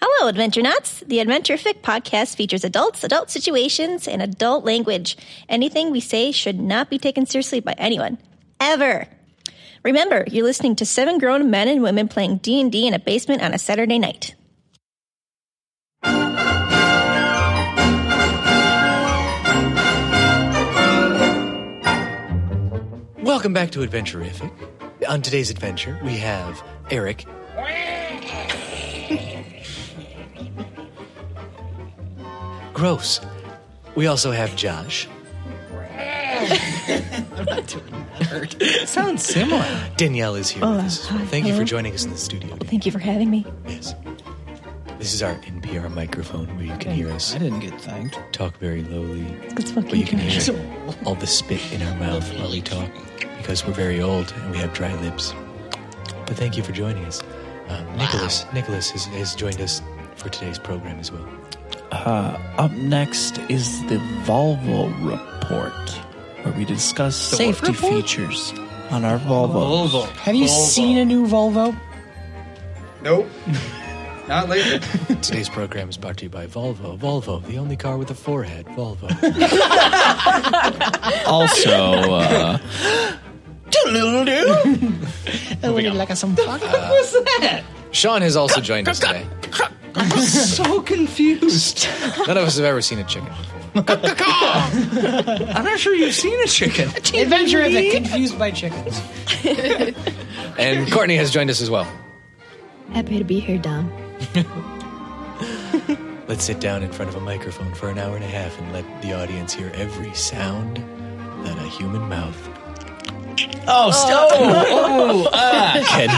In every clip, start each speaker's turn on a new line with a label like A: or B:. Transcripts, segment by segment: A: Hello, Adventure Nuts! The Adventure Fic podcast features adults, adult situations, and adult language. Anything we say should not be taken seriously by anyone. Ever! Remember, you're listening to seven grown men and women playing D&D in a basement on a Saturday night.
B: Welcome back to Adventurific. On today's adventure, we have Eric. Gross. We also have Josh,
C: Sounds similar.
B: Danielle is here with us. as well.
A: Oh, hi,
B: Thank you
A: hello.
B: for joining us in the studio.
A: Thank you for having me.
B: Yes. This is our NPR microphone where you can hear us
C: I didn't get thanked.
B: talk very lowly,
A: It's
B: but you
A: fucking good.
B: can hear all the spit in our mouth while we talk because we're very old and we have dry lips. But thank you for joining us. Um, Nicholas, Nicholas has, has joined us for today's program as well.
D: Uh, Up next is the Volvo report, where we discuss safety features on our Volvos.
C: Have you seen a new Volvo?
E: Nope. Not lately.
B: Today's program is brought to you by Volvo. Volvo, the only car with a forehead. Volvo.
D: Also, uh,
C: Oh, would you like some fuck?
F: Sean has also joined us today.
C: so confused.
F: None of us have ever seen a chicken before.
D: I'm not sure you've seen a chicken.
C: Adventure of the confused by chickens.
F: And Courtney has joined us as well.
G: Happy to be here, Dom.
B: Let's sit down in front of a microphone for an hour and a half and let the audience hear every sound that a human mouth
D: Oh, stop!
F: uh.
B: can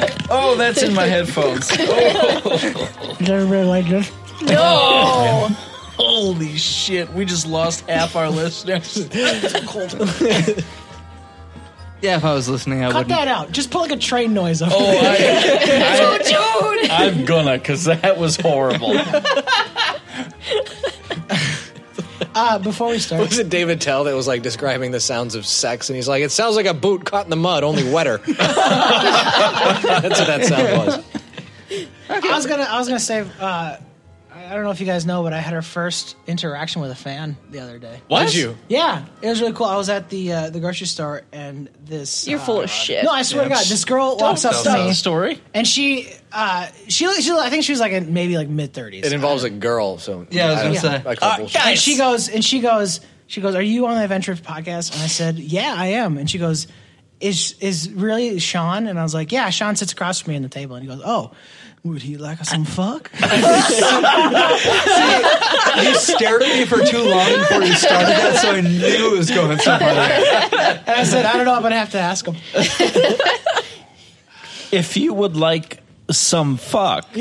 B: make.
E: oh, that's in my headphones.
C: Does everybody like this?
D: Holy shit, we just lost half our listeners.
H: Yeah, if I was listening, I
C: Cut
H: wouldn't.
C: that out. Just put like a train noise over
D: Oh,
C: it.
D: I, I, am gonna, because that was horrible.
C: Uh, before we start,
F: Was it David Tell that was like describing the sounds of sex? And he's like, it sounds like a boot caught in the mud, only wetter. That's what that sound was.
C: I was gonna, I was gonna say, uh, I I don't know if you guys know, but I had our first interaction with a fan the other day.
F: What? Did you?
C: Yeah, it was really cool. I was at the uh, the grocery store, and this
A: You're
C: uh,
A: full of shit.
C: No, I swear to God, this girl walks up to me,
D: story?
C: and she, uh, she, she, I think she was like in maybe like mid thirties.
F: It involves a girl, so.
H: Yeah, Uh, I was gonna
F: don't-
H: say.
F: I call bullshit.
C: And she goes, and she goes, she goes, "Are you on the Adventure podcast?" And I said, "Yeah, I am." And she goes, "Is is really Sean?" And I was like, "Yeah, Sean sits across from me on the table." And he goes, "Oh." Would he like some fuck?
H: You stared at me for too long before you started that, so I knew it was going somewhere.
C: And I said, I don't know. I'm gonna have to ask him.
D: If you would like some fuck,
C: If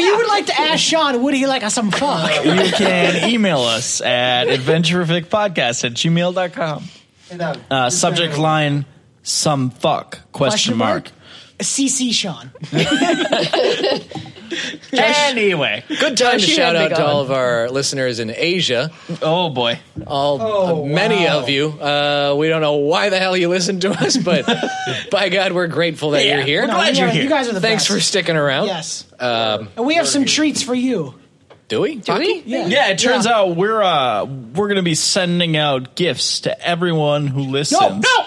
C: you would like to ask Sean, would he like some fuck?
D: you can email us at adventurificpodcast at gmail.com. Uh, subject line, some fuck, question
C: Question
D: mark.
C: mark? CC Sean.
D: Anyway.
F: Good time to
A: she
F: shout
A: had me
F: out to
A: going.
F: all of our listeners in Asia.
D: Oh, boy.
F: All
C: Oh,
F: uh, many of you. Uh, we don't know why the hell you listen to us, but by God, we're grateful that you're here.
C: No, you
D: you're
C: are-
D: here.
C: You guys are the
F: Thanks for
C: best.
F: sticking around.
C: Yes.
B: Um,
C: and we have some treats for you.
F: Do we? Do
A: we?
D: Yeah, it turns out we're uh we're gonna be sending out gifts to everyone who listens.
C: No, no.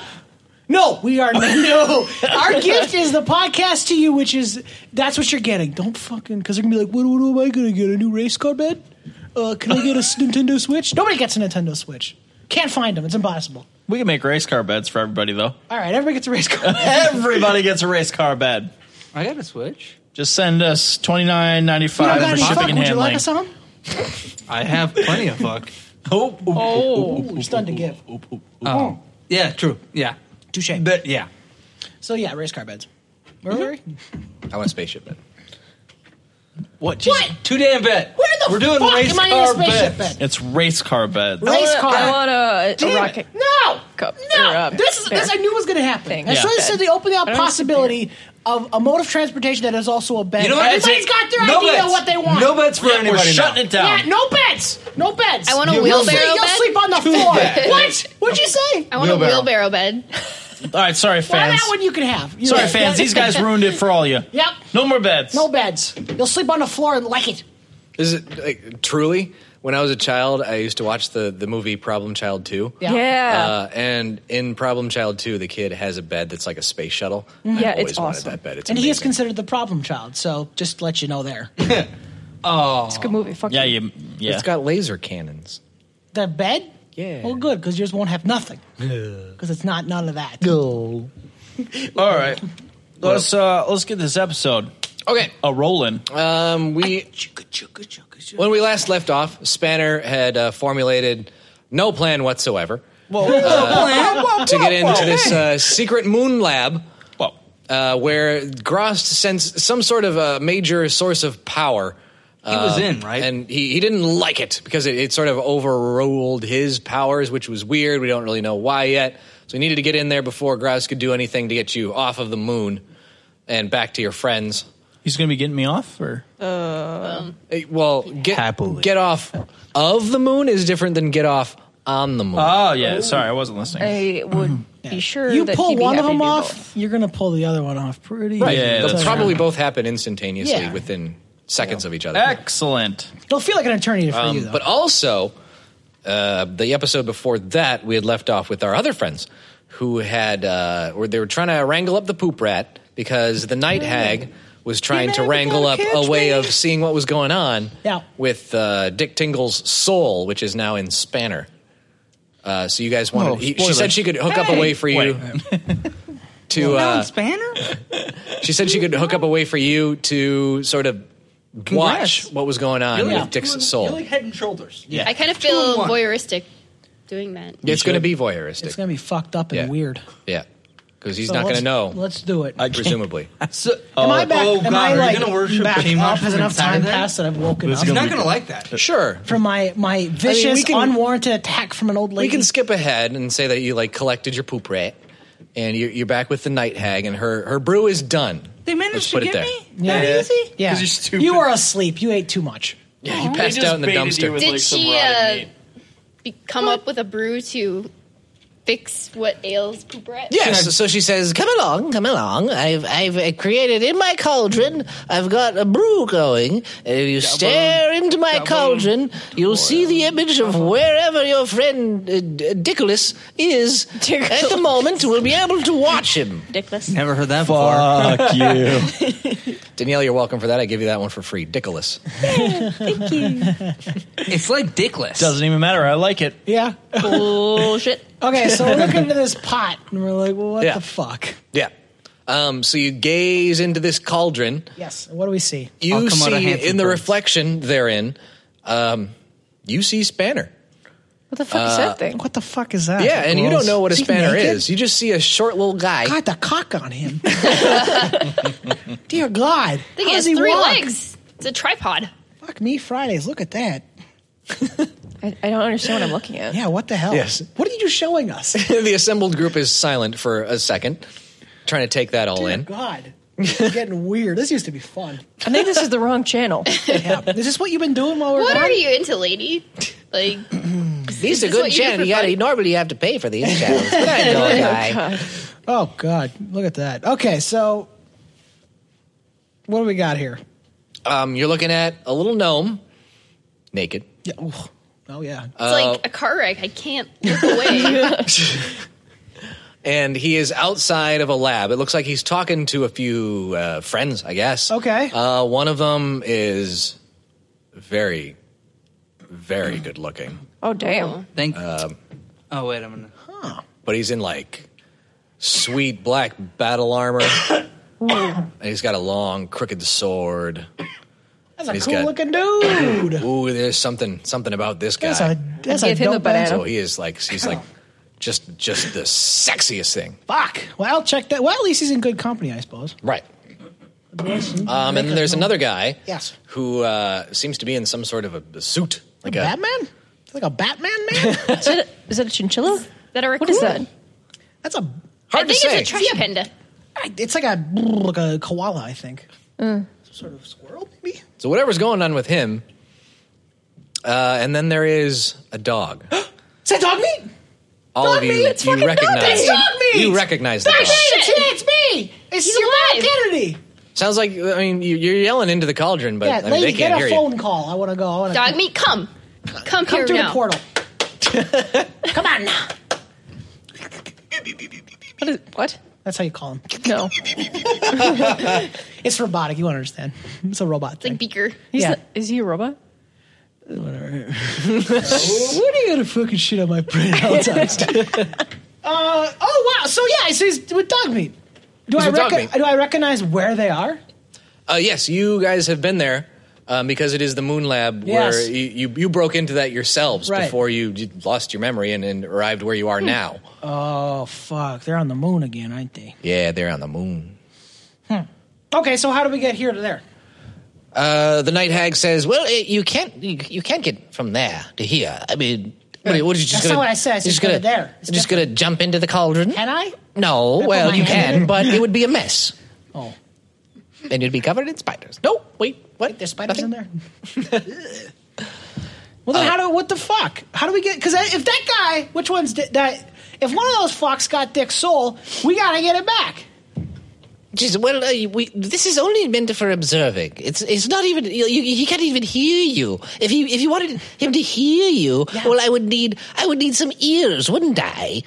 C: No, we are no. Our gift is the podcast to you, which is that's what you're getting. Don't fucking because they're gonna be like, what, what am I gonna get? A new race car bed? Uh, can I get a s- Nintendo Switch? Nobody gets a Nintendo Switch. Can't find them. It's impossible.
D: We can make race car beds for everybody though.
C: All right, everybody gets a race car.
D: Everybody gets a race car bed.
H: I got a switch.
D: Just send us twenty nine ninety
C: You don't
D: five
C: got
D: for
C: any
D: shipping
C: fuck?
D: and
C: Would you
D: handling.
C: like us on?
H: I have plenty of fuck.
D: oh,
C: Ooh, you're stunned to give.
H: Oh. Yeah, true. Yeah.
C: Touche.
H: But yeah.
C: So yeah, race car beds. Where
H: Mm-hmm.
C: were we?
F: I want a spaceship. man.
D: what? What?
H: Too damn bit.
C: Where the
H: We're doing
C: fuck
H: race
C: am I
H: car
C: in a spaceship
H: beds.
C: bed?
D: It's race car beds.
C: Race car.
A: I want a- a, rocket
C: no.
A: cup.
C: No,
A: or a
C: this is this
A: bear.
C: I knew was going to happen.
A: Thing.
C: I saw
D: Yeah.
C: this as the open out
A: don't
C: possibility of a mode of transportation that is also a bed.
H: You know what?
C: Everybody's got their idea
H: bets.
C: of what they want.
H: No bets for anybody.
D: We're
H: now.
D: shutting it down.
C: Yeah, no beds. No beds.
G: I want a
C: You'll
G: wheelbarrow
C: sleep- You'll
G: bed.
C: sleep on the floor. what? What'd you say?
G: I want a wheelbarrow bed.
D: All right, sorry,
C: Well,
D: fans.
C: that one you can have. You
D: Sorry,
C: know,
D: fans.
C: that-
D: These guys ruined it for all you.
C: Yep.
D: No more beds.
C: No beds. You'll sleep on the floor and like it.
B: Is it like, truly? When I was a child, I used to watch the the movie Problem Child Two.
C: Yeah.
B: Uh, and in Problem Child 2, the kid has a bed that's like a space shuttle. I've
A: Yeah, it's
B: always wanted
A: awesome.
B: that bed. It's
C: and
B: amazing.
C: he is considered the problem child, so just to let you know there.
A: It's a good movie. Fuck
D: Oh. Yeah,
A: you.
D: you. Yeah.
B: It's got laser cannons.
C: the bed?
B: Yeah.
C: Well, good, because yours won't have nothing. Because it's not none of that.
B: Go.
D: all right. Let's uh, let's get this episode
B: Okay.
D: a rolling.
C: Uh,
B: Um, we when we last left off, Spanner had uh, formulated no plan whatsoever uh, to get into this uh, secret moon lab.
D: Well,
B: Uh, where Grost sensed some sort of a major source of power. um,
H: He was in, right?
B: And he, he didn't like it because it, it sort of overruled his powers, which was weird. We don't really know why yet. So he needed to get in there before Grouse could do anything to get you off of the moon and back to your friends.
D: he's gonna be getting me off, or
B: Eh, Well, get get off of the moon is different than get off on the moon.
D: oh yeah. Sorry, I wasn't listening.
A: I would be sure
C: Mm-hmm. You
A: that
C: pull
A: he'd be
C: one of
A: happy to
C: them
A: do
C: off,
A: both.
C: you're going to pull the other one off pretty
D: Right.
C: easy.
D: Yeah,
B: They'll
D: that's
B: probably both happen instantaneously
C: Yeah.
B: within seconds of each other. Um,
D: Excellent.
C: It'll feel like an eternity for you, though.
B: But also, uh, the episode before that, we had left off with our other friends who had uh, were they were trying to wrangle up the poop rat because the night hag was trying to
C: never
B: wrangle up
C: gonna
B: a
C: catch
B: way
C: me.
B: of seeing what was going on
C: Yeah.
B: with uh, Dick Tingle's soul, which is now in Spanner. Uh, so you guys wanted?
D: Oh,
B: he- she
D: spoiler.
B: said she could hook up a way for you. To uh,
H: Spanner?
B: she said she could hook up a way for you to sort of
H: Congrats.
B: watch what was going on
C: like
B: Uh, with Dick's soul.
H: head and shoulders. Yeah.
I: I kind of
H: Two
I: feel
H: and one.
I: voyeuristic doing that.
B: it's going to be voyeuristic.
C: it's going to be fucked up and
B: Yeah.
C: weird.
B: Yeah, because he's
C: So
B: not going
C: let's-
B: to know,
C: Let's do it.
B: presumably.
H: So,
C: am I back?
H: Oh,
C: am
H: God.
C: I,
H: Are
C: like,
H: you going to worship
C: back
H: Kmart
C: up?
H: from
C: Has enough
H: inside
C: time
H: there?
C: passed that I've woken up
H: He's not going to like that.
B: Uh, sure,
C: from my, my vicious,
B: can-
C: unwarranted attack from an old lady?
B: we can skip ahead and say that you like collected your poop rat, and you're, you're back with the night hag, and her her brew is done.
H: They managed
B: Let's
H: to
B: put it
H: get
B: there.
H: me?
C: Yeah.
H: That easy?
C: yeah.
H: 'Cause you're stupid.
C: You were asleep. You ate too much.
B: Yeah, you passed out in the dumpster.
I: Did she, uh, Be- come up with a brew to fix what ails Pooperet.
B: Yes, so she says, "Come along, come along. I've I've uh, created in my cauldron. I've got a brew going. And if you stare into my cauldron, you'll see the image of wherever your friend uh, D- Dickolas is at the moment. We'll be able to watch him."
J: Ridiculous.
H: Never heard that before.
D: Fuck you.
B: Danielle, you're welcome for that. I give you that one for free. Dickolas.
H: It's like dickless.
D: Doesn't even matter. I like it.
C: Yeah.
J: Bullshit.
C: Okay, so we're looking into this pot, and we're like, well, what
B: Yeah.
C: the fuck?
B: Yeah. Um, so you gaze into this cauldron.
C: Yes. What do we see?
H: I'll
B: You
H: come out a
B: see
H: handsome
B: in the
H: person.
B: reflection therein, um, you see Spanner. Uh,
A: What the fuck is that thing?
C: Uh, What the fuck is that?
B: Yeah, and you don't know what a
C: Is he
B: Spanner
C: naked?
B: is. You just see a short little guy.
C: God, the cock on him. Dear God.
I: I think it
C: How does
I: has
C: he
I: three
C: walk?
I: legs. It's a tripod.
C: Fuck me Fridays. Look at that.
A: I, I don't understand what I'm looking at.
C: Yeah, what the hell?
B: Yes.
C: What are you showing us?
B: the assembled group is silent for a second, trying to take that all
C: Dear
B: in.
C: God. This is getting weird. This used to be fun.
A: I think this is the wrong channel.
C: Yeah. Is this what you've been doing while we're
I: What
C: gone?
I: are you into, lady? Like,
B: These
I: are This is good what you do channels. for You gotta- fun.
B: normally you have to pay for these channels. guy.
C: Oh, God. Look at that. Okay, so what do we got here?
B: Um, you're looking at a little gnome, naked. Uh,
C: Yeah. ooh. Oh, yeah.
I: it's like a car wreck. I can't look away.
B: and he is outside of a lab. It looks like he's talking to a few uh, friends, I guess.
C: Okay.
B: Uh, one of them is very, very good looking, Uh,
A: Oh damn!
H: Thank. oh wait, I'm gonna.
B: but he's in like sweet black battle armor. and he's got a long, crooked sword.
C: That's a
B: He's
C: cool
B: got-
C: looking dude.
B: Ooh, there's something, something about this guy.
C: That's a that's
A: Give
C: a
A: him a
C: dope ass-
A: banana.
B: so he is like, he's like, just, just the sexiest thing.
C: Fuck. Well, check that. Well, at least he's in good company, I suppose.
B: Right. Um, and then there's another guy.
C: Mm-hmm. Yes.
B: Who uh, seems to be in some sort of a, a suit, like a,
C: Batman? It's like a Batman man.
A: Is that, is that a chinchilla?
I: that a
A: What is that?
C: that's a.
I: I
B: Hard to
I: think
B: say.
I: it's a trash panda.
C: It's like a like a koala, I think.
A: Mm.
C: Some sort of squirrel, maybe.
B: So whatever's going on with him, uh, and then there is a dog.
C: Is that dog meat?
B: All of you, you recognize.
C: Dog meat.
J: You recognize the
C: Shit,
J: dog.
C: it's me. It's
I: He's
C: your
I: alive.
C: Kennedy.
J: Sounds like I mean you- you're yelling into the cauldron, but
C: yeah,
J: I mean,
C: lady,
J: they can't
C: get
J: hear
C: a
J: you.
C: phone call. I want to go. I wanna
I: Dog meat, come. Come,
C: Come
I: here
C: through
I: now.
C: the portal. Come on now.
A: What? Is, what?
C: That's how you call him.
A: No.
C: it's robotic. You won't understand. It's a robot. Thing.
I: Like Beaker.
A: He's
C: Yeah.
A: not- is he a robot?
C: Whatever. what do you got to fucking shit on my brain all the time? uh, oh, wow. So, yeah, it's, it's with dog meat. Do
J: It's
C: I,
J: with dog
C: recog-
J: meat.
C: do I recognize where they are?
J: Uh, yes, you guys have been there um, because it is the Moon Lab where
C: Yes.
J: you, you, you broke into that yourselves
C: Right. Hmm.
J: before you d- lost your memory and, and arrived where you are now.
C: Oh, fuck. They're on the moon again, aren't they?
J: Yeah, they're on the moon.
C: Okay, so how do we get here to there?
J: Uh, the Night Hag says, "Well, eh, you can't you, you can't get from there to here. I mean, what, are you- what are you just
C: That's
J: gonna,
C: not what I said. I
J: you're
C: said go to there.
J: You're just gonna jump into the cauldron?
C: Can I?
J: No,
C: put
J: well
C: my
J: you
C: hand in
J: can,
C: it?
J: but it would be a mess.
C: Oh.
J: and you'd be covered in spiders. No, wait, what?
C: There's spiders in there? well, then how do, what the fuck? How do we get, because if that guy, which one's di- that, if one of those fucks got Dick's soul, we got to get it back.
J: Jeez, well, uh, we, this is only meant for observing. It's it's not even you, you, he can't even hear you. If you if you wanted him to hear you, well, I would need I would need some ears, wouldn't I?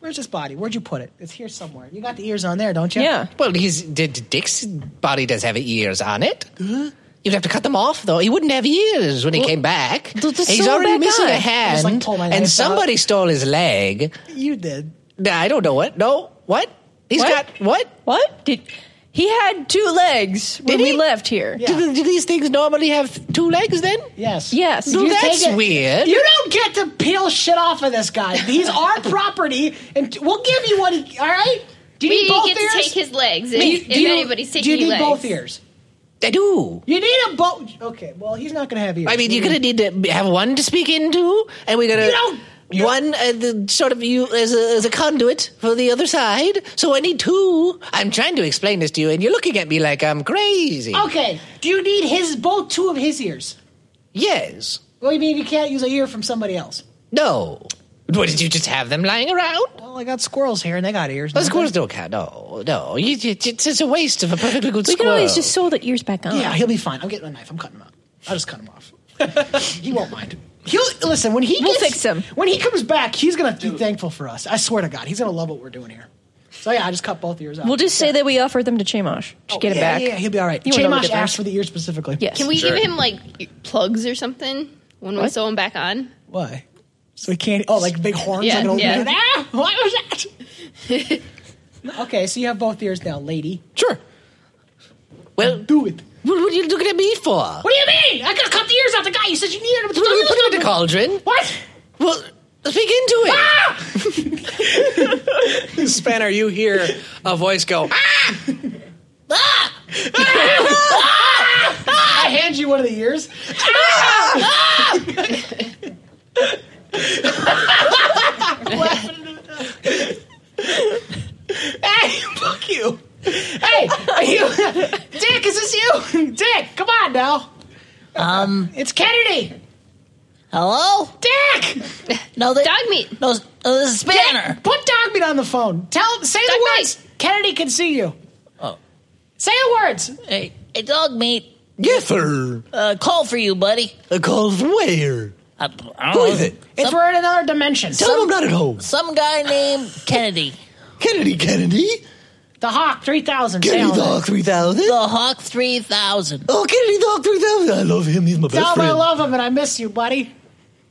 C: Where's his body? Where'd you put it? It's here somewhere. You got the ears on there, don't you?
J: Well, his d- d- Dick's body does have ears on it. You'd have to cut them off, though. He wouldn't have ears when he came back.
C: th- th- sew
J: He's
C: it
J: already
C: back
J: missing
C: on.
J: a
C: I just, like,
J: hand,
C: pull my knife
J: and somebody stole his leg.
C: You did.
J: Nah, I don't know what. No, what? He's
A: What?
J: got what?
A: What did he had two legs when
J: Did
A: we
J: he?
A: left here?
J: Do, do these things normally have two legs then?
C: Yes.
A: Yes.
J: No,
C: You
J: that's
C: take it-
J: weird.
C: You don't get to peel shit off of this guy. He's our property, and t- we'll give you what he. All right. Do you
I: we
C: need both
I: get
C: ears?
I: to take his legs.
C: Do
I: If,
C: you-
I: if
C: do you-
I: anybody's taking
C: do you need
I: legs.
C: both ears?
J: I do.
C: You need them both. Okay. Well, he's not going to have ears.
J: I mean, you're gonna need to have one to speak into, and we're gonna one uh, the, sort of you as a, as a conduit for the other side. So I need two. I'm trying to explain this to you, and you're looking at me like I'm crazy.
C: Okay. Do you need his both two of his ears?
J: Yes.
C: Well, you mean you can't use a ear from somebody else?
J: No. What did you just have them lying around?
C: Well, I got squirrels here, and they got ears.
J: Those squirrels don't count. No, no. You, you- it's, it's a waste of a perfectly good
A: We can
J: squirrel.
A: always just sew the ears back on.
C: Yeah, he'll be fine. I'm getting a knife. I'm cutting him up. I'll just cut him off. he won't mind. He'll listen when he
A: We'll
C: gets,
A: fix him.
C: when he comes back. He's gonna be thankful for us. I swear to God, he's gonna love what we're doing here. So yeah, I just cut both ears out.
A: We'll just say that we offered them to Chamosh. Just get it
C: Oh, yeah,
A: back.
C: Yeah, he'll be all right.
A: You won't know the
C: Chamosh
A: difference.
C: asked for the ear specifically.
A: Yes.
I: Can we give him like e- plugs or something when we
C: What?
I: sew him back on?
C: Why? So he can't. Oh, like big horns.
I: Yeah,
C: like an old
I: yeah.
C: man. Ah, what was that? okay, so you have both ears now, lady.
J: Sure. Well,
C: do it.
J: What, what are you looking at me for? What
C: do you mean? I gotta cut the ears off the guy. You said you needed him. To
J: We put him in the cauldron.
C: What?
J: Well, speak into it.
C: Ah!
J: Spanner, you hear a voice go,
B: "Ah."
C: I hand you one of the ears. hey, fuck you. Hey, are you? Dick, is this you? Dick, come on now. Um, it's Kennedy.
K: Hello?
C: Dick.
K: No,
I: they, dog meat.
K: No, oh, this is Spanner.
C: Dick, put dog meat on the phone. Tell, say the words. Kennedy can see you.
K: Oh.
C: Say the words.
K: Hey, hey, dog meat.
J: Yes, sir.
K: Uh, call for you, buddy.
J: A call from where?
K: I, I don't
J: Who
K: know.
C: oh.
J: is it?
C: It's we're in another dimension.
K: Tell him I'm not
J: at home.
K: Some guy named Kennedy.
J: Kennedy, Kennedy.
C: The Hawk 3000.
K: Kennedy
C: Say all
K: the
C: that.
K: Hawk
J: Three thousand.
K: The Hawk 3000.
J: Oh, Kennedy the Hawk 3000. I love him. He's my
C: Tell him I love him and I miss you, buddy.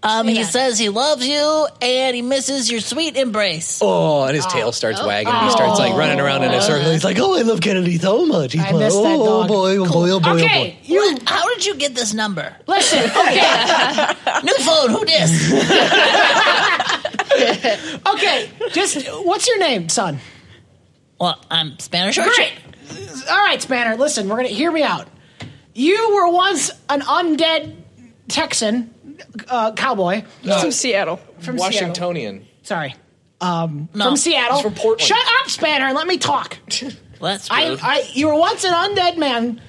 K: Um, he says he loves you and he misses your sweet embrace.
J: Oh, and his tail starts wagging. and He starts like running around in a circle. He's like, "Oh, I love Kennedy so much." He's
K: I miss that dog.
J: boy, oh boy, oh boy,
K: Okay, you. How did you get this number?
C: Listen, okay.
K: New phone, who dis?
C: okay, just what's your name, son?
K: Well, I'm Spanish
C: Great. All right, Spanner. Listen, we're gonna hear me out. You were once an undead Texan uh, cowboy
J: Uh, From
A: Seattle.
C: From Seattle.
J: Washingtonian.
C: Sorry. Um,
J: No.
C: From Seattle.
J: He's from Portland.
C: Shut up, Spanner, and let me talk.
K: That's
C: I, I, you were once an undead man,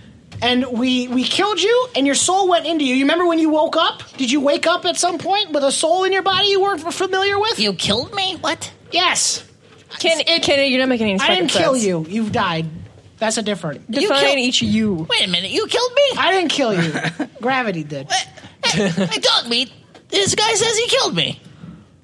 C: and we we killed you, and your soul went into you. You remember when you woke up? Did you wake up at some point with a soul in your body you weren't familiar with?
K: You killed me. What?
C: Yes.
A: Can it? Can You're not making any.
C: I
A: fucking
C: didn't kill
A: sense.
C: you. You died. That's a different.
A: Define each you.
K: Wait a minute, you killed me?
C: I didn't kill you. Gravity did.
K: I dog meat. This guy says he killed me.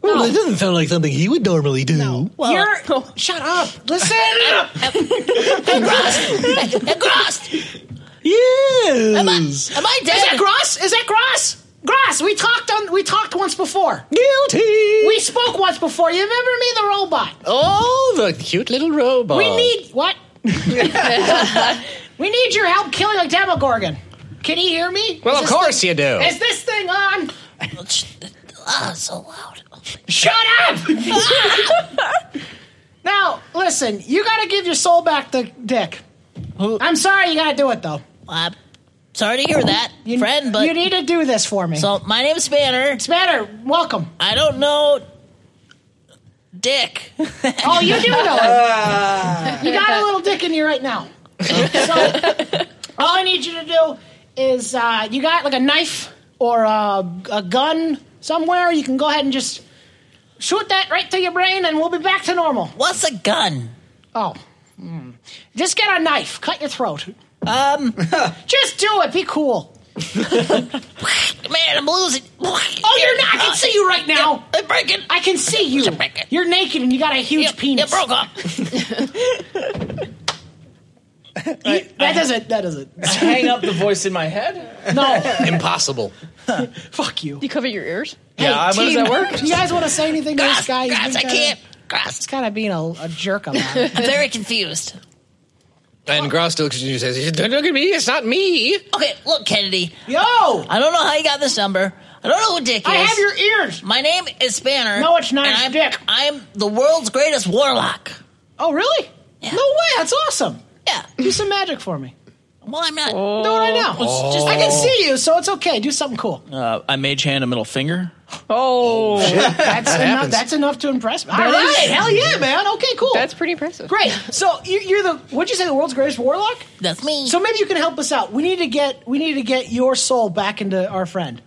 L: Well, that doesn't sound like something he would normally do. No.
C: You're shut up. Listen.
K: Gross.
L: Yes. Am I,
K: am I
C: Is that Gross? Is that Gross? Gross, we talked on. We talked once before.
L: Guilty.
C: We spoke once before. You remember me, the robot?
B: Oh, the cute little robot.
C: We need what? we need your help killing a Demogorgon. Can you hear me?
B: Well,
C: Is
B: of
C: this
B: course
C: thing-
B: you do.
C: Is this thing on?
K: Ah, so loud.
C: Shut up! now, listen. You got to give your soul back to Dick. I'm sorry, you got to do it though.
K: I'm sorry to hear that,
C: you,
K: friend, but-
C: you need to do this for me.
K: So my name's Spanner.
C: Spanner, welcome.
K: I don't know Dick.
C: oh, you do know. it. you got a little dick in you right now. so, all I need you to do is uh, you got like a knife or a, a gun somewhere. You can go ahead and just shoot that right to your brain, and we'll be back to normal.
K: What's a gun?
C: Oh, Hmm. just get a knife, cut your throat. Um, just do it. Be cool.
K: Man, I'm losing.
C: Oh, you're not. I can see you right now.
K: I'm breaking.
C: I can see you. You're naked and you got a huge penis.
K: broke up.
C: that doesn't. That doesn't.
G: Hang up the voice in my head.
C: No.
B: Impossible.
C: Fuck you.
A: You cover your ears.
B: Yeah, I- what does that work?
C: Do you guys want to say anything to this guy? He's
K: Gross,
C: been
K: I
C: kinda-
K: can't. Gross.
C: He's kind of being a, a jerk about it.
K: I'm very confused.
B: And Gross still continues to say, "Don't look at me. It's not me."
K: Okay, look, Kennedy.
C: Yo!
K: I don't know how you got this number. I don't know who Dick is.
C: I have your ears.
K: My name is Spanner.
C: No, it's not.
K: and
C: It's
K: I'm,
C: Dick.
K: I'm the world's greatest warlock.
C: Oh, really? No way. That's awesome.
K: Yeah.
C: Do some magic for me.
K: Well, I'm not.
C: Do it right now.
D: Oh.
C: Just- I can see you, so it's okay. Do something cool.
D: Uh, I mage hand a middle finger.
A: Oh,
C: That's
D: That
C: enough.
D: happens.
C: That's enough to impress me.
A: That
C: All right.
A: is-
C: Hell yeah, man. Okay, cool.
A: That's pretty impressive.
C: Great. So you- you're the what'd you say the world's greatest warlock?
K: That's me.
C: So maybe you can help us out. We need to get we need to get your soul back into our friend.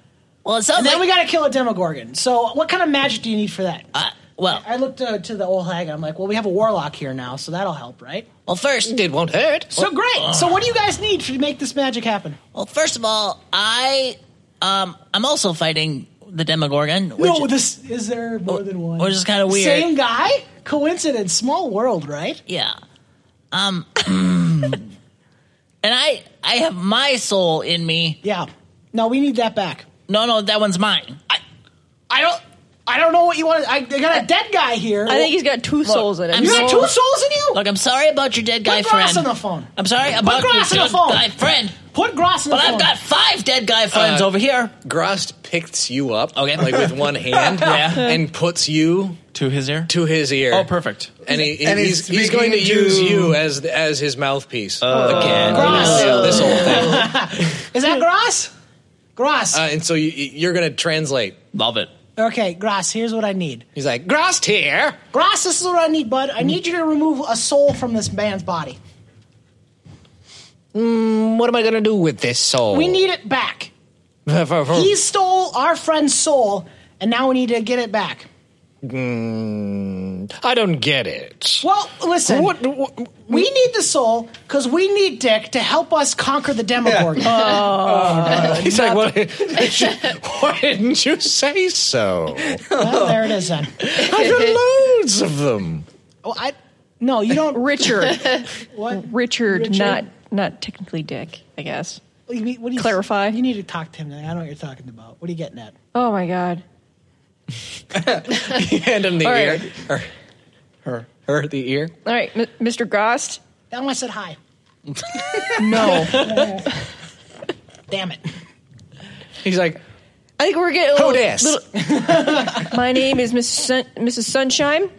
K: Well, it sounds
C: And then
K: like
C: we got to kill a Demogorgon. So what kind of magic do you need for that?
K: Uh, well,
C: I looked uh, to the old hag and I'm like, well, we have a warlock here now, so that'll help, right?
K: well, first,
B: It won't hurt.
C: So great. So what do you guys need to make this magic happen?
K: well, first of all, I um, I'm also fighting the Demogorgon. Which,
C: no, this is there more than one.
K: which is kinda weird.
C: Same guy? Coincidence. Small world, right?
K: yeah. Um, and I I have my soul in me.
C: Yeah. No, we need that back.
K: No, no, that one's mine. I,
C: I don't. I don't know what you want. to... I they got a dead guy here.
A: I think he's got two souls in him.
K: I'm
C: you
K: so-
C: got two souls in you.
K: Look, I'm sorry about your dead guy
C: Put Gross
K: friend.
C: on the phone.
K: I'm sorry about your
C: Gross on the
K: dead
C: phone.
K: guy friend.
C: Put Gross on the
K: But
C: phone.
K: I've got five dead guy friends
B: Uh,
K: over here.
B: Grost picks you up, okay, like with one hand, and puts you
D: To his ear?
B: to his ear.
G: Oh, perfect.
B: And, he,
F: And
B: he's,
F: he's
B: he's going to
F: speaking
B: use
F: to-
B: you as as his mouthpiece
D: Oh.
B: again.
C: Gross.
B: Yeah, This whole thing,
C: Is that Gross? Gross.
B: uh, and so you, you're going to translate.
D: Love it.
C: okay, Gross. Here's what I need.
B: He's like, "Grost here."
C: Gross, this is what I need, bud. I need you to remove a soul from this man's body.
J: hmm,
B: What am I going to do with this
K: Oh.
B: soul?
C: We need it back. He stole our friend's soul, and now we need to get it back.
B: Mm, I don't get it.
C: Well, listen.
B: What- what-
C: we need the soul because we need Dick to help us conquer the Demogorgon. Oh,
B: He's like, what, why didn't you say so?
C: well, there it is then.
B: I've loads of them.
C: Well, Oh, I, no, you don't.
A: Richard.
C: What?
A: Richard,
C: Richard?
A: not not technically Dick, I guess.
C: What do you mean- what do you-
A: Clarify.
C: You need to talk to him. Then. I know what you're talking about. What are you getting at?
A: Oh my god.
B: Hand him the
A: All
B: ear.
A: right.
B: Her, her, her, the ear.
A: All right, M- Mr. Gost.
C: That one said hi.
A: No,
C: Damn it.
B: He's like,
A: I think we're getting. a
B: who
A: little-
B: this?
A: My name is Miss Sun- Mrs. Sunshine.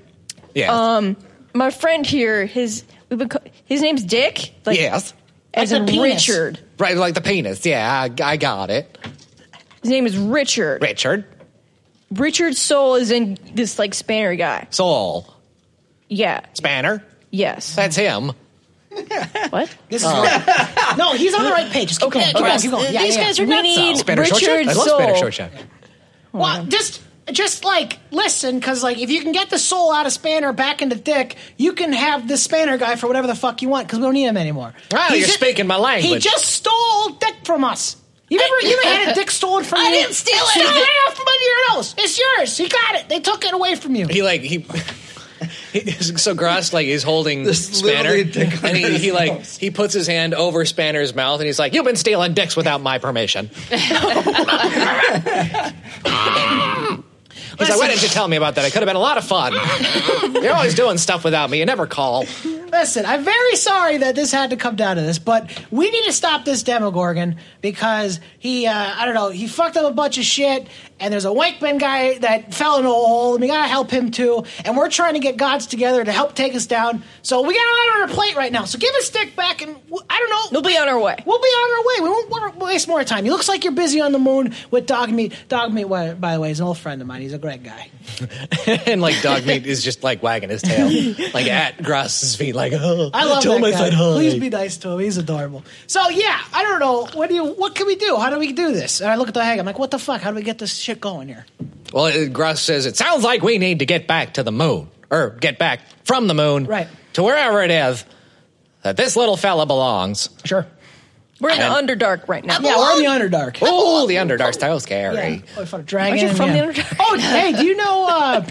B: yeah.
A: Um, my friend here, his we've been ca- his name's Dick. Like,
B: yes.
A: as
C: Like
A: in
C: the penis.
A: Richard.
B: Right, like the penis. Yeah, I, I got it.
A: His name is Richard.
B: Richard.
A: Richard's soul is in this like Spanner guy.
B: Saul.
A: Yeah.
B: Spanner.
A: Yes.
B: That's him.
A: what?
C: This is
K: Oh.
C: wrong. no, he's on the right page. Just keep going.
K: Yeah,
C: Keep going.
K: Gross.
C: Keep going. Yeah,
K: These
C: yeah,
K: guys
C: yeah.
K: are
A: We
K: nuts.
A: need
B: Spanner short
A: Richard's
B: shot. I love
A: soul.
B: Spanner short shot.
C: Well, just just like listen, because like if you can get the soul out of Spanner back into Dick, you can have the Spanner guy for whatever the fuck you want. Because we don't need him anymore.
J: Wow,
C: He
J: you're
C: ju-
J: speaking my
C: He
J: language.
C: just stole Dick from us. You ever you ever had a Dick stolen from
J: I
C: you?
J: didn't steal
C: It's
J: anything.
C: Stolen out from under your nose. It's yours. He got it. They took it away from you.
B: He like he. he- So Gross like is holding Spanner, and he, he like he puts his hand over Spanner's mouth, and he's like, "You've been stealing dicks without my permission." He's like, "Why didn't you tell me about that? It could have been a lot of fun. You're always doing stuff without me. You never call."
C: Listen, I'm very sorry that this had to come down to this, but we need to stop this Demogorgon because he, uh, I don't know, he fucked up a bunch of shit, and there's a Wankman guy that fell in a hole, and we gotta help him too, and we're trying to get gods together to help take us down, so we got a lot on our plate right now, so give us stick back, and w- I don't know. We'll be on our way. We'll be on our way. We won't wa- waste more time. He looks like you're busy on the moon with Dog Meat. Dog Meat, wa- by the way, is an old friend of mine. He's a great guy.
B: and like dog meat is just like wagging his tail, like at Gross's feet, like, "Oh,
C: I love
B: tell
C: that
B: my
C: guy.
B: friend hi."
C: Please be nice to him. He's adorable. So yeah, I don't know. What do you? What can we do? How do we do this? And I look at the hag. I'm like, what the fuck? How do we get this shit going here?
B: Well, it- Gross says it sounds like we need to get back to the moon, or get back from the moon,
C: Right.
B: to wherever it is that this little fella belongs.
C: Sure.
A: We're in the
B: And-
A: underdark right now.
C: Yeah, we're in the underdark.
B: Oh, the underdark's so scary.
C: Yeah. Oh, I fought a dragon.
A: Aren't you from
C: yeah.
A: the underdark?
C: Oh, hey, do you know? uh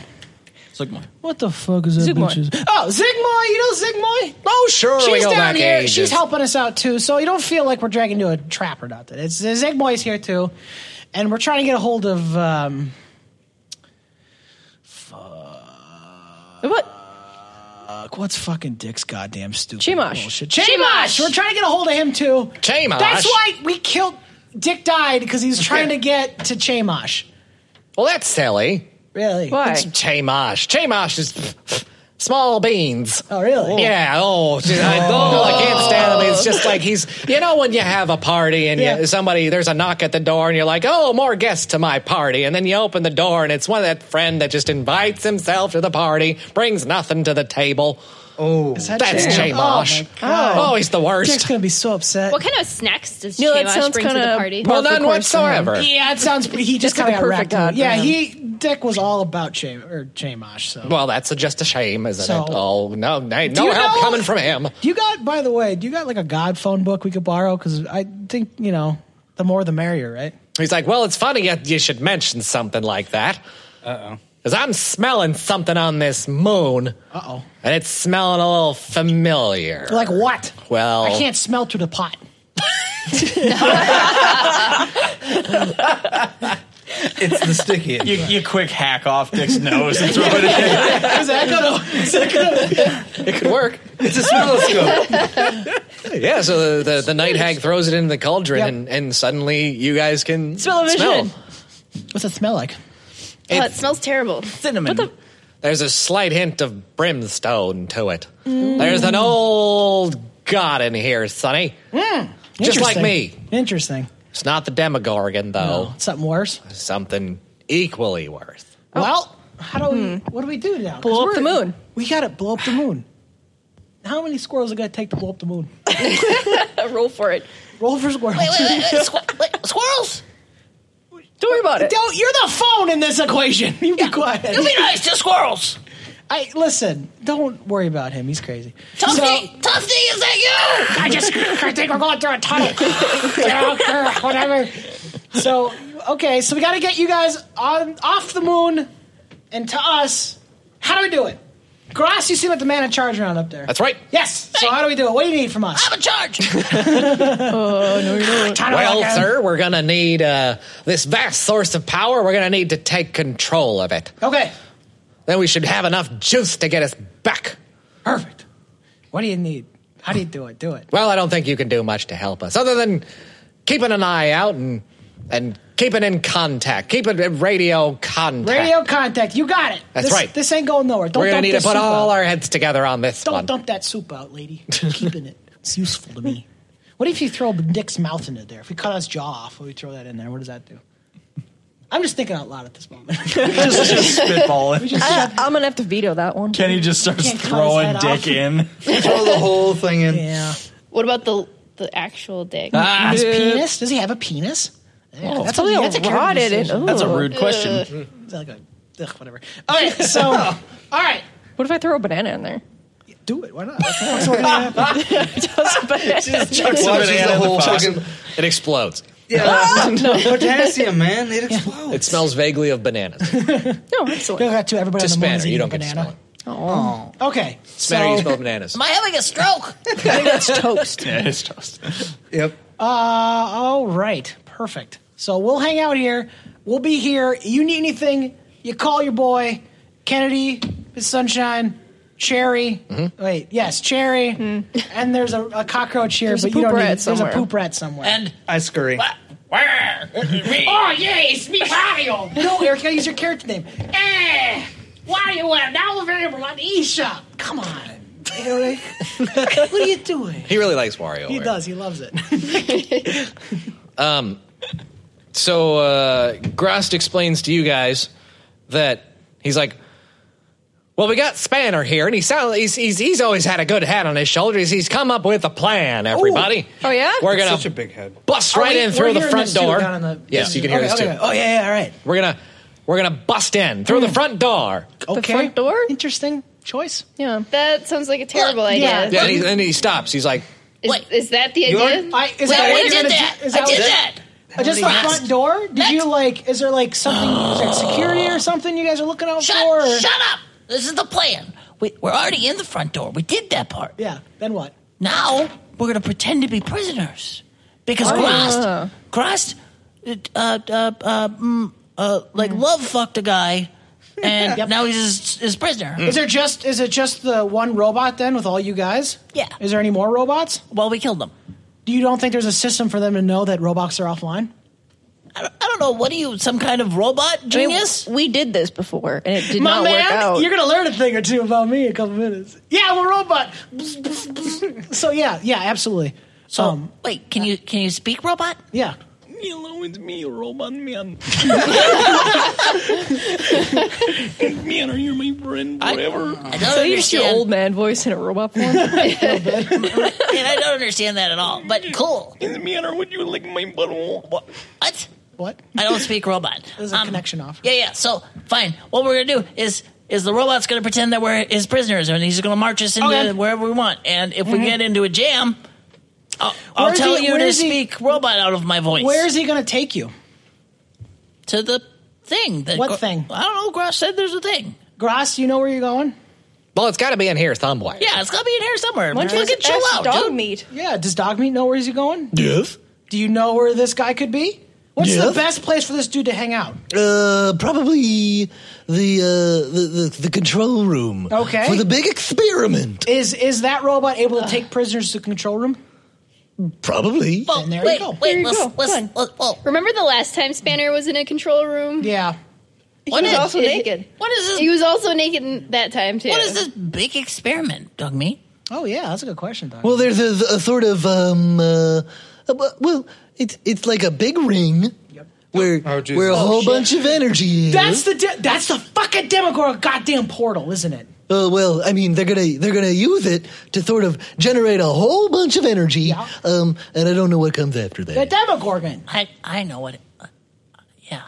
M: Zygmoy.
C: What the fuck is that
M: Zygmoy.
C: bitch's? Oh, Zygmoy. You know Zygmoy?
B: Oh, sure.
C: She's
B: we go
C: down
B: back
C: here.
B: ages.
C: She's helping us out too, so you don't feel like we're dragging you to a trap or nothing. It's uh, Zygmoy's here too, and we're trying to get a hold of. um
A: What?
C: Fuck, what's fucking Dick's goddamn stupid
A: Chemosh.
C: bullshit? Chemosh! We're trying to get a hold of him too.
B: Chemosh.
C: That's why we killed Dick died because he's trying to get to Chemosh.
B: Well, that's silly.
C: Really?
B: Why? It's Chamash. Chamash is pff, pff, small beans.
C: Oh, really?
B: Yeah. Oh, dude, I, oh, I can't stand him. It's just like he's, you know, when you have a party and
C: Yeah.
B: you, somebody, there's a knock at the door and you're like, oh, more guests to my party. And then you open the door and it's one of that friend that just invites himself to the party, brings nothing to the table. Oh,
C: that
B: that's
C: Cham-
B: Chamash.
C: Oh, my God.
B: oh, he's the worst.
C: Dick's gonna be so upset.
I: What kind of snacks does
C: No,
I: Uh, no,
C: that sounds
I: bring to the
C: kinda
I: party?
B: Well, none whatsoever.
C: Yeah, it sounds. He just
A: That's
C: kind
A: like
C: of
A: a
C: perfect
A: perfect god for
C: Yeah,
A: him.
C: he Dick was all about Cham or Chemosh. So
B: Well, that's just a shame, isn't
C: So-
B: it? Oh, no, no,
C: Do
B: no
C: you
B: help
C: know-
B: coming from him.
C: Do you got? By the way, do you got like a God phone book we could borrow? Because I think you know, the more the merrier, right?
B: He's like, well, it's funny you, you should mention something like that. Uh oh. Because I'm smelling something on this moon. Uh
C: oh.
B: And it's smelling a little familiar.
C: Like what?
B: Well,
C: I can't smell through the pot.
M: It's the stickiest. You, you quick hack off Dick's nose and throw it
C: Is that gonna? Is that gonna?
B: it could work.
M: It's a smelloscope.
B: yeah, so the, the, the night hag throws it in the cauldron, and, and suddenly you guys can
I: Smell a vision.
C: What's it smell like?
I: Oh, it smells terrible.
M: Cinnamon.
B: There's a slight hint of brimstone to it.
I: Mm.
B: There's an old god in here, Sonny. Just like
C: Hmm. Interesting.
B: me.
C: Interesting.
B: It's not the Demogorgon, though.
C: Something worse.
B: Something equally worse.
C: Well, how do we? What do we do now? 'Cause
A: Oh. Hmm. Blow up the
C: we're-
A: moon.
C: We gotta blow up the moon. How many squirrels are gonna take to blow up the moon?
A: Roll for it.
C: Roll for squirrels.
A: Wait, wait, wait, wait,
C: squirrels.
A: Don't worry about it.
C: Don't. You're the phone in this equation. You be quiet.
J: You be nice to squirrels.
C: I listen. Don't worry about him. He's crazy.
J: Tufty, Tufty, is that you?
C: I just I think we're going through a tunnel. Get out there, whatever. So okay, so we got to get you guys on off the moon and to us. How do we do it? Gross, you seem like the man in charge around up there.
B: That's right.
C: Yes. So how do we do it? What do you need from us? I'm in charge. oh no, you're not.
B: Well, sir, we're going to need uh, this vast source of power. We're going to need to take control of it.
C: Okay.
B: Then we should have enough juice to get us back.
C: Perfect. What do you need? How do you do it? Do it.
B: Well, I don't think you can do much to help us other than keeping an eye out and and keeping in contact, keeping in radio contact.
C: Radio contact. You got it.
B: That's
C: This-
B: right.
C: This ain't going nowhere. Don't
B: we're
C: dump
B: going to need to
C: this
B: put
C: soup
B: all
C: out.
B: our heads together on this
C: Don't
B: one.
C: dump that soup out, lady. I'm keeping it. It's useful to me. What if you throw Dick's mouth into there? If we cut his jaw off, we throw that in there. What does that do? I'm just thinking out loud at this moment.
M: just, just spitballing.
A: I, I'm gonna have to veto that one.
M: Kenny just starts
A: Can't cut his
M: throwing
A: head
M: Dick
A: off.
M: in.
I: Throw the
M: whole thing in.
C: Yeah.
I: What about the the actual dick?
M: Ah,
C: his
M: dude.
C: penis? Does he have a penis? Yeah,
I: Oh,
C: that's, a,
I: probably all
C: that's a character
I: rotted and-
C: decision.
I: That's a rude question.
C: Is that like a Ugh, whatever. Okay, so all right.
A: What if I throw a banana in there?
C: Do it. Why not? That's
B: Oh.
C: what's gonna happen.
A: Just a banana.
H: Watches the whole fucking-
B: It explodes.
H: Yeah. Potassium, man. It explodes.
B: It smells vaguely of bananas.
A: No, excellent.
C: Go to everybody
B: Just
C: on the morning
B: spanner.
C: is
B: You
C: eating
B: don't
C: a
B: get to
C: banana.
B: smell it.
C: Oh. Okay.
B: Spanner,
C: so,
B: you smell bananas.
K: Am I having a stroke? I think
A: that's toast.
B: Yeah, it's toast.
C: Yep. Uh, all right. Perfect. So we'll hang out here. We'll be here. You need anything, you call your boy, Kennedy, Miss Sunshine, Cherry. Wait, yes, Cherry. And there's a, a cockroach here,
A: Mm-hmm. There's a
C: but you
A: poop
C: don't need
A: rat
C: it. There's a
A: somewhere.
C: poop rat somewhere.
K: And
H: I scurry.
C: Oh, yeah, it's me, Wario. no, Eric, I use your character name. Eh, WarioWare, now available on eShop. Come on, Eric. what are you doing?
B: He really likes Wario.
C: He does. He loves it.
B: Um, so uh, Grost explains to you guys that he's like, well, we got Spanner here, and he sound, he's, he's he's always had a good head on his shoulders. He's come up with a plan, everybody.
A: Oh, yeah?
B: we're gonna
A: Such a
H: big head.
B: bust
A: Are
B: right
A: we-
B: in through
A: we're
B: the
A: hearing
B: front
A: this too,
B: door.
A: down on the-
B: yes, you can hear
C: Okay,
B: us
C: okay,
B: too.
C: okay. Oh yeah, yeah, all right.
B: We're gonna we're gonna bust in through
A: Mm.
B: the front door.
C: Okay. front door. Interesting choice.
A: Yeah.
I: That sounds like a terrible idea.
B: Yeah, and he, and he stops. He's like,
I: Is, is that the
B: You
I: idea?
C: I, is that what you're gonna do? Is what- Uh, Just the
I: Nobody
C: front door? Did you like? Is there like something? is there security or something you guys are looking out for? Or?
K: Shut up! This is the plan. We, we're already in the front door. We did that part.
C: Yeah. Then what?
K: Now we're gonna pretend to be prisoners because
A: Oh.
K: Grost, Grost, uh, uh, uh, mm, uh, like love fucked a guy, and
C: Yep.
K: now he's his, his prisoner.
C: Is there just is it just the one robot then with all you guys?
K: Yeah.
C: Is there any more robots?
K: Well, we killed them.
C: Do you don't think there's a system for them to know that robots are offline?
K: I don't know. What are you, some kind of robot genius?
A: we did this before, and it did
C: My
A: not
C: man,
A: work out.
C: you're gonna learn a thing or two about me in a couple minutes. Yeah, I'm a robot. so yeah, yeah, absolutely. So
K: wait, can you can you speak robot?
C: Yeah.
B: Hello, it's me, robot man.
A: man, are you my friend
K: forever? I, don't
A: so you just your
K: understand.
A: old man voice in a robot form.
K: And I don't understand that at all. But cool.
B: Manner, would you lick my butthole?
K: What?
C: What?
K: I don't speak robot.
C: There's a connection off.
K: Yeah, yeah. So fine. What we're gonna do is is the robot's gonna pretend that we're his prisoners, and he's gonna march us into
C: Okay.
K: wherever we want. And if
C: Mhm.
K: we get into a jam, I'll, I'll
C: Where's
K: tell
C: he-
K: you to
C: where's he-
K: speak robot out of my voice.
C: Where is he gonna take you?
K: to the thing? That
C: What thing?
K: I don't know. Grosh said there's a thing.
C: Gross, you know where you're going?
B: Well, it's got to be in here somewhere.
K: Yeah, it's gotta be in here somewhere.
C: Why don't you
K: Fucking
C: just
K: chill
C: ask
K: out,
C: dog
K: dude.
A: meat.
C: Yeah, does dog meat know where he's going?
B: Yes.
C: Do you know where this guy could be? What's the
L: Yes.
C: best place for this dude to hang out?
L: Uh, probably the, uh, the, the the control room.
C: Okay.
L: For the big experiment.
C: Is is that robot able to take prisoners to the control room?
L: Probably.
K: Well,
C: there
K: wait,
C: you go.
K: wait, let's, let's, let's- well,
I: Remember the last time Spanner was in a control room?
C: Yeah.
I: He
K: What
I: was
K: is-
I: also
K: is-
I: naked.
K: What is this?
I: He was also naked that time too.
K: what is this big experiment, dog meat?
C: Oh yeah, that's a good question, Doc.
L: Well, there's a, a sort of um uh, uh, well, it's it's like a big ring where where a
C: Oh,
L: whole
C: shit.
L: bunch of energy is.
C: That's the de- that's the fucking Demogorgon goddamn portal, isn't it?
L: Uh, well, I mean, they're gonna they're gonna use it to sort of generate a whole bunch of energy, um, and I don't know what comes after that.
C: The Demogorgon.
K: I I know what. It, uh, yeah.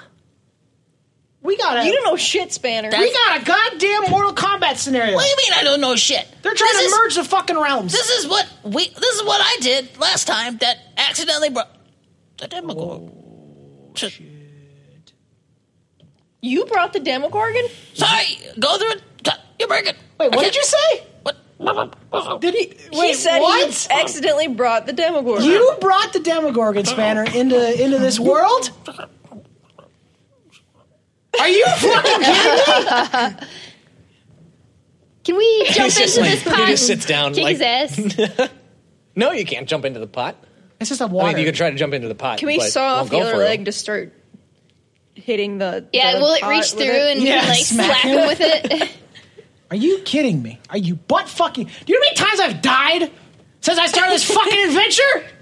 C: We got a
A: You don't know shit, Spanner.
C: we got a goddamn Mortal Kombat scenario.
K: What do you mean I don't know shit?
C: They're trying
K: This
C: to
K: is-
C: merge the fucking realms.
K: This is what we. This is what I did last time that accidentally brought the Demogorgon.
C: Oh,
A: You brought the Demogorgon?
K: Sorry, go through it. You break it.
C: Wait, what did you say? Did he? Wait,
A: he said
C: what?
A: he accidentally brought the Demogorgon.
C: You brought the Demogorgon spanner into into this world. Are you fucking kidding me?
I: Can we
B: He's
I: jump into
B: just like-
I: this pot?
B: he
I: and
B: just sits down,
I: Kick
B: like-
I: his ass.
B: No, you can't jump into the pot.
C: It's just a
B: I
C: water.
B: mean, you can try to jump into the pot.
A: Can we
B: but it
A: saw
B: won't
A: off the
B: go
A: other
B: for it.
A: leg to start hitting the?
I: Yeah,
A: the
I: will it
A: pot
I: reach through
A: with it?
I: and like
C: smack
I: slack
C: him.
I: him with it?
C: Are you kidding me? Are you butt fucking? Do you know how many times I've died since I started this fucking adventure?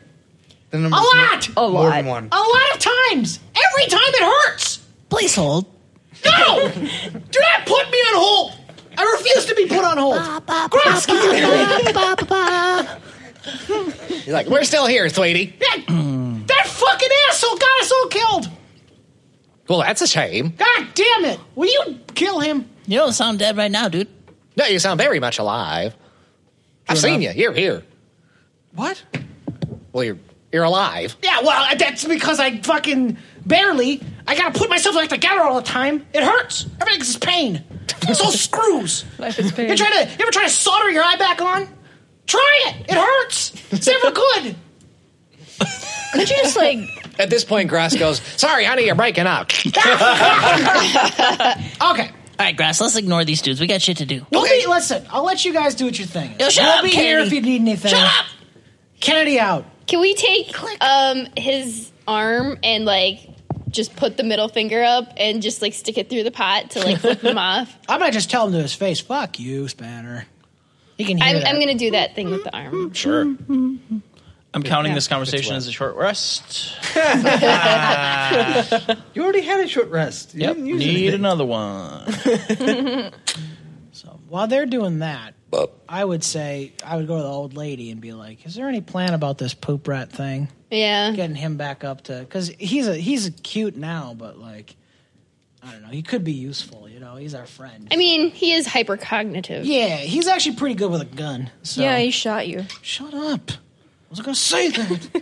H: Then I'm
C: A lot.
H: just more- More than
C: A
H: one.
C: lot of times. Every time it hurts.
K: Please hold.
C: No! Do not put me on hold. I refuse to be put on hold. Gross.
B: You're like, we're still here, sweetie.
C: That, that fucking asshole got us all killed.
B: Well, that's a shame.
C: God damn it! Will you kill him?
K: You don't sound dead right now, dude.
B: No, you sound very much alive. I've seen you. You're here.
C: What?
B: Well, you're you're alive.
C: Yeah, well, that's because I fucking barely. I gotta put myself like together all the time. It hurts. Everything's just pain. It's all screws. Life is pain. You trying to? You ever try to solder your eye back on? Try it. It hurts. It's never good.
B: Could you just like? At this point, Grass goes, "Sorry, honey, you're breaking up."
C: okay.
K: All right, Grass, let's ignore these dudes. We got shit to do.
C: We'll be, listen, I'll let you guys do what your thing is.
K: Yo, shut
C: we'll
K: up,
C: be here
K: Kennedy.
C: if you need anything. Shut up! Kennedy out.
I: Can we take um his arm and like just put the middle finger up and just like stick it through the pot to like flip him off?
C: I might just tell him to his face, fuck you, Spanner. He can hear
I: I'm,
C: that.
I: I'm gonna do that thing with the arm.
M: Sure.
K: I'm counting this conversation as a short rest. Uh,
H: Ah. You already had a short rest. You
K: Yep.
H: didn't use
K: Need
H: anything.
K: another one.
C: While they're doing that, I would say, I would go to the old lady and be like, is there any plan about this poop rat thing?
I: Yeah.
C: Getting him back up to, because he's a, he's a cute now, but like, I don't know, he could be useful, you know, he's our friend.
I: I mean, he is hypercognitive.
C: Yeah, he's actually pretty good with a gun. So.
A: Yeah, he shot you.
C: Shut up. I was gonna say that.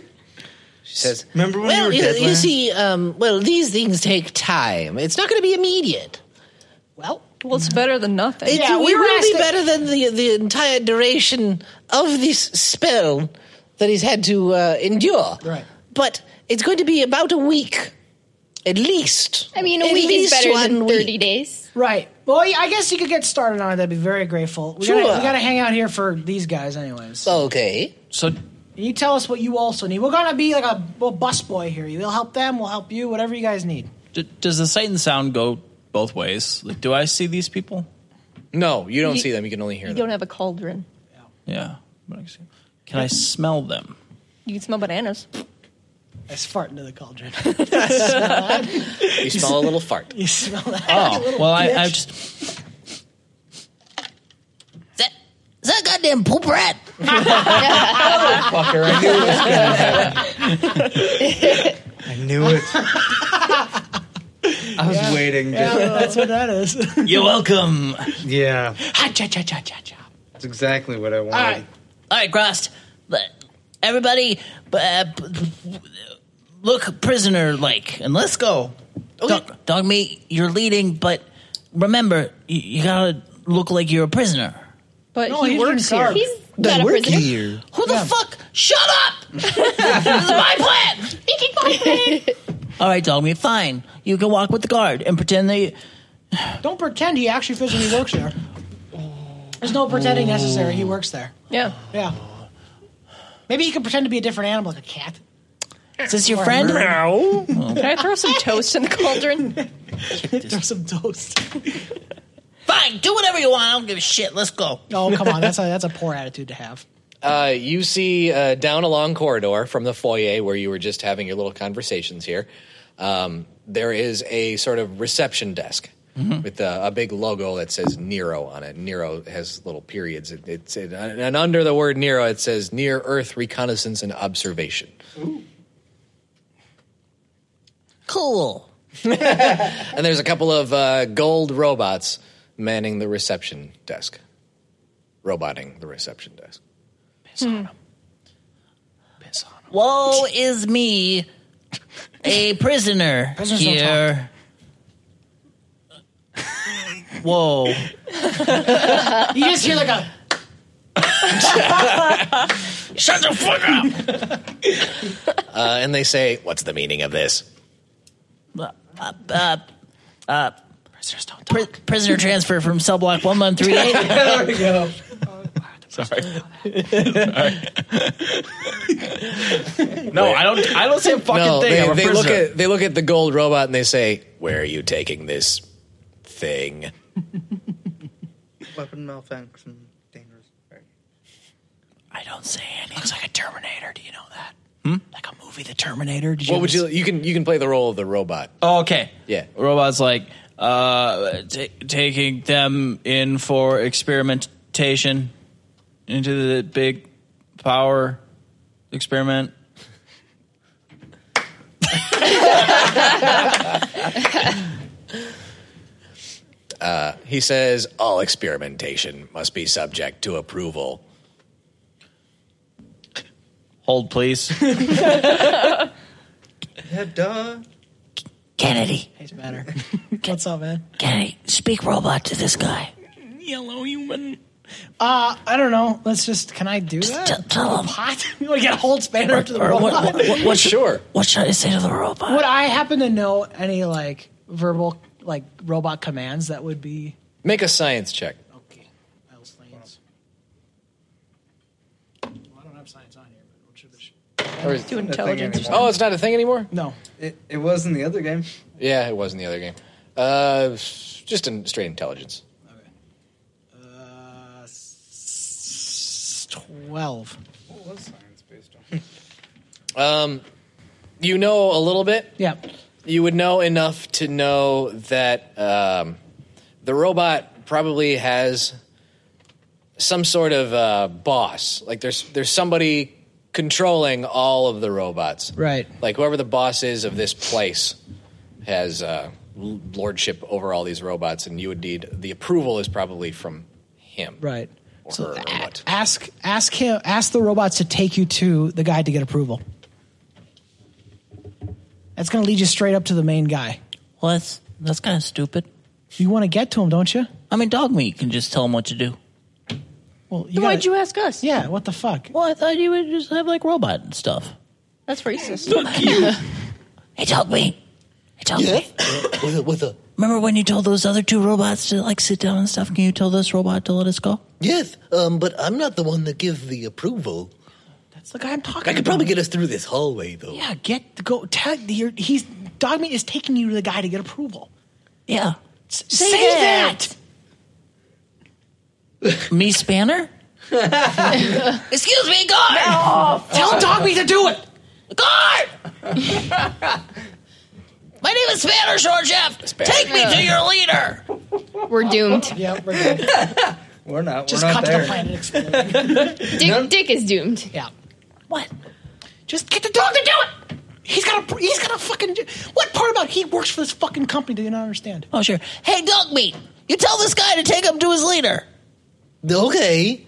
B: She says,
H: "Remember
B: when you were dead,
J: you
B: Lance?"
J: see, um, well, these things take time. It's not going to be immediate.
C: Well,
A: well, it's better than nothing.
J: It,
A: Yeah,
J: it
A: we were
J: will
A: asked
J: be
A: that-
J: better than the the entire duration of this spell that he's had to uh, endure. Right. But it's going to be about a week, at least.
I: I mean, a
J: At
I: week is
J: least
I: better than
J: one
I: 30
J: week.
I: days.
C: Right. Well, yeah, I guess you could get started on it. I'd be very grateful. We,
J: Sure.
C: gotta, we gotta hang out here for these guys, anyways.
J: Okay.
K: So
C: You tell us what you also need. We're gonna be like a, a bus boy here. You'll help them. We'll help you. Whatever you guys need.
K: D- does the sight and sound go both ways? Like, do I see these people?
B: No, you
A: don't You- see them.
B: You can only hear
A: You don't have a cauldron.
K: Yeah. But I see- Can I smell them?
A: You can smell bananas.
C: I fart into the cauldron.
B: You smell a little fart.
C: You smell that?
K: Oh, well, I, I just.
J: Is that goddamn poop rat?
H: Fucker, I knew it was gonna happen. I knew it. I was waiting.
C: Yeah, well, that's what that is.
K: You're welcome.
H: Yeah,
C: Ha, cha, cha, cha, cha, cha.
H: that's exactly what I wanted.
K: All right, all right, Grost. Let- Everybody, uh, p- look prisoner like, and let's go. Dog, dog meat, you're leading, but remember, you, you gotta look like you're a prisoner.
A: But
C: No,
A: he
C: he's
A: works
C: been
A: here.
C: starved. They
A: not a
C: work
A: prisoner.
C: here.
K: Who the fuck? Shut up! this is my plan.
I: Speaking my plan.
K: All right, dog meat, fine. You can walk with the guard and pretend they.
C: Don't pretend he actually physically works there. There's no pretending necessary. He works there.
A: Yeah.
C: Yeah. Maybe he can pretend to be a different animal, like a cat.
K: Is this your friend?
A: No. Can I throw some toast in the cauldron?
C: Throw some toast.
K: Fine, do whatever you want. I don't give a shit. Let's go.
C: Oh, come on. That's a, that's a poor attitude to have.
B: Uh, you see uh, down a long corridor from the foyer where you were just having your little conversations here. Um, there is a sort of reception desk
K: Mm-hmm.
B: with uh, a, a big logo that says Nero on it. Nero has little periods. It, it's it, and under the word Nero, it says Near Earth Reconnaissance and Observation.
K: Cool.
B: and there's a couple of uh, gold robots manning the reception desk, roboting the reception desk.
K: Hmm. Woe is me, a prisoner
B: Prisoners don't
K: here. Whoa.
C: You just hear like a.
K: Shut the fuck up!
B: Uh, and they say, What's the meaning of this?
K: Uh, uh, uh, prisoners don't talk. prisoner transfer from cell block 1138.
C: there we go.
K: Sorry. no, I don't. I don't say a fucking
B: no,
K: thing.
B: They,
K: I'm a
B: they look
K: prisoner.
B: at they look at the gold robot and they say, "Where are you taking this thing?"
H: Weapon malfunction, dangerous.
K: I don't say anything. Looks
C: like a Terminator. Do you know that?
K: Like a movie, The Terminator. Did
B: What
K: ever
B: would you you can you can play the role of the robot?
K: Oh, okay.
B: Yeah.
K: Robot's like uh, t- taking them in for experimentation into the big power experiment.
F: Uh, he says all experimentation must be subject to approval.
M: Hold, please.
H: Yeah, duh.
K: Kennedy.
C: It's better. What's up, man?
K: Kennedy, speak robot to this guy.
C: Yellow human. Uh, I don't know. Let's just. Can I do that?
K: tell him.
C: Hot. you want to get a hold spanner up to the
K: Or
C: robot?
K: what- what- what- what should- Sure. what should I say to the robot?
C: Would I happen to know any like verbal like robot commands that would be?
B: Make a science check.
C: I don't have science on here, but what should this?
B: Or is- Oh, it's not a thing anymore?
C: No.
B: It, it was in the other game. Yeah, it was in the other game. Uh, just in straight intelligence.
K: Uh,
C: Twelve.
H: What was science based on?
B: Um, you know a little bit.
C: Yeah.
B: You would know enough to know that um, the robot probably has some sort of uh, boss. Like there's there's somebody controlling all of the robots.
C: Right.
B: Like whoever the boss is of this place has uh, l- lordship over all these robots, and you would need the approval is probably from him.
C: Right.
B: Or her, or what?
C: Ask ask him. Ask the robots to take you to the guy to get approval. That's going to lead you straight up to the main guy.
K: Well, that's, that's kind of stupid.
C: You want to get to him, don't you?
K: I mean, dog meat can just tell him what to do.
C: Well,
A: Then why'd you ask us?
C: Yeah, what the fuck?
K: Well, I thought you would just have like robot and stuff.
A: That's racist.
K: Hey, dog meat. Hey, dog
A: Yeah?
K: meat. Remember when you told those other two robots to like sit down and stuff? Can you tell this robot to let us go?
L: Yes, um, but I'm not the one that gives the approval.
C: That's the guy I'm talking.
L: I could probably get us through this hallway, though.
C: Yeah, get go. Tell you're, he's Dogmeat is taking you to the guy to get approval.
K: Yeah.
C: S-
K: Say
C: say
K: that.
C: that.
K: Me spanner? Excuse me, guard.
C: Tell Dogmeat to do it.
K: Guard. My name is Spanner, Short Chef. Take me to your leader.
I: We're doomed.
C: yeah, we're doomed.
H: We're not.
I: Just
H: we're
I: cut
H: not
I: to the
H: there.
I: planet Dick, Dick is doomed.
C: Yeah. What? Just get the dog to do it. He's got a he's got a fucking. What part about he works for this fucking company? Do you not understand?
K: Oh sure. Hey, dog meat. You tell this guy to take him to his leader.
L: Okay.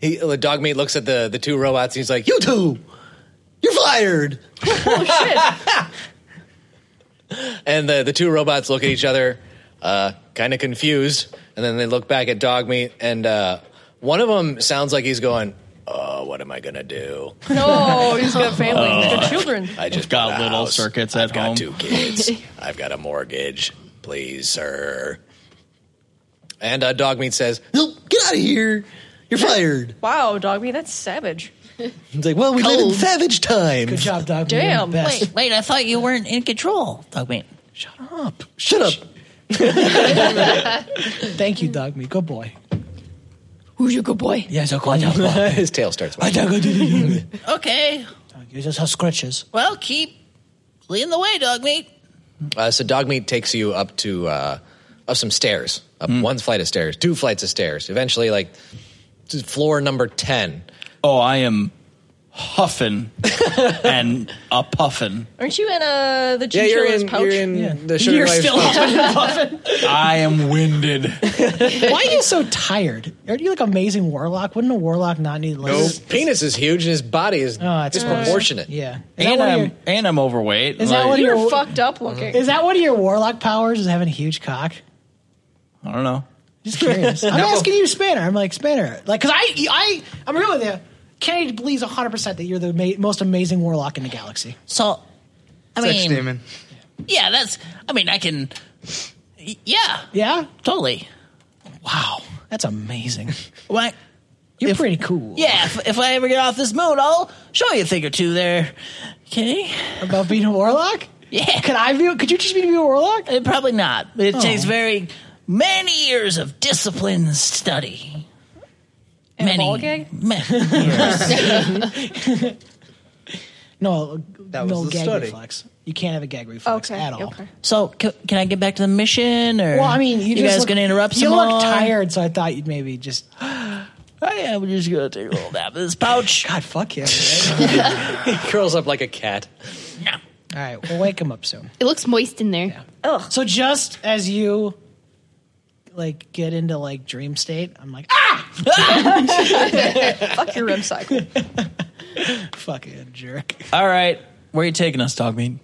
B: He, the dog meat looks at the, the two robots and he's like, You two,
L: you're fired.
A: Oh,
B: and the, the two robots look at each other, uh, kind of confused. And then they look back at dog meat. And uh, one of them sounds like he's going, Oh, what am I going to do?
A: No, he's got family.
B: Oh,
A: He's
B: I-
A: got children.
B: I just
M: got
B: bought a
M: little
B: house.
M: circuits
B: I've
M: at
B: got
M: home.
B: two kids. I've got a mortgage. Please, sir. And uh, dog meat says,
L: "Nope, get out of here. You're fired."
A: Wow, dog meat, that's savage.
L: It's like, well, we live in savage times. Good
C: job, Dog.
A: Damn.
K: Wait, wait. I thought you weren't in control, dog meat.
C: Shut up.
L: Shut up.
C: Thank you, Dogmeat. Good boy.
K: Who's your good boy?
C: Yes, a
K: good boy.
B: His tail starts.
C: I don't go to the human.
K: Okay.
C: You just have scratches.
K: Well, keep leading the way, dog meat.
B: Uh, so dog meat takes you up to uh, up some stairs, up
M: Hmm.
B: one flight of stairs, two flights of stairs. Eventually, like to floor number ten.
M: Oh, I am huffing and a puffin.
A: Aren't you in uh, the
B: Yeah, you're
A: chinchilla's
B: in-
A: pouch?
B: you're in Yeah. the sugar You're glazed still pouch.
C: huffing and puffing.
M: I am winded.
C: Why are you so tired? Aren't you like amazing warlock? Wouldn't a warlock not need like?
B: His penis is huge and his body is disproportionate.
C: Oh, uh, Yeah. Is that
M: and
C: one of
M: I'm
C: your-
M: and I'm overweight.
C: Is that
M: Like,
C: one of your
A: fucked up looking?
C: Is that one of your warlock powers? Is having a huge cock?
M: I don't know.
C: Just curious. I'm asking you, Spanner. I'm like Spanner, like because I, I, I'm real with you. Kennedy believes 100 percent that you're the ma- most amazing warlock in the galaxy.
K: So, I Sex mean-
H: demon.
K: Yeah, that's. I mean, I can. Yeah.
C: Yeah.
K: Totally.
C: Wow, that's amazing.
K: What?
C: You're pretty cool.
K: Yeah. If, if I ever get off this moon, I'll show you a thing or two there. Okay.
C: About being a warlock.
K: Yeah. Uh,
C: Could I be? Could you teach me to be a warlock?
K: probably not. It
C: Oh.
K: takes very many years of discipline and study.
A: In a
K: many.
A: ball gag?
K: ma- years.
C: No, no
K: was the
C: gag
K: study.
C: reflex. You can't have a gag reflex at all.
K: so, can, can I get back to the mission? Or
C: Well, I mean, you, just
K: guys
C: look-
K: gonna interrupt
C: You
K: some
C: look
K: more?
C: tired, so I thought you'd maybe just.
K: Oh, yeah, we're just gonna take a little nap in this pouch.
C: God, fuck him.
B: he curls up like a cat.
C: All right, we'll wake him up soon.
I: It looks moist in there.
C: Oh, so just as you like get into like dream state, I'm like, ah,
A: fuck your REM cycle.
C: Fucking jerk.
D: All right. Where are you taking us, Dogmeat?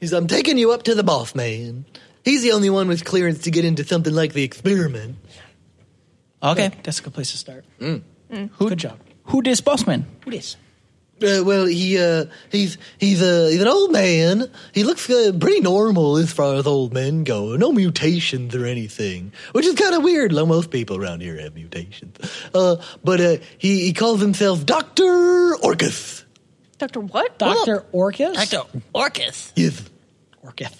L: He's, I'm taking you up to the boss man. He's the only one with clearance to get into something like the experiment.
D: Okay.
C: that's a good place to start.
A: Mm.
D: Who,
C: good job.
D: Who this bossman?
C: Who this?
L: Uh, well, he uh, he's he's uh, he's an old man. He looks uh, pretty normal as far as old men go. No mutations or anything, which is kind of weird. Like, most people around here have mutations. Uh, but uh, he he calls himself Doctor Orcus.
A: Doctor what?
C: Doctor Orcus.
K: Doctor Orcus.
L: Yes.
C: Orcus.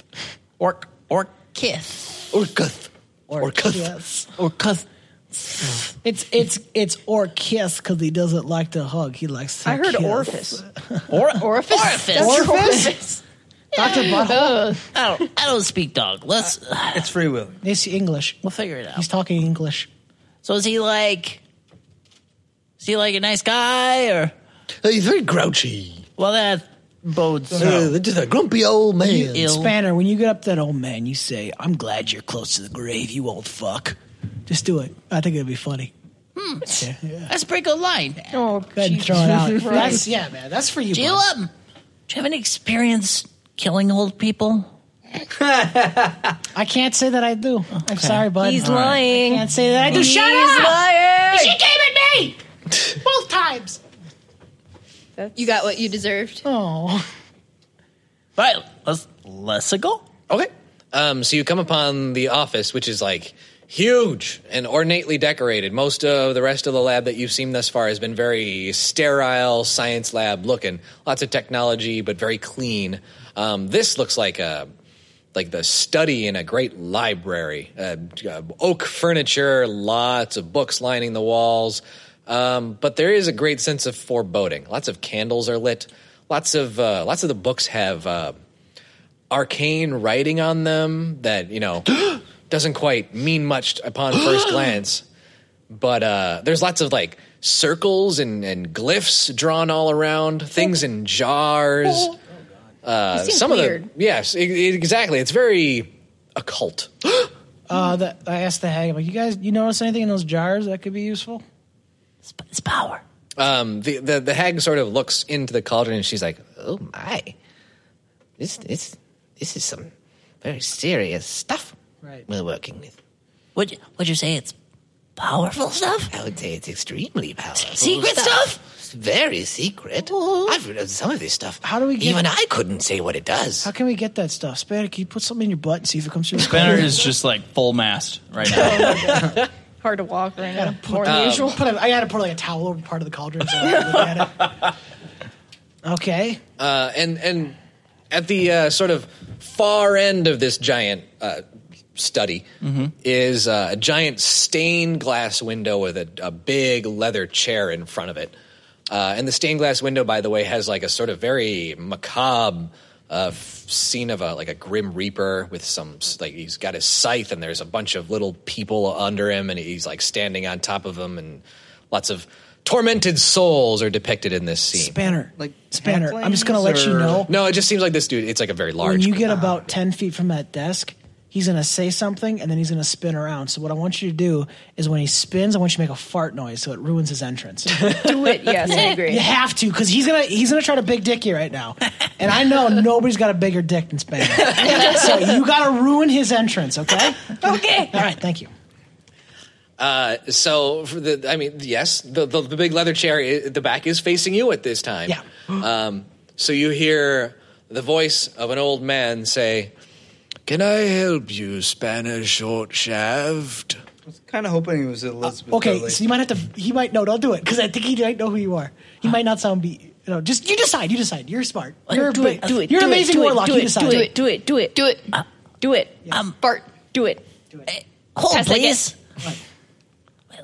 K: Orc. Orcus.
L: Orcus.
C: Orcus.
D: Orcus.
C: It's it's it's Orcus because he doesn't like to hug. He likes. To
A: I heard
C: kiss.
A: orifice.
D: Or,
A: orifice.
K: Orifice.
C: Orifice?
K: Doctor
C: Butthole?
K: I don't. I don't speak dog. Let's.
C: It's free will. It's English.
K: We'll figure it out.
C: He's talking English.
K: So is he like? Is he like a nice guy or?
L: He's very grouchy.
K: Well, that bodes.
L: Uh, just a grumpy old man.
C: You, Spanner, when you get up to that old man, you say, "I'm glad you're close to the grave, you old fuck." Just do it. I think it'd be funny.
K: Hmm. That's a pretty good line.
C: Oh, go ahead and throw it out. That's yeah, man. That's for you.
K: Do you,
C: bud.
K: um, do you have any experience killing old people?
C: I can't say that I do. I'm sorry, bud.
A: He's lying.
C: I can't say that I do.
A: He's
C: Shut up!
A: lying.
C: She came
I: at me
C: both times.
I: You got what you deserved.
C: Oh,
K: Right. Let's let's go.
B: Okay. Um, so you come upon the office, which is like huge and ornately decorated. Most of the rest of the lab that you've seen thus far has been very sterile science lab looking. Lots of technology, but very clean. Um, this looks like a like the study in a great library. Uh, uh, oak furniture, lots of books lining the walls. Um, but there is a great sense of foreboding. Lots of candles are lit. Lots of uh, lots of the books have. Uh, arcane writing on them that you know doesn't quite mean much upon first glance but uh there's lots of like circles and, and glyphs drawn all around things in jars uh
A: This seems
B: some
A: weird.
B: of the yes e- e- exactly it's very occult
C: uh, that, I asked the hag. I'm like, you guys, you notice anything in those jars that could be useful?
K: It's power.
B: um the, the the hag sort of looks into the cauldron and she's like
J: Oh my! This this this is some very serious stuff
C: Right.
J: we're working with.
K: Would you, would you say it's powerful stuff?
J: I would say it's extremely powerful.
K: Secret stuff?
J: It's very secret. I've read some of this stuff.
C: How do we get-
J: Even I couldn't say what it does.
C: How can we get that stuff? Spanner, can you put something in your butt and see if it comes through? the
D: Spanner
C: cauldron?
D: is just like full mast right now.
A: Hard to walk right now. More
C: Um,
A: than usual.
C: Put a, I gotta put like a towel over part of the cauldron. So I can look at it. Okay.
B: uh, and and at the uh, sort of far end of this giant uh, study
D: Mm-hmm.
B: is uh, a giant stained glass window with a, a big leather chair in front of it. Uh, and the stained glass window, by the way, has like a sort of very macabre uh, f- scene of a like a grim reaper with some s- like he's got his scythe and there's a bunch of little people under him and he's like standing on top of them and lots of tormented souls are depicted in this scene.
C: Spanner. Like Spanner. I'm just gonna let you know.
B: No, it just seems like this dude. It's like a very
C: When
B: large.
C: you get about ten feet from that desk, he's gonna say something and then he's gonna spin around. So what I want you to do is when he spins, I want you to make a fart noise so it ruins his entrance.
A: Do it. Yes, I
C: you
A: agree.
C: have to, because he's gonna he's gonna try to big dick you right now. And I know nobody's got a bigger dick than Spanner. so you gotta ruin his entrance, okay?
A: Okay.
C: All right, thank you.
B: uh, so for the, I mean, yes, the, the the big leather chair. i- The back is facing you at this time.
C: Yeah.
B: Um, so you hear the voice of an old man say,
F: Can I help you, Spanner Short Shaft?
H: Kind of hoping it was
A: Uh,
H: Elizabeth.
C: Okay,
H: Dudley.
C: so you might have to. He might no, don't do it because I think he might know who you are. He might not sound be. You know, just you decide. You decide. You're smart. You're
A: do,
C: a
A: it,
C: big-
A: do it.
C: You're
A: do
C: an
A: it,
C: amazing
A: do it,
C: warlock.
A: Do
C: you
A: it,
C: decide.
A: Do it. Do it. Do it. Uh,
I: Do it.
A: Do it.
K: Um,
I: Bart.
A: Do it. Uh,
K: hold
I: Pass that
K: please. Wait,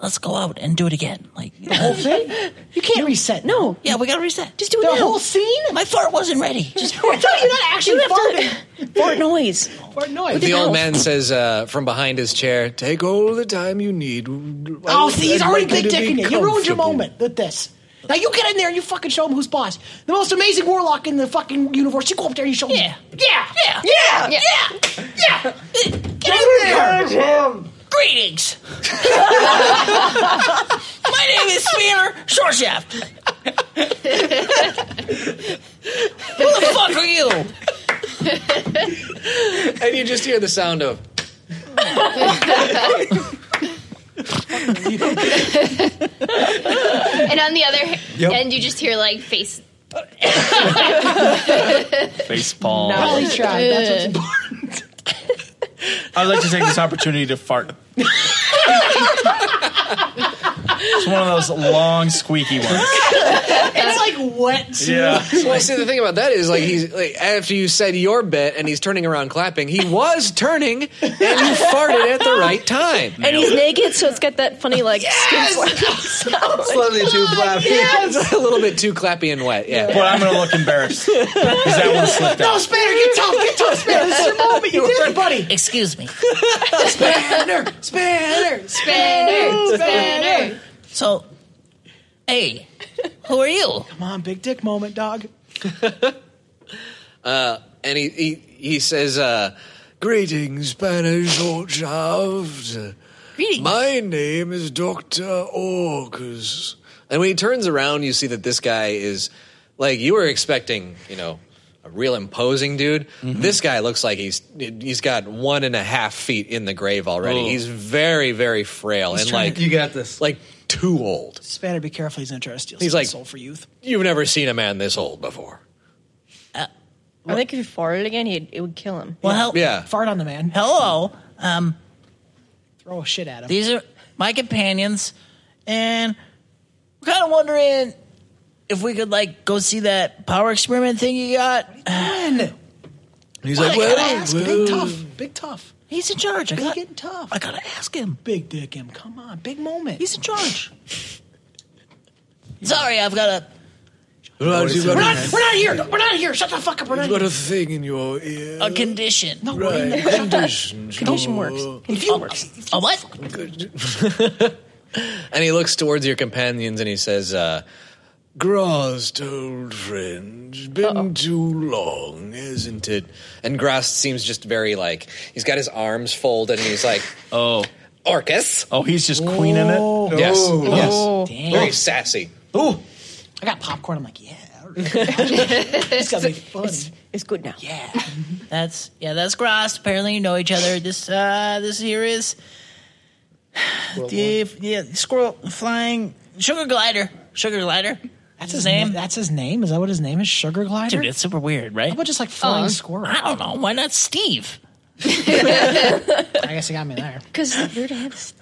K: let's go out and do it again. Like,
C: Whole thing? You can't reset.
A: No.
K: yeah, we gotta reset. Just
A: Just do it
C: the
A: now.
C: whole scene.
K: my fart wasn't ready. Just
C: I thought you're not actually farting.
A: Fart noise.
C: Fart noise.
B: The old man says uh, from behind his chair,
F: Take all the time you need.
C: Oh, see, he's already big dicking you. You ruined your moment with this. Now you get in there and you fucking show them who's boss. The most amazing warlock in the fucking universe. You go up there and you show them. Yeah. Yeah. Yeah. Yeah. Yeah. Get in there.
K: Greetings. My name is Spear Shoreshaft. Who the fuck are you?
B: and you just hear the sound of.
I: and on the other
B: Yep.
I: end, you just hear like face.
M: Face palm.
I: Probably
C: tried. That's what's
M: I'd like to take this opportunity to fart. It's one of those long, squeaky ones.
C: it's like wet.
M: Yeah.
B: well, see, the thing about that is, like, he's like after you said your bit, and he's turning around clapping. He was turning, and you farted at the right time.
A: And he's naked, so it's got that funny like skin sound.
B: It's a little bit too clappy and wet. Yeah.
M: But I'm gonna look embarrassed. Because that one slipped out.
C: No, Spanner, get tough, get tough, Spanner. This is your moment. You did it, buddy.
K: Excuse me.
C: Spanner, Spanner,
K: Spanner, Spanner. So, hey, who are you?
C: Come on, big dick moment, dog.
B: Uh, and he he, he says, uh, "Greetings, Spanish Orchard. My name is Doctor Orcus." Uh, oh, And when he turns around, you see that this guy is like you were expecting, you know, a real imposing dude.
C: Mm-hmm.
B: This guy looks like he's he's got one and a half feet in the grave already.
M: Ooh.
B: He's very very frail
C: Oh. He's
B: and
C: trying
B: like
C: to- You
B: got this, like too old.
C: Spanner, be careful. He's not trying to steal
B: He's like-
C: soul for youth.
B: You've never seen a man this old before.
A: Uh, I think if he farted again, he'd, it would kill him.
K: Well,
B: Yeah.
C: Fart on the man.
K: Hello. Um,
C: Throw shit at him.
K: These are my companions, and we're kind of wondering if we could like go see that power experiment thing you got.
C: He's
K: like,
C: well,
K: well,
C: ask,
K: well.
C: big tough, big tough.
K: He's in charge. I
C: big
K: got-
C: and tough.
K: I gotta ask him.
C: Big dick him. Come on, big moment.
K: He's in charge. Sorry, I've got a.
C: We're not, we're not here. We're not here. Shut the fuck up. We're not
F: You've got
C: here.
F: a thing in your ear.
K: A condition.
C: No,
F: Right. Conditions.
A: Condition works. Condition works.
K: A what?
B: And he looks towards your companions and he says, uh,
F: Grast, old friend. Been too long,
B: isn't it? And Grost seems just very like he's got his arms folded and he's like, "Oh, Orcus."
M: Oh, he's just queening it?
B: Yes,
M: Oh.
B: yes.
M: Oh.
B: Very sassy.
M: Ooh.
C: I got popcorn. I'm like, yeah.
A: it's,
C: gotta be fun. It's,
A: it's good now.
K: Yeah. That's yeah. That's Gross. Apparently, you know each other. This uh, this here is the yeah squirrel flying sugar glider. Sugar glider.
C: That's his name. That's his name. Is that what his name is? Sugar glider.
K: Dude, it's super weird, right?
C: How about just like flying
K: Uh,
C: squirrel?
K: I don't know. Why not Steve?
C: I guess he got me there.
A: Because weird heads.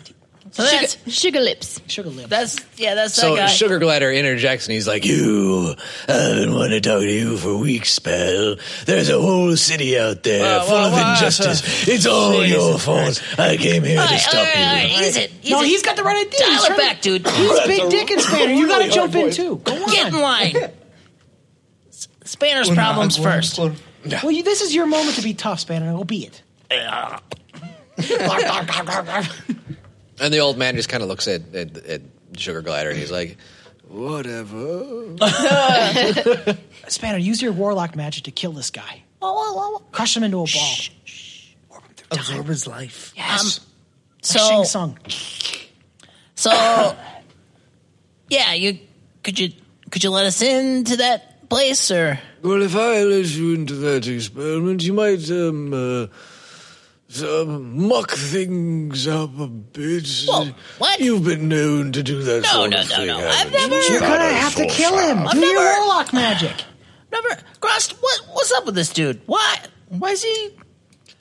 K: So that's
I: sugar lips.
C: Sugar lips.
K: That's yeah. That's
B: So
K: that guy.
B: Sugar Glider interjects and he's like,
F: You, I've been wanting to talk to you for weeks, pal. There's a whole city out there
K: Wow,
F: full
K: wow,
F: of
K: wow,
F: injustice. it's all your fault. I came here to stop you.
K: Ease it. Ease
C: no,
K: it.
C: he's got the right idea.
K: Dial
C: He's
K: it
C: trying to-
K: back, dude.
C: He's big dick and Spanner. You got to
K: really
C: jump
K: hard
C: in
K: voice.
C: too. Go on.
K: Get in line. S- Spanner's problems first.
C: Well, you, this is your moment to be tough, Spanner. Go be it.
B: and the old man just kind of looks at, at at Sugar Glider and he's like, "Whatever."
C: Spanner, use your warlock magic to kill this guy. Crush him into a ball.
K: Absorb his life.
C: Yes.
K: Um, So-
C: Shang Tsung.
K: So, yeah, you could you could you let us into that place or?
F: Well, if I let you into that experiment, you might um, uh, uh, muck things up a bit.
K: Whoa, what?
F: You've been known to do that
K: No,
F: sort
K: no,
F: of
K: no,
F: thing.
K: no. I've
F: haven't you?
K: never-
C: You're gonna have to kill him.
K: I've
C: Do your
K: never-
C: warlock magic.
K: Remember, Gross, what what's up with this dude? Why why is he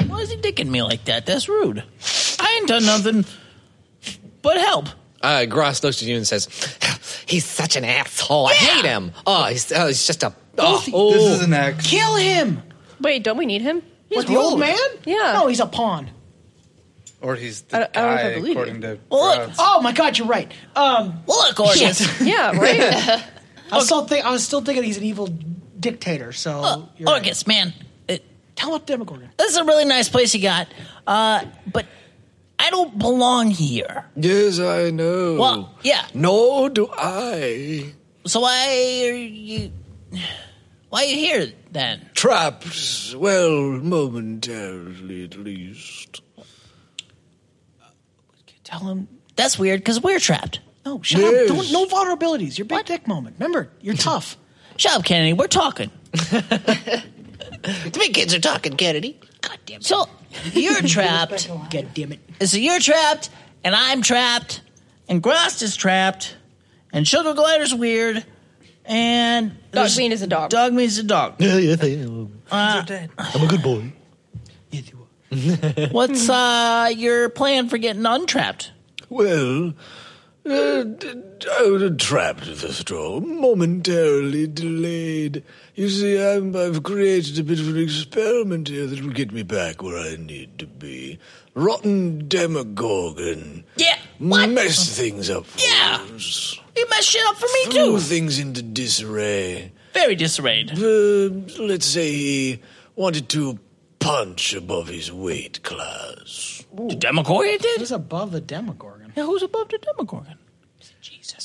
K: why is he dicking me like that? That's rude. I ain't done nothing but help.
B: Uh, Gross looks at you and says, "He's such an asshole. I hate him. Oh, he's, oh, he's just a oh, oh.
H: This is an act.
C: Kill him.
A: Wait, don't we need him?
C: What, the old man?
A: Yeah.
C: No, he's a pawn.
H: Or he's
A: I
H: the
A: don't- I don't know if I
H: guy,
A: believe you.
H: according to. Gross.
C: Oh my God, you're right. Um,
K: Well, look, gorgeous.
A: Yeah, right?
C: I was still think I was still thinking he's an evil dictator. So
K: Oh,
C: you're right.
K: Orcus, man, it,
C: tell him Demogorgon.
K: this is a really nice place you got, uh, but I don't belong here.
F: Yes, I know.
K: Well, yeah,
F: Nor do I.
K: So why are you? Why are you here then?
F: Trapped, well, momentarily at least.
C: Tell him.
K: That's weird because we're trapped.
C: No, shut
K: Yes.
C: up. Don't, no vulnerabilities. Your big dick moment. Remember, you're tough.
K: Shut up, Kennedy. We're talking.
J: The big kids are talking, Kennedy.
K: So you're trapped.
C: God damn it.
K: So you're trapped, and I'm trapped, and Grost is trapped, and Sugar Glider's weird, and Dogmeat is a dog. Dogmeat is a dog.
L: Yeah, yeah, yeah.
K: Uh,
L: I'm a good boy.
C: Hmm.
K: what's uh, your plan for getting untrapped?
F: Well, uh, d- d- uh, trapped with a straw, momentarily delayed. You see, I'm, I've created a bit of an experiment here that will get me back where I need to be. Rotten Demogorgon.
K: Yeah.
F: Mess things up. Yeah.
K: You messed shit up for me
F: Threw
K: too.
F: things into disarray.
K: Very disarrayed.
F: Uh, let's say he wanted to punch above his weight class.
K: The Demogorgon did?
C: Who's above the Demogorgon?
K: Yeah, who's above the Demogorgon?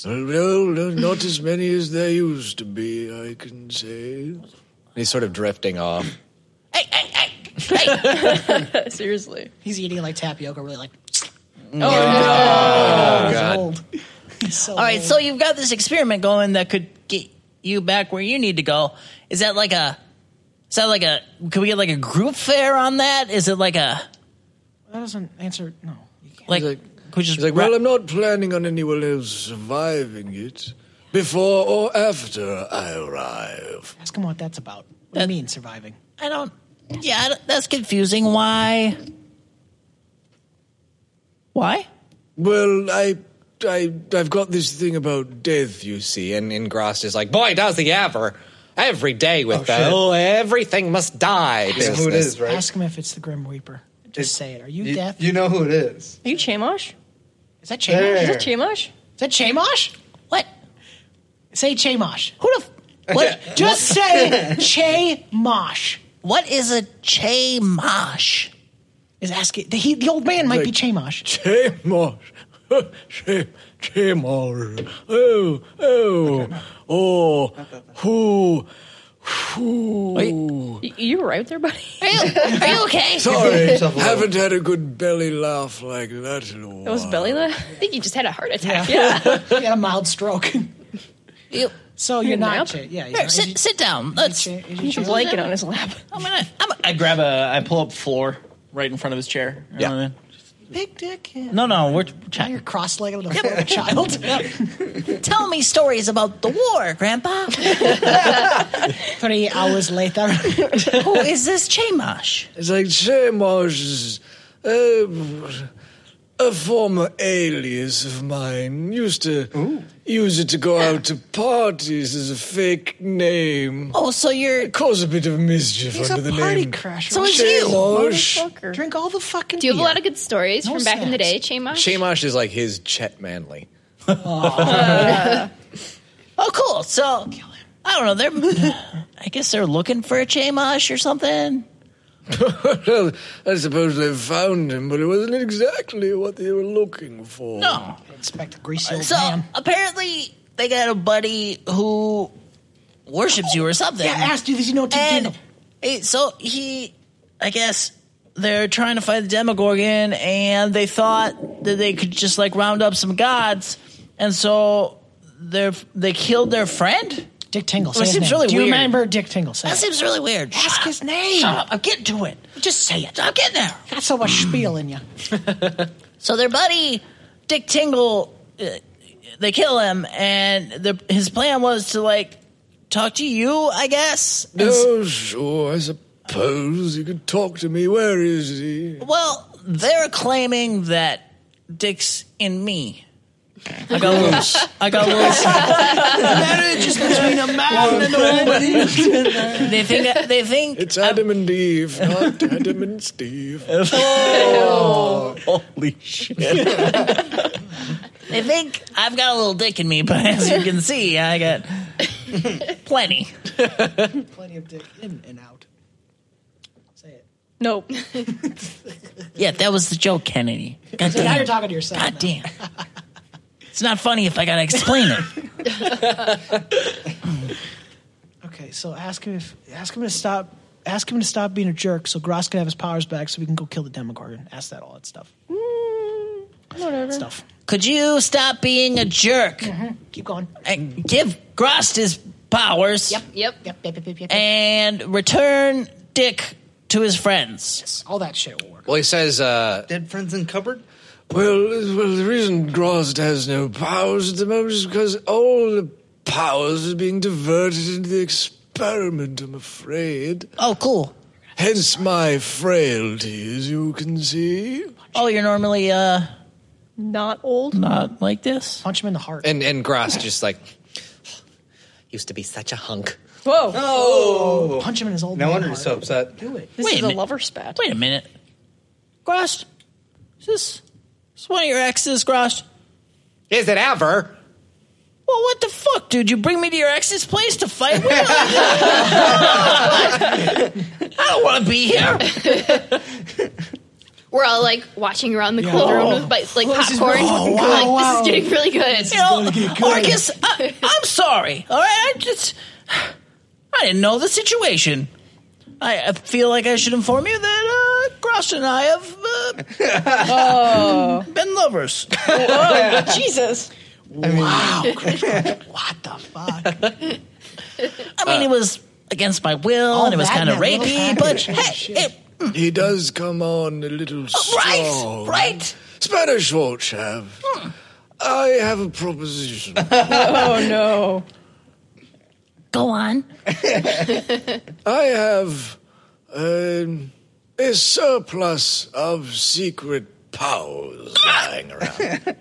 F: Well, no, no, not as many as there used to be, I can say.
N: He's sort of drifting off.
A: Seriously.
C: He's eating like tapioca, really like.
B: Mm.
K: Oh,
C: no.
N: God.
K: All right, so you've got this experiment going that could get you back where you need to go. Is that like a? Is that like a? Could we get like a group fair on that? Is it like a?
C: That doesn't answer. No.
K: Like,
F: He's like, well, I'm not planning on anyone else surviving it before or after I arrive.
C: Ask him what that's about. What do you mean surviving?
K: I don't. Yeah, I don't- that's confusing. Why? Why?
F: Well, I, I, I've got this thing about death.
N: You see, and, and Grost is like, boy, does he ever. Every day with that. Oh, everything must die.
C: Ask-
N: business."
C: Ask him if it's the Grim Reaper. Just say it. Are you,
H: you-
C: deaf?
H: you know who it is.
A: Are you Chamosh?
C: Is that
H: There.
C: Chamosh?
H: Is that
A: Chamosh?
C: Is that Chamosh?
K: What?
C: Say Chamosh.
K: Who the? F-
C: what? Just say Chamosh.
K: What is a Chamosh?
C: Is asking the, he, the old man might be Chamosh.
F: Chamosh. Cham- Chamosh. Oh, oh, oh, who, who?
A: Y- You were right there, buddy.
K: Are you okay?
F: Sorry, haven't had a good belly laugh like that in a while.
A: That was belly laugh. I think you just had a heart attack.
C: Yeah. he had a mild stroke.
K: You,
C: so
A: You
C: you're
A: nap?
C: not. Cha- yeah.
K: Here, sit, sit down. Let's.
A: He's a blanket on his lap.
K: I'm gonna. I'm, I grab a. I pull up floor right in front of his chair. Yeah.
C: Big dick. Yeah.
K: No, no, we're
C: Now you're cross-legged on the floor of a child.
K: Tell me stories about the war, Grandpa.
C: Three hours later.
K: Who is this Chamosh?
F: It's like Chamosh is uh, a former alias of mine. Used to use it to go out to parties as a fake name.
K: Oh, so you're
F: cause a bit of mischief
C: He's
F: under
C: a
F: the
C: party
F: name.
C: crasher.
F: Chamosh.
C: Drink all the fucking.
I: Do you have a
C: beer.
I: lot of good stories
C: No
I: from back in the day, Chayma?
C: snacks.
N: Shamash is like his Chet Manley.
K: Oh, cool. So I don't know. They're. I guess they're looking for a Chamosh or something.
F: well, I suppose they found him, but it wasn't exactly what they were looking for.
K: No.
C: Expect a greasy old
K: So
C: man.
K: apparently they got a buddy who worships you or something.
C: Yeah, asked you this, you know, to
K: And eh, so he, I guess they're trying to fight the Demogorgon, and they thought that they could just like round up some gods, and so they they killed their friend.
C: Dick Tingle.
K: Well,
C: Say
K: it
C: his
K: seems
C: name.
K: Oh, really
C: Do you
K: weird.
C: remember Dick Tingle? Say
K: That
C: it.
K: seems really weird.
C: Ask his name.
K: Shut up. I'm getting to it.
C: Just say it.
K: I'm getting there.
C: Got so much spiel in you.
K: So their buddy Dick Tingle, uh, they kill him, and the, his plan was to like talk to you, I guess. And s-
F: Oh, sure, I suppose you could talk to me. Where is he?
K: Well, they're claiming that Dick's in me. I got loose. I got loose.
C: Just between a man and
K: a woman. they think. They think.
F: It's Adam and Eve, not Adam and Steve.
K: Oh.
F: Oh.
K: Holy shit! they think I've got a little dick in me, but as you can see, I got plenty.
C: Plenty of dick in and out. Say it.
A: Nope.
K: Yeah, that was the joke, Kennedy. God
C: now
K: damn.
C: you're talking to yourself.
K: God damn. It's not funny if I gotta explain it.
C: Okay, so ask him if ask him to stop ask him to stop being a jerk so Gross can have his powers back so we can go kill the Demogorgon. Ask that all that stuff.
A: Whatever.
C: Stuff.
K: Could you stop being a jerk?
C: mm-hmm. Keep going.
K: And give Grost his powers. Yep,
C: yep, yep, yep, yep, yep. yep.
K: And return Dick to his friends.
C: all that shit will work.
B: Well, he says, uh,
H: Dead friends in cupboard?
F: Well, uh, well, the reason Grost has no powers at the moment is because all the powers are being diverted into the experiment, I'm afraid.
K: Oh, cool.
F: Hence my frailty, as you can see.
K: Oh, you're normally, uh.
A: Not old.
K: Not like this.
C: Punch him in the heart.
B: and and Gross just like used to be such a hunk.
A: Whoa.
H: Oh.
C: Punch him in his old
H: No
C: man
H: wonder
C: heart.
H: he's so upset.
C: Do it.
A: This
K: Wait
A: is
K: a
A: a,
K: minute.
A: lover spat.
K: Wait a minute. Grosh, is this, is this one of your exes, Grosh?
B: Is it ever?
K: Well, what the fuck, dude? You bring me to your ex's place to fight with? I don't want to be here.
I: We're all like watching around the cauldron with bites, like popcorn.
K: oh,
I: We're
K: wow,
I: like,
K: wow.
I: This is getting really good.
K: You know, Marcus, I, I'm sorry. All right, I just I didn't know the situation. I, I feel like I should inform you that uh, Grosh and I have uh, been lovers.
A: Oh, Jesus.
K: wow, I mean, it was against my will,
A: Oh,
K: and it was
F: that
K: kind of
F: and that
K: rapey,
F: little
K: but
F: package.
K: hey, it, mm. Oh,
F: He does come on a little
K: right,
F: strong.
K: right. Hmm.
F: Spanish watch have. I have a proposition.
A: oh no.
K: Go on.
F: I have um, a surplus of secret powers lying around.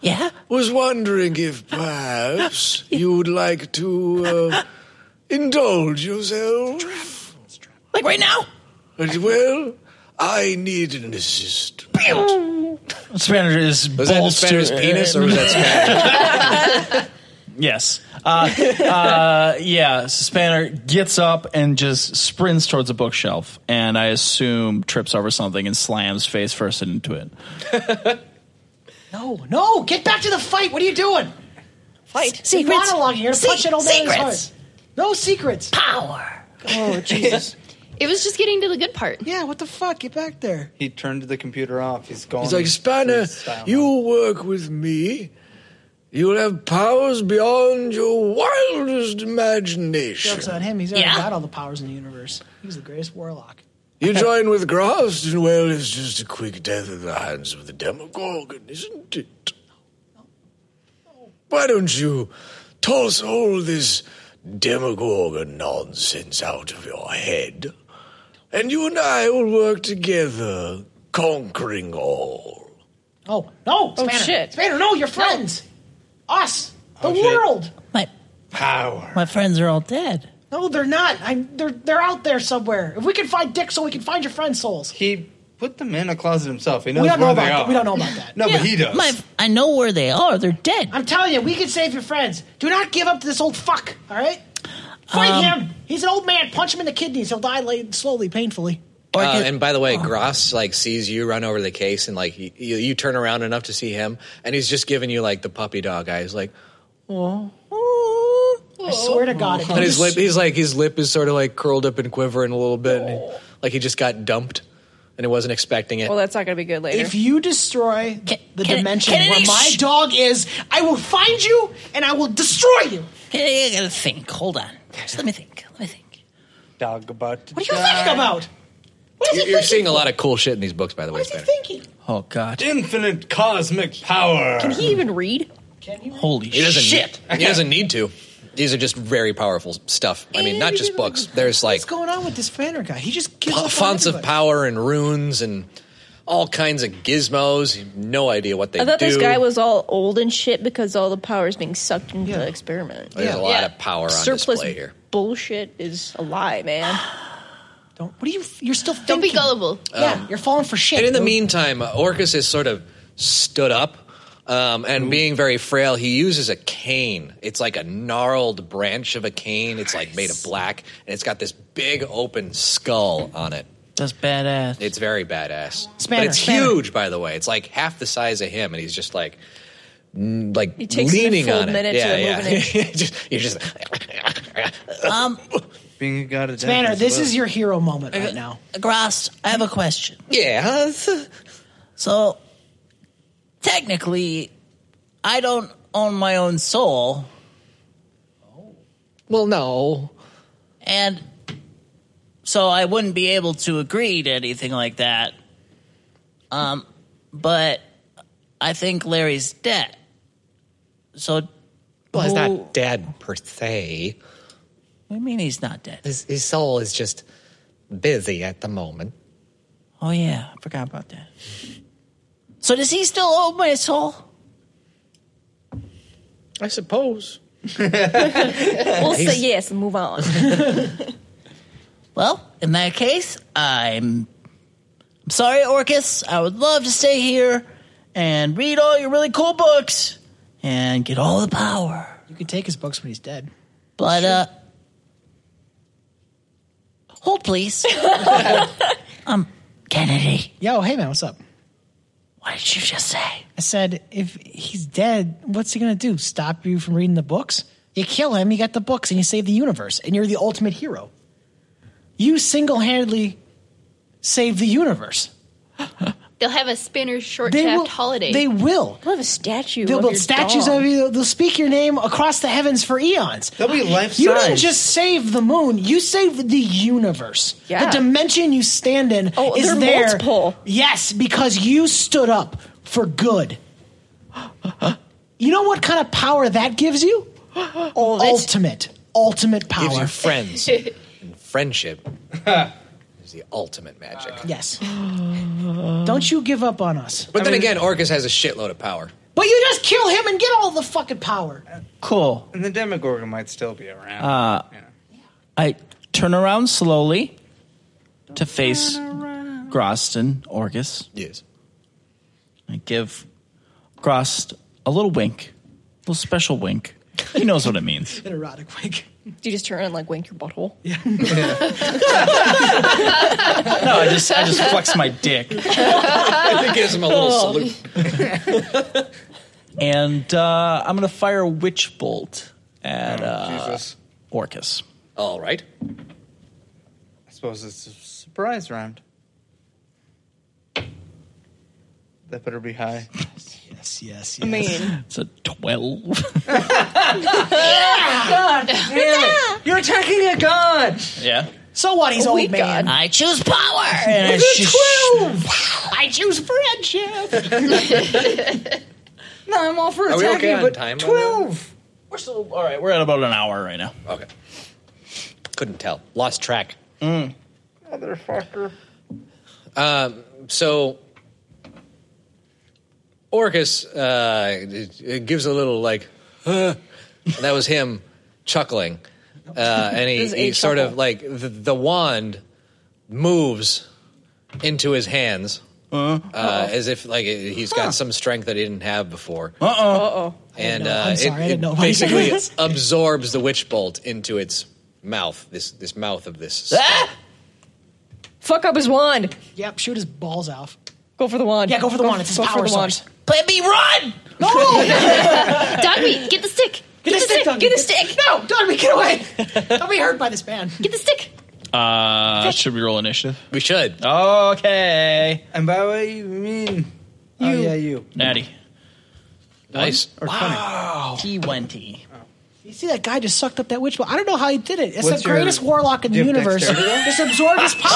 K: yeah?
F: Was wondering if perhaps you would like to uh, indulge yourself.
K: like right now?
F: Well, I need an assistant.
D: Spanish is
F: Was that
D: bolster-
F: Spanish penis or was that
D: yes. Uh, uh, yeah. So Spanner gets up and just sprints towards a bookshelf, and I assume trips over something and slams face first into it.
C: No, no, get back to the fight. What are you doing?
A: Fight.
C: Secrets. Monologuing. You're
A: Se-
C: gonna punch it all down his
A: secrets.
C: heart. No secrets.
K: Power.
C: Oh Jesus.
I: It was just getting to the good part.
C: Yeah, what the fuck? Get back there.
H: He turned the computer off. He's going.
F: He's like, Spanner, you work with me. You'll have powers beyond your wildest imagination.
C: Jokes on him. He's already got all the powers in the universe. He's the greatest warlock.
F: You join with Grost, and well, it's just a quick death at the hands of the Demogorgon, isn't it? Why don't you toss all this Demogorgon nonsense out of your head, and you and I will work together, conquering all.
C: Oh no,
A: Oh,
C: Spanner.
A: shit.
C: Spanner, no, your friends, us, the
H: Oh,
K: shit.
C: world.
K: My
H: power.
K: My friends are all dead.
C: No, they're not. I'm, they're they're out there somewhere. If we can find Dick, so we can find your friends' souls.
H: He put them in a closet himself. He
C: We
H: knows
C: don't know
H: where
C: about
H: they
C: that.
H: are.
C: We don't know about that.
H: No, but he does.
K: My, I know where they are. They're dead.
C: I'm telling you, we can save your friends. Do not give up to this old fuck. All right, fight him. He's an old man. Punch him in the kidneys. He'll die late, slowly, painfully.
B: Uh, and by the way, Gross like sees you run over the case, and like you, you, you turn around enough to see him, and he's just giving you like the puppy dog eyes, like,
C: I swear to God, if
B: and
C: you
B: his
C: just-
B: lip, he's like his lip is sort of like curled up and quivering a little bit, and he- like he just got dumped, and he wasn't expecting it.
A: Well, that's not going to be good later.
C: If you destroy the
A: can-
C: dimension
A: can
C: where
A: any
C: my
A: sh-
C: dog is, I will find you and I will destroy you.
K: Hey, I gotta think. Hold on. Just let me think. Let me think.
H: Dog about.
C: What are you thinking about? What is
B: You-
C: he
B: You're
C: thinking?
B: seeing a lot of cool shit in these books, by the way.
C: What is he
B: Spanner.
C: thinking?
D: Oh God!
H: Infinite cosmic power.
A: Can he even read?
D: Holy
B: He doesn't
D: shit!
B: Need, he doesn't need to. These are just very powerful stuff. I mean, not just books. There's like
C: What's going on with this Fanner guy? He just gives
B: po-
C: up on
B: fonts of
C: everybody.
B: power and runes and all kinds of gizmos. You have No idea what they
A: I thought
B: do.
A: this guy was all old and shit because all the power is being sucked into the experiment.
B: There's a lot of power on
A: Surplus
B: display here.
A: bullshit is a lie, man.
C: Don't. What are you? You're still. Thinking.
I: Don't be gullible.
C: Yeah, you're falling for shit.
B: And in the
C: dude.
B: meantime, Orcus is sort of stood up. Um, and being very frail, he uses a cane. It's like a gnarled branch of a cane. It's like made of black, and it's got this big open skull on it.
K: That's badass.
B: It's very badass.
C: Spanner,
B: but it's
C: Spanner.
B: huge, by the way. It's like half the size of him, and he's just like mm, like
A: It takes
B: leaning
A: the full
B: on it.
A: minute
B: yeah,
A: to
B: yeah.
A: move
B: Just- you're just
K: Um,
H: Being a god of
O: Spanner, this is your hero moment right now.
K: Grost, I have a question.
B: Yes.
K: So, technically, I don't own my own soul.
B: Well, no.
K: And so I wouldn't be able to agree to anything like that. Um, but I think Larry's dead. So,
B: Well, he's
K: who-
B: not dead per se.
K: I mean, he's not dead.
B: His, his soul is just busy at the moment.
K: Oh yeah, I forgot about that. So does he still own my soul?
H: I suppose.
A: we'll say
K: He's-
A: yes and move on.
K: Well, in that case, I'm I'm sorry, Orcus. I would love to stay here and read all your really cool books and get all the power.
C: You can take his books when he's dead.
K: But uh hold please. um Kennedy.
C: Yo, hey man, what's up?
K: What did you just say?
C: I said if he's dead, what's he gonna do? Stop you from reading the books? You kill him, you got the books, and you save the universe, and you're the ultimate hero. You single handedly save the universe.
G: They'll have a Spanner's short
C: They
G: shaft
C: will-
G: holiday.
C: they will.
A: They'll have a statue.
C: They'll
A: of
C: build
A: your
C: statues
A: dog.
C: of you. They'll speak your name across the heavens for eons.
H: They'll be
C: You
H: life-size.
C: didn't just save the moon. You saved the universe.
A: Yeah.
C: The dimension you stand in
A: Oh,
C: is
A: they're
C: there.
A: multiple.
C: Yes, because you stood up for good. you know what kind of power that gives you? ultimate, ultimate power.
B: Gives you friends. and friendship is the ultimate magic.
C: yes. Don't you give up on us.
B: But then again, Orcus has a shitload of power.
C: But you just kill him and get all the fucking power.
D: Cool.
H: And the Demogorgon might still be around.
D: Uh, I turn around slowly to face Groston, Orgus.
B: Yes.
D: I give Grost a little wink, a little special wink. He knows what it means.
C: An erotic wink.
A: Do you just turn and like wink your butthole? Yeah.
D: No, I just I just flex my dick.
B: It gives him a little
H: Oh.
A: Oh.
B: salute.
D: And uh, I'm gonna fire Witch Bolt at uh, Orcus.
B: All right.
H: I suppose it's a surprise round. That better be high.
C: Yes, yes, yes.
A: I mean-
D: it's a twelve.
H: God damn it. You're attacking a god.
D: Yeah.
C: So what?
K: Oh,
C: He's
H: A
C: old
H: weak
C: man.
K: I choose power.
C: And
K: I sh-
C: twelve. I choose friendship.
H: no, I'm all for
D: Are we
H: attacking,
D: okay on
H: but
D: time right now?
H: twelve.
D: We're still all right. We're at about an hour right now.
B: Okay. Couldn't tell. Lost track.
D: Uh,
H: Motherfucker.
B: Um, so Orcus uh, it- it gives a little like, "Huh." that was him chuckling, uh, and
H: This
B: he,
H: is a
B: he sort of
H: chuckle.
B: like the, the wand moves into his hands uh, as if like he's got some strength that he didn't have before.
D: Uh oh.
B: And
C: I didn't know.
B: uh,
C: I'm
B: it,
C: sorry, I didn't know about
B: it basically
C: that.
B: absorbs the witch bolt into its mouth. This this mouth of this.
A: Fuck up his wand.
C: Yep, shoot his balls off.
A: Go for the wand.
C: Yeah, go for the wand. It's his
A: go
C: power
A: the wand.
C: source.
K: Plan B, run!
C: No!
G: Dogmeat, get the stick.
C: Get, the stick, Dogmeat.
G: Get the stick.
C: No, Dogmeat, get away. Don't be hurt by this man.
G: Get the stick.
D: Uh, should we roll initiative?
B: We should.
D: Okay.
H: And by what you mean? You. Oh yeah, you.
D: Natty.
B: Nice.
H: Or
D: Wow. T20.
C: You see that guy just sucked up that witch ball. I don't know how he did it. It's
H: What's
C: the greatest
H: your-
C: warlock in the
H: do you have
C: universe.
H: dexterity?
C: Just absorbed his power.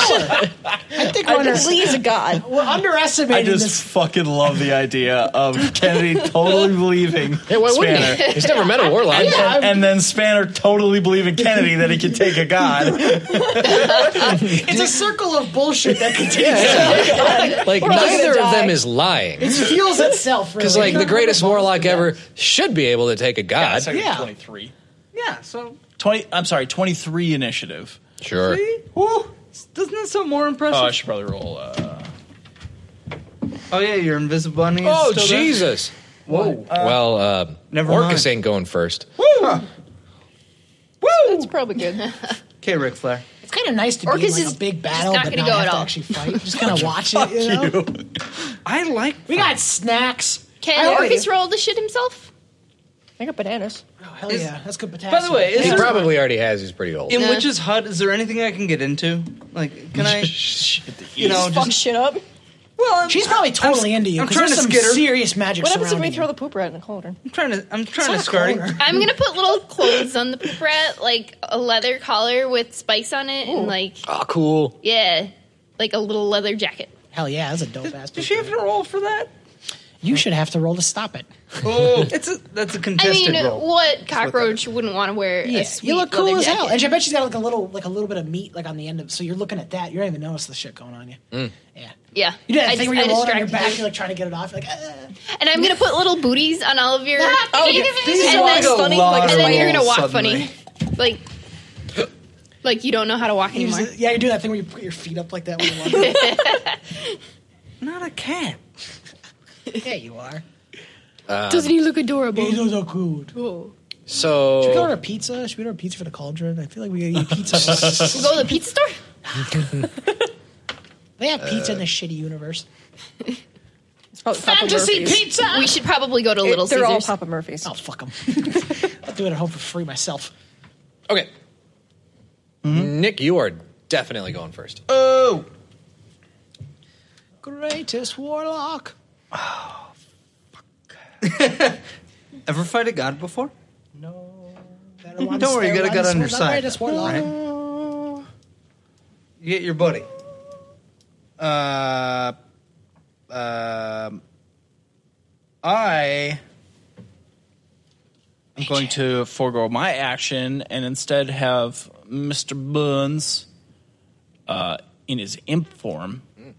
C: I think we're under-
A: Please, God.
C: We're
D: I
C: underestimating
D: just
C: this.
D: fucking love the idea of Kennedy totally believing
B: Hey, why wouldn't
D: Spanner.
B: he? He's never met a warlock.
D: And, then- and then Spanner totally believing Kennedy that he could take a god.
C: it's a circle of bullshit that continues.
B: like
C: We're all gonna
B: neither of
C: die.
B: them is lying
C: It fuels itself, really.
B: because like the greatest warlock ever should be able to take a god
D: Second
C: Yeah.
D: 23.
H: Yeah. So
D: 20, I'm sorry, 23 initiative.
B: sure
H: see? Woo. Doesn't that sound more impressive?
D: Oh, I should probably roll. Uh,
H: Oh yeah, your invisible bunny. Is
B: oh
H: still there?
B: jesus
H: Whoa.
B: well uh,
H: Never
B: orcus
H: mind.
B: ain't going first
H: Woo.
G: That's probably good.
H: Okay, Ric Flair.
C: It's kind of nice to
G: Orcus
C: be in like,
G: is
C: a big battle,
G: not
H: Oh,
C: but
G: gonna
C: not
G: go
C: have
G: at
C: to
G: all.
C: actually fight. Just kind of watch it. You know?
H: I like.
C: We got snacks.
I: Can Orpheus roll the shit himself?
A: I got bananas.
C: Oh, hell yeah. That's good potassium.
H: By the way, is
B: He
H: there-
B: probably already has. He's pretty old.
H: In Witch's Hut, is there anything I can get into? Like, can I, you know,
A: Just fuck
H: just
A: shit up.
H: Well, I'm,
C: She's probably totally into you.
H: I'm
C: 'cause
H: trying
C: there's
H: to
C: some
H: skid her.
C: serious magic
A: What happens if we
C: surrounding
A: throw the poop rat in the cauldron?
H: I'm trying to. I'm
I: trying to
H: skirt it.
I: I'm gonna put little clothes on the poop rat, like a leather collar with spikes on it, and like
B: Oh, cool.
I: yeah, like a little leather jacket.
C: Hell yeah, that's a dope ass.
H: Does she have to roll for that?
C: You should have to roll to stop it.
H: Oh, it's a that's a
I: I
H: contested
I: mean,
H: roll.
I: what cockroach wouldn't want to wear a sweet
C: you look cool
I: leather
C: as
I: jacket?
C: hell. And I bet she's got like a little, like a little bit of meat, like on the end of. So you're looking at that, you don't even notice the shit going on you. Yeah.
I: Yeah,
C: You did that
I: I
C: thing
I: just-
C: where
I: I
C: you're rolling on your
I: distracted
C: back,
I: you.
C: you're like trying to get it off. You're like, uh,
I: And I'm gonna put little booties on all of your.
C: Oh, yeah. These
I: and
C: are
I: then,
C: like a lot
I: and
C: of
I: then you're gonna
C: rolls
I: walk
C: suddenly.
I: funny, like like you don't know how to walk
C: you
I: anymore.
C: just- yeah, you do that thing where you put your feet up like that. When you're walking.
H: Not a cat.
C: yeah, you are.
B: Um,
C: he look adorable? Oh. He looks so good. Should we go
B: so
C: order a pizza? Should we order a pizza for the cauldron? I feel like we gotta eat pizza.
I: We'll go to the pizza store.
C: they have pizza in this shitty universe.
I: Fantasy pizza. We should probably go to Little
C: they're all
I: Caesars.
C: Papa Murphy's. Oh fuck them! I'll do it at home for free myself.
B: okay,
H: Mm-hmm.
B: Nick, you are definitely going first.
H: Oh,
C: greatest warlock.
H: Ever fight a god before?
C: One
H: Don't worry, you got a
C: stairwell,
H: god on your
C: this
H: side.
C: one, right, this one.
H: Right? You get your buddy.
D: Oh,
H: Uh, um, I.
D: I'm going to forego my action and instead have Mr. Burns uh, in his imp form
F: Mm.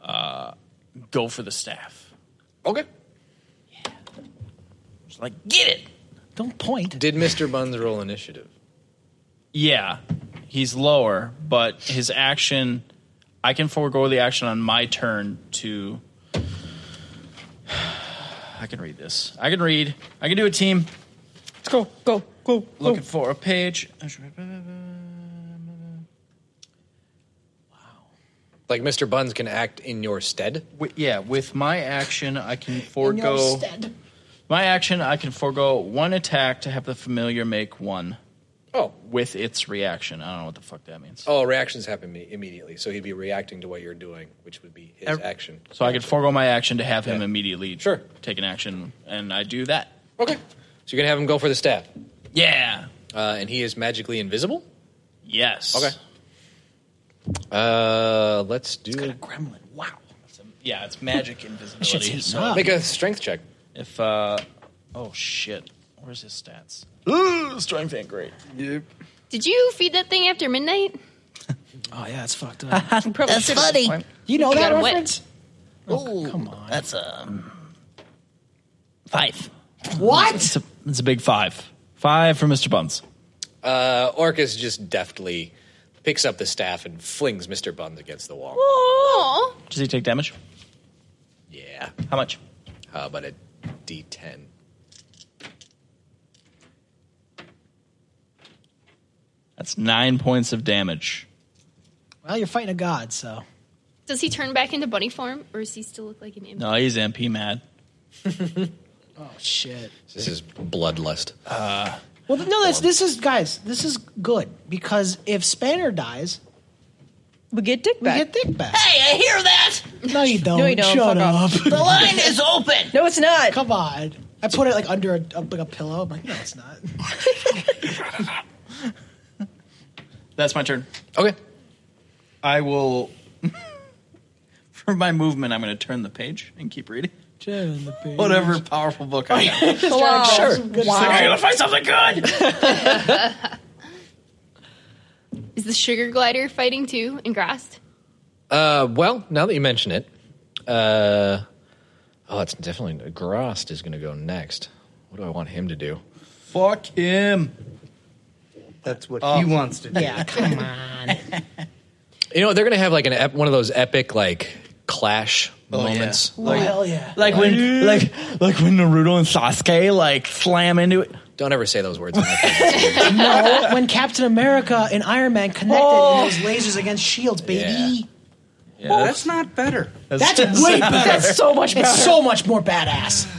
D: uh, go for the staff.
B: Okay.
D: Just like, get it.
C: Don't point.
B: Did Mr. Buns roll initiative?
D: Yeah, he's lower, but his action, I can forego the action on my turn to. I can read this. I can read. I can do a team. Let's go, go, go. Looking for a page.
B: Like Mr. Buns can act in your stead?
D: Wi- yeah, with my action, I can forego.
C: stead.
D: My action, I can forego one attack to have the familiar make one.
B: Oh.
D: With its reaction. I don't know what the fuck that means.
B: Oh, reactions happen imme- immediately, so he'd be reacting to what you're doing, which would be his
D: Ev-
B: action.
D: So I could forego my action to have him immediately sure. take an action, and I do that.
B: Okay. So you're gonna have him go for the stab.
D: Yeah.
B: Uh, and he is magically invisible.
D: Yes.
B: Okay. Uh, let's do. a
C: gremlin. Wow.
D: Yeah, it's magic invisibility. so-
B: Make a strength check.
D: If uh, oh shit, where's his stats? strength ain't great.
H: Yep.
I: Did you feed that thing after midnight?
C: Oh yeah, it's fucked up.
I: That's
C: should at funny. this point. You know that
I: got wet.
C: reference?
K: Oh, come on. That's um five.
C: What?
D: It's a, it's a big five. Five for Mr. Buns.
B: Uh, Orcus just deftly picks up the staff and flings Mr. Buns against the wall.
I: Oh,
D: Does he take damage?
B: Yeah.
D: How much?
B: How about a D10?
D: That's nine points of damage.
C: Well, you're fighting a god, so
I: does he turn back into bunny form, or does he still look like an imp?
D: No, he's MP mad.
C: oh shit.
B: This is bloodlust.
D: Uh,
C: Well, no, that's this is guys. This is good because if Spanner dies, we get Dick back. We get Dick back.
K: Hey, I hear that.
C: No, you don't.
K: No, you don't.
C: Shut
K: Fuck
C: up.
K: off. The line is open.
C: No, it's not. Come on. I put it like under a, up like a pillow. I'm like, no, it's not.
D: That's my turn.
B: Okay.
D: I will. for my movement, I'm going to turn the page and keep reading. Whatever powerful book I have.
C: Wow.
D: Sure.
C: Good
D: Just like,
C: stuff.
D: I gotta find something good.
I: Is the sugar glider fighting too in Grost?
B: Uh, well, now that you mention it, uh, oh, it's definitely Grost is going to go next. What do I want him to do?
D: Fuck him.
H: That's what
B: Oh.
H: he wants to do. Yeah,
C: come on.
B: You know, they're going to have like an ep- one of those epic like clash
D: Oh,
B: moments.
D: Like,
C: Hell yeah.
D: Like when, like, like when Naruto and Sasuke like slam into it.
B: Don't ever say those words.
C: no, when Captain America and Iron Man connected and those lasers against shields, E baby.
H: Well, that's not better.
C: That's, way better.
A: That's so much
C: It's
A: better.
C: so much more badass.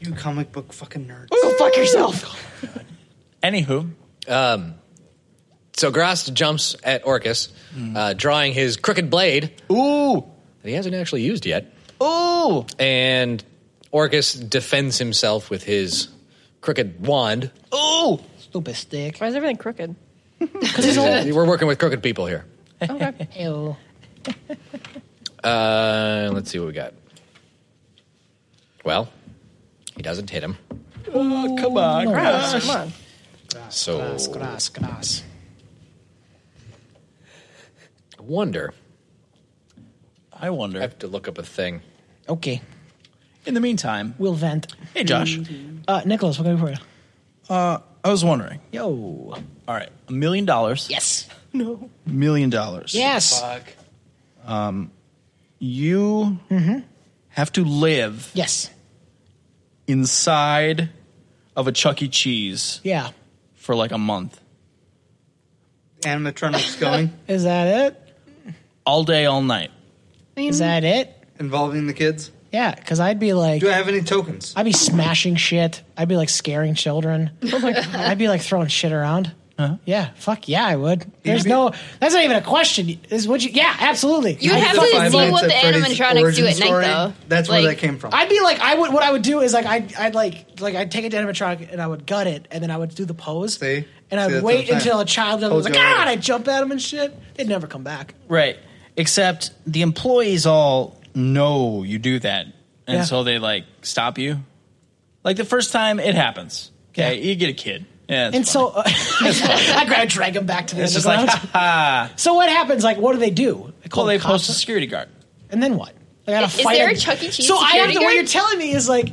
H: You comic book fucking nerd.
C: Go fuck yourself.
B: Anywho, um, so Grast jumps at Orcus, uh, drawing his crooked blade. Ooh, that he hasn't actually used yet. Ooh, and Orcus defends himself with his crooked wand.
H: oh!
C: Ooh, stupid stick.
A: Why is everything crooked?
B: We're working with crooked people here.
A: Okay. Ew.
B: Uh, let's see what we got. Well, he doesn't hit him,
C: Oh, come on,
A: Grass, come on.
B: so
C: Grass, grass, grass.
B: I wonder. I wonder. I have to look up a thing.
C: Okay.
D: In the meantime,
C: we'll vent.
D: Hey, Josh.
C: Uh, Nicholas, what can I do for you?
D: Uh, I was wondering.
C: Yo.
D: All right, a million dollars.
C: Yes. No.
D: Million dollars.
C: Yes. Fuck.
D: Um, you have to live.
C: Yes.
D: Inside of a Chuck E. Cheese
C: Yeah.
D: for like a month,
H: Animatronics going.
C: Is that it?
D: all day, all night.
C: Is that it?
H: Involving the kids?
C: Yeah, because I'd be like. Do
H: I have any tokens?
C: I'd be smashing shit. I'd be like scaring children. I'd be like throwing shit around.
D: Uh-huh.
C: Yeah, fuck yeah, I would. There's
H: be-
C: no. That's not even a question. Is would you? Yeah, absolutely.
I: You would
C: I'd
I: have
C: fucking-
I: to see what the animatronics do at night, though. Like,
C: I'd be like, I would. What I would do is like, I'd, I'd like, like, I'd take it to animatronic and I would gut it, and then I would do the pose, and
D: See,
C: I'd
D: that's
C: wait
D: what I'm saying.
C: until a child was like,
D: Pose
C: ah,
D: artist.
C: and I'd jump at him and shit. They'd never come back.
D: Right. Except the employees all know you do that. And
C: Yeah.
D: so they like stop you. Like the first time it happens. Okay. You get a kid. Yeah.
C: and
D: It's,
C: so uh, I grab, drag him back to the
D: it's just like,
C: underground.
D: ha ha.
C: so what happens? Like, what do they do? They
D: Well,
C: call
D: they
C: the cops?
D: post a security guard.
C: and then what? I gotta
I: Is- is
C: fight.
I: there a Chuck E. Cheese
C: So I have
I: security
C: to. What
I: guard?
C: you're telling me is like,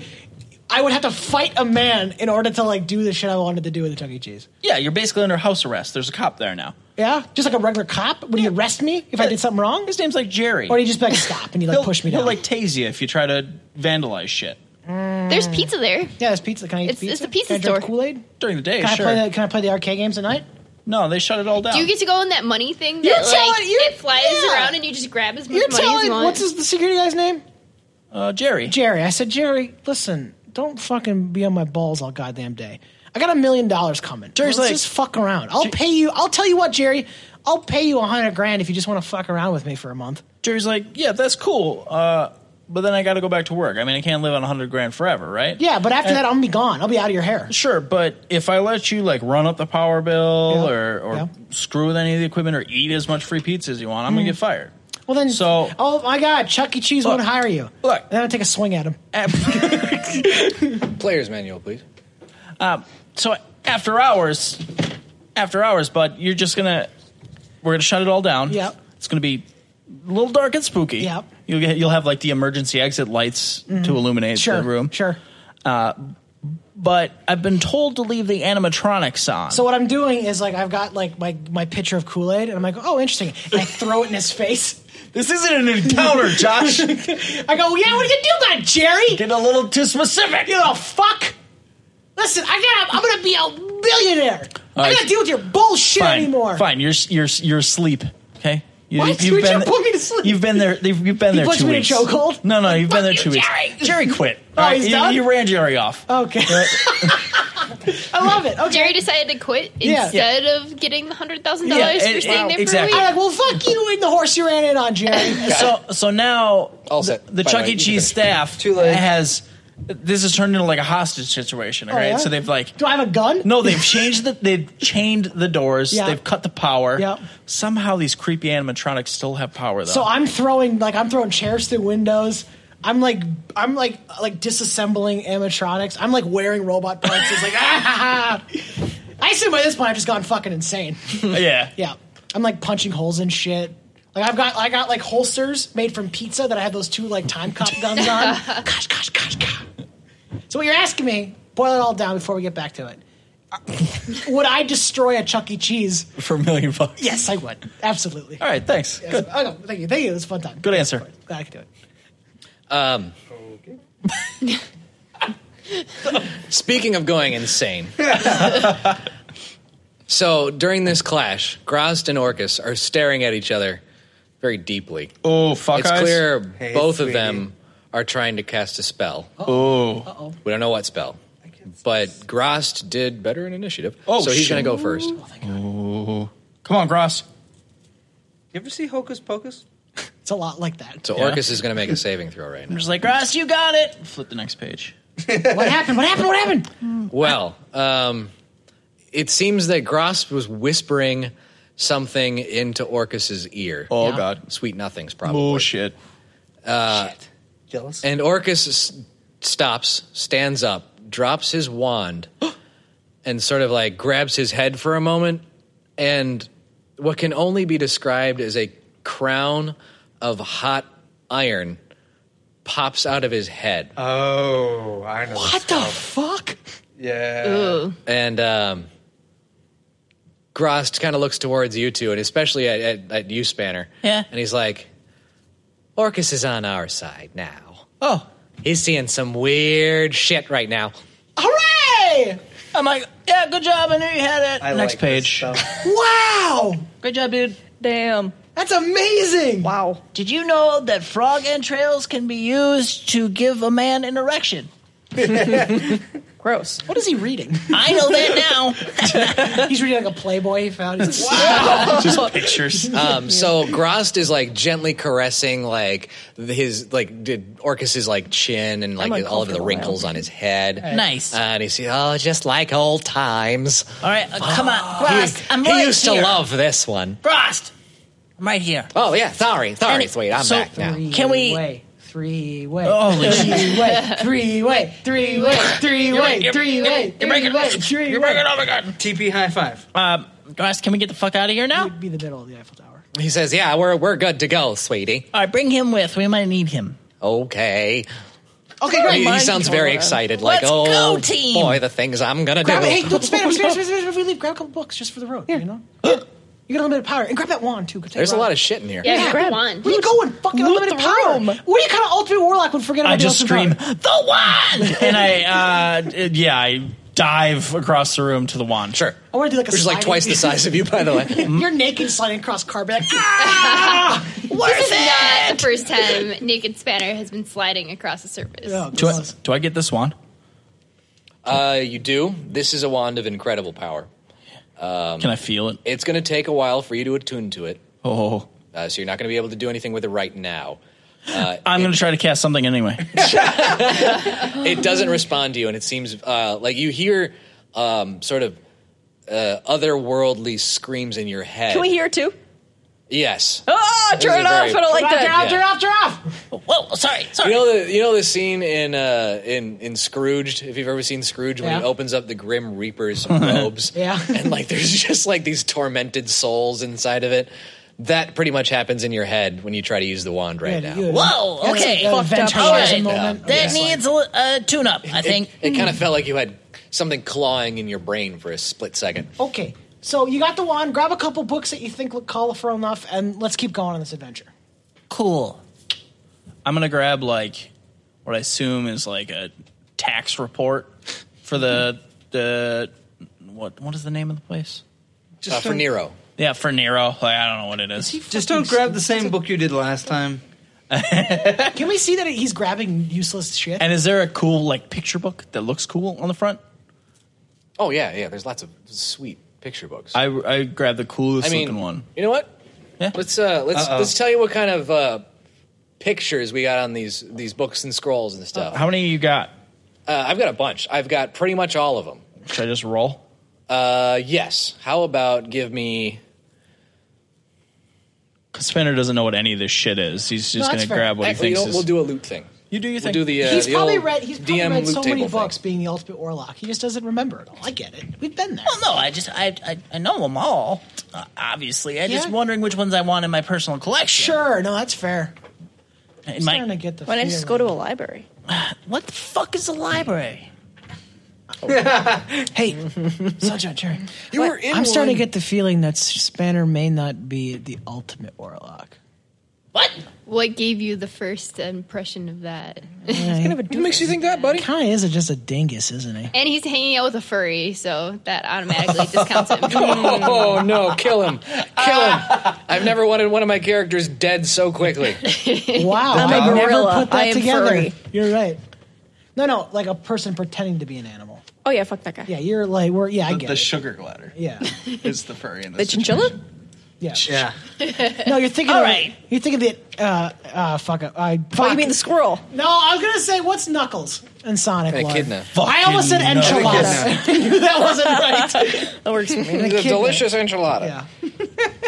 C: I would have to fight a man in order to like do the shit I wanted to do with the Chuck E. Cheese.
D: Yeah. You're basically under house arrest. There's a cop there now.
C: Yeah, just like a regular cop. Would he arrest me if I did something wrong?
D: His name's like Jerry.
C: Or he just be like stop and he like
D: He'll-
C: push me
D: He'll
C: down.
D: like tase you if you try to vandalize shit.
I: There's pizza there. Yeah,
C: Mm. there's pizza. Can I eat
I: it's,
C: pizza?
I: It's the pizza
C: Can I
I: store.
C: drink Kool Aid?
D: During the day,
C: can
D: sure.
C: I play the, Can I play the arcade games at night?
D: No, they shut it all down.
I: Do you get to go in that money thing that
C: You're
I: like
C: telling- you're-
I: it flies
C: yeah.
I: around and you just grab as much
C: You're
I: money as
C: telling
I: you want?
C: what's his, the security guy's name?
D: Uh, Jerry.
C: Jerry. I said Jerry. Listen, don't fucking be on my balls all goddamn day. I got a million dollars coming.
D: Jerry's
C: Let's
D: like-
C: just fuck around. I'll pay you. I'll tell you what, Jerry. I'll pay you a hundred grand if you just want to fuck around with me for a month.
D: Jerry's like, yeah, that's cool. Uh, but then I got to go back to work. I mean, I can't live on 100 grand forever, right?
C: Yeah, but after
D: And-
C: that, I'll be gone. I'll be out of your hair.
D: Sure, but if I let you like run up the power bill or, or screw with any of the equipment or eat as much free pizza as you want, I'm gonna
C: Mhm.
D: get fired.
C: Well then,
D: So
C: oh my god, Chuck E. Cheese won't hire you. Look, and then I take a swing at him.
B: Player's manual, please.
D: um, so after hours, after hours, but you're just gonna we're gonna shut it all down. Yep. It's gonna be a little dark and spooky. Yep. You'll get you'll have like the emergency exit lights
C: Mhm.
D: to illuminate
C: Sure,
D: the room.
C: Sure.
D: Uh, but I've been told to leave the animatronics on.
C: So what I'm doing is like I've got like my my pitcher of Kool Aid, and I'm like, oh, interesting. And I throw it in his face.
D: This isn't an encounter, Josh.
C: I go, yeah, what are you doing, about it, Jerry?
D: Get a little too specific.
C: You little fuck. Listen, I got. I'm gonna be a billionaire. I
D: right.
C: gotta deal with your bullshit
D: fine,
C: anymore.
D: Fine, you're you're you're asleep. Okay. You,
C: What? You just put me to sleep.
D: You've been there. You've, you've been
C: He
D: there
C: puts
D: two
C: me in a
D: weeks.
C: chokehold?
D: No, no, you've been there
C: you,
D: two weeks.
C: Jerry!
D: Jerry quit.
C: Oh,
D: All
C: he's
D: you,
C: done?
D: you ran Jerry off.
C: Okay. I love it. Okay.
I: Jerry decided to quit
C: Yeah.
I: instead of getting the hundred thousand
D: Yeah,
I: dollars
D: it-
I: for staying
D: it-
I: there for
D: exactly.
I: a week.
C: I'm like, well, fuck you and the horse you ran in on, Jerry.
D: so so now the, the
C: By the
D: Chuck
C: way,
D: E.
C: you
D: Cheese staff has this has turned into like a hostage situation, all
C: Oh,
D: right?
C: yeah?
D: So they've like
C: Do I have a gun?
D: No, they've changed the they've chained the doors,
C: Yeah.
D: they've cut the power. Somehow these creepy animatronics still have power though.
C: So I'm throwing like I'm throwing chairs through windows. I'm like I'm like like disassembling animatronics. I'm like wearing robot parts. It's like ah, ha, ha. I assume by this point I've just gone fucking insane.
D: yeah.
C: yeah, I'm like punching holes in shit. Like I've got I got like holsters made from pizza that I have those two like time cop guns on. gosh, gosh, gosh, gosh. So what you're asking me? Boil it all down before we get back to it. Would I destroy a Chuck E. Cheese?
D: for a million bucks.
C: Yes, I would. Absolutely.
D: All right, thanks.
C: Yes,
D: Good.
C: I know. thank you. Thank you. It was a fun time.
D: Good answer.
C: Glad I could do it.
B: Um, Speaking of going insane. so during this clash, Grost and Orcus are staring at each other very deeply.
D: Oh, fuck
B: It's
D: eyes.
B: clear
D: Hey,
B: both of
D: sweetie.
B: them are trying to cast a spell.
D: Oh.
B: We don't know what spell. But Grost did better in initiative.
D: Oh,
B: so he's
D: shit.
B: going to go first.
D: Oh. Come on, Gross.
H: You ever see Hocus Pocus?
G: It's a lot like that.
B: So Orcus is going to make a saving throw right
D: I'm just like, Ross, you got it. Flip the next page.
G: what happened? What happened? What happened?
B: now. Well, um, it seems that Grost was whispering something into Orcus's ear.
D: Oh, Yeah. God.
B: Sweet nothings, probably. Oh,
D: shit.
B: Uh, Jealous. And Orcus s- stops, stands up, drops his wand, and sort of like grabs his head for a moment, and what can only be described as a crown of hot iron pops out of his head.
H: Oh, I know. What the
G: fuck?
H: Yeah.
B: And um, Grost kind of looks towards you two, and especially at, at, at you, Spanner.
K: Yeah.
B: And he's like, Orcus is on our side now.
D: Oh.
B: He's seeing some weird shit right now.
D: Hooray! I'm like, yeah, good job. I knew you had it. next
B: page.
G: wow!
K: Good job, dude.
A: Damn.
G: That's amazing.
A: Wow.
K: Did you know that frog entrails can be used to give a man an erection?
A: Gross.
G: What is he reading?
K: I know that
G: He's reading like a Playboy he found. He's like,
B: Wow.
D: Just pictures.
B: Um, so Grost is like gently caressing like his like did Orcus's like chin and like all of the wrinkles on his head.
K: Right. Nice.
B: Uh, and he's oh, just like old times.
K: All right, uh, come on, Frost.
B: he,
K: I'm
B: he
K: right
B: used
K: here.
B: to love this one.
K: Frost. I'm right here.
B: Oh yeah, sorry, sorry,
K: And-
B: sweet. I'm
K: so-
B: back now.
K: Can we?
G: Three way.
K: Holy
G: three
K: shit.
G: way. Three way. Three way. Three
K: You're-
G: way.
K: you're-
G: Three
K: you're-
G: way.
K: you're breaking-
G: three way, three
K: you're
G: way.
K: breaking up again.
H: TP high five.
K: Um, Gross, can we get the fuck out of here now?
G: Be the middle of the Eiffel Tower.
B: He says, "Yeah, we're we're good to go, sweetie."
K: All right, bring him with. We might need him.
B: Okay.
K: Okay, great.
B: He, he
K: Mine-
B: sounds
K: hold
B: very
K: on.
B: excited. Like,
K: Let's
B: oh
K: go, team."
B: boy, the things I'm gonna
G: Grab,
B: do.
G: hey, look, Spanner, Spanner, Spanner, Spanner, if we leave, grab a couple books just for the road, you know? You got a little bit of power. And grab that wand, too. Go take
B: There's a
G: ride.
B: lot of shit in here.
G: Yeah, grab one. Where you going? Fucking unlimited power. What are you kind of ultimate warlock would forget about
D: I just
G: the ultimate
D: scream,
G: power?
D: the wand! and I, uh, it- yeah, I dive across the room to the wand.
B: Sure.
G: I want to do like a
D: Which is like
G: sliding-
D: twice the size of you, by the way. Mm.
G: You're naked sliding across Ah! carpet. Like,
C: ah,
I: this is not the first time Naked Spanner has been sliding across the surface.
D: Do I, do I get this wand?
B: Uh, you do. This is a wand of incredible power. Um,
D: Can I feel it?
B: It's going to take a while for you to attune to it,
D: Oh.
B: uh, so you're not going to be able to do anything with it right now. Uh,
D: I'm going to try to cast something anyway.
B: it doesn't respond to you, and it seems uh, like you hear um, sort of uh, otherworldly screams in your head.
A: Can we hear it too?
B: Yes.
K: Oh,
A: Ah,
B: This
A: turn
B: is
A: it off.
B: very-
A: I don't like that.
B: Yeah.
G: off, turn off.
K: Whoa, sorry, sorry.
B: You know the you know the scene in uh, in in Scrooged. If you've ever seen Scrooge, when
K: Yeah.
B: he opens up the Grim Reaper's robes,
G: Yeah.
B: and like there's just like these tormented souls inside of it. That pretty much happens in your head when you try to use the wand right now.
K: Whoa,
G: That's
K: okay.
G: a- a
K: Fucked up.
G: Venture
K: All
G: Horizon
K: right.
G: moment.
K: That
B: Yeah.
K: needs a li- a uh, tune up, I
B: It-
K: think.
B: it, kind of felt like you had something clawing in your brain for a split second.
G: Okay, so you got the wand. Grab a couple books that you think look colorful enough, and let's keep going on this adventure.
D: Cool. I'm going to grab, like, what I assume is, like, a tax report for the, the, what, what is the name of the place?
B: Just Uh, for don't- Nero.
D: Yeah, for Nero. Like, I don't know what it is.
H: Just don't grab the same book you did last time.
G: Can we see that he's grabbing useless shit?
D: And is there a cool like picture book that looks cool on the front?
B: Oh yeah, yeah. There's lots of sweet picture books.
D: I I grabbed the coolest
B: I mean,
D: looking one.
B: You know what? Let's uh, let's
D: Uh-oh.
B: let's tell you what kind of uh, pictures we got on these these books and scrolls and
G: oh.
B: stuff.
D: How many you got?
B: Uh, I've got a bunch. I've got pretty much all of them.
D: Should I just roll?
B: Uh, yes. How about give me?
D: Because Spinner doesn't know what any of this shit is. He's just
G: that's
D: gonna
G: fair.
D: grab what
B: Actually,
D: he
B: you know
D: thinks
B: what?
D: is.
B: we'll do a loot thing.
D: You do your
B: We'll do the. Uh,
G: he's
B: the
G: probably
B: old
G: read. He's probably
B: DM
G: read
B: loot
G: so many
B: table thing.
G: books, being the ultimate warlock. He just doesn't remember it all. I get it. We've been there.
K: Well, no, I just I I, I know them all. Uh, obviously, I'm just
G: Yeah.
K: wondering which ones I want in my personal collection.
G: Sure, no, that's fair.
K: It might-
G: starting to get the
K: Why don't I just
G: feeling.
K: go to
A: a library?
K: what the fuck is a library?
G: hey, Sunshine Cherry.
K: You
G: Wait,
K: were in
G: I'm starting
K: one.
G: to get the feeling that Spanner may not be the ultimate warlock.
I: What? What gave you the first impression of that?
C: what makes you think that, buddy? Kind of is just a dingus, isn't he?
I: and he's hanging out with a furry, so that automatically discounts him.
B: oh no! Kill him! Kill him! I've never wanted one of my characters dead so quickly.
C: Wow,
B: I'm a
C: I never
B: gorilla.
C: put
B: I
C: that
B: am
C: together.
B: furry.
C: You're right. No, no, like a person pretending to be an animal.
A: Oh yeah, fuck that guy.
C: Yeah, you're like we're yeah, I
G: the,
C: get
G: the
C: it.
G: sugar glider.
C: Yeah.
G: is the furry in
C: The
G: this.
C: chinchilla?
G: situation.
C: Yeah.
G: Yeah.
C: No, you're thinking.
G: All
C: of,
G: right.
C: You're thinking of the uh, uh, fuck it. I.
A: Oh,
C: Fuck.
A: you mean the squirrel?
C: No, I was gonna say what's Knuckles and Sonic.
B: Echidna.
C: I almost said
B: Fucking
C: enchiladas. I knew that wasn't right.
A: that works for
B: It's a delicious enchilada.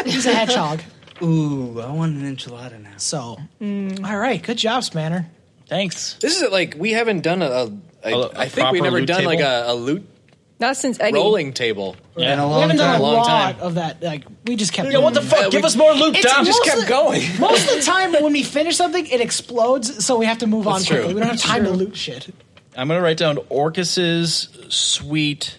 C: He's a hedgehog.
H: Ooh, I want an enchilada now.
C: So, all right, good job, Spanner.
D: Thanks.
B: This is like we haven't done a. a, a-
D: A- a
B: I think we've
D: proper
B: never
D: loot
B: done like
D: table?
B: a, a loot
A: Not since Eddie.
B: rolling table.
D: Yeah. In a
C: we haven't done a
B: Long
C: lot
B: time.
C: of that. Like we just kept.
B: Yeah, what the fuck? Uh, Give we- us more loot,
C: It's
B: Dom. Just
C: mostly-
B: kept going.
C: most of the time, when we finish something, it explodes, so we have to move
D: That's
C: on
D: true.
C: quickly. We don't have
D: That's
C: time to
D: true.
C: loot shit.
D: I'm gonna write down Orcus's sweet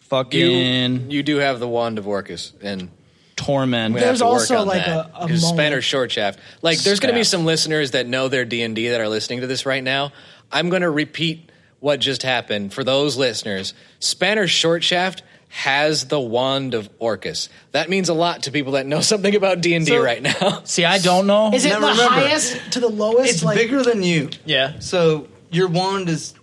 D: fucking
B: You do have the wand of Orcus and
D: torment.
B: We
C: There's
B: have to
C: also,
B: work on
C: like,
B: that,
C: a- a moment.
B: 'cause Spanner's short shaft. Like there's going to be
D: Staff.
B: some listeners that know their D and D that are listening to this right now. I'm going to repeat what just happened for those listeners. Spanner's short shaft has the wand of Orcus. That means a lot to people that know something about D and D right now.
D: See, I don't
B: Oh,
D: know.
C: Is it the highest to the lowest?
H: It's
C: like
H: bigger than you.
D: Yeah.
H: So your wand is.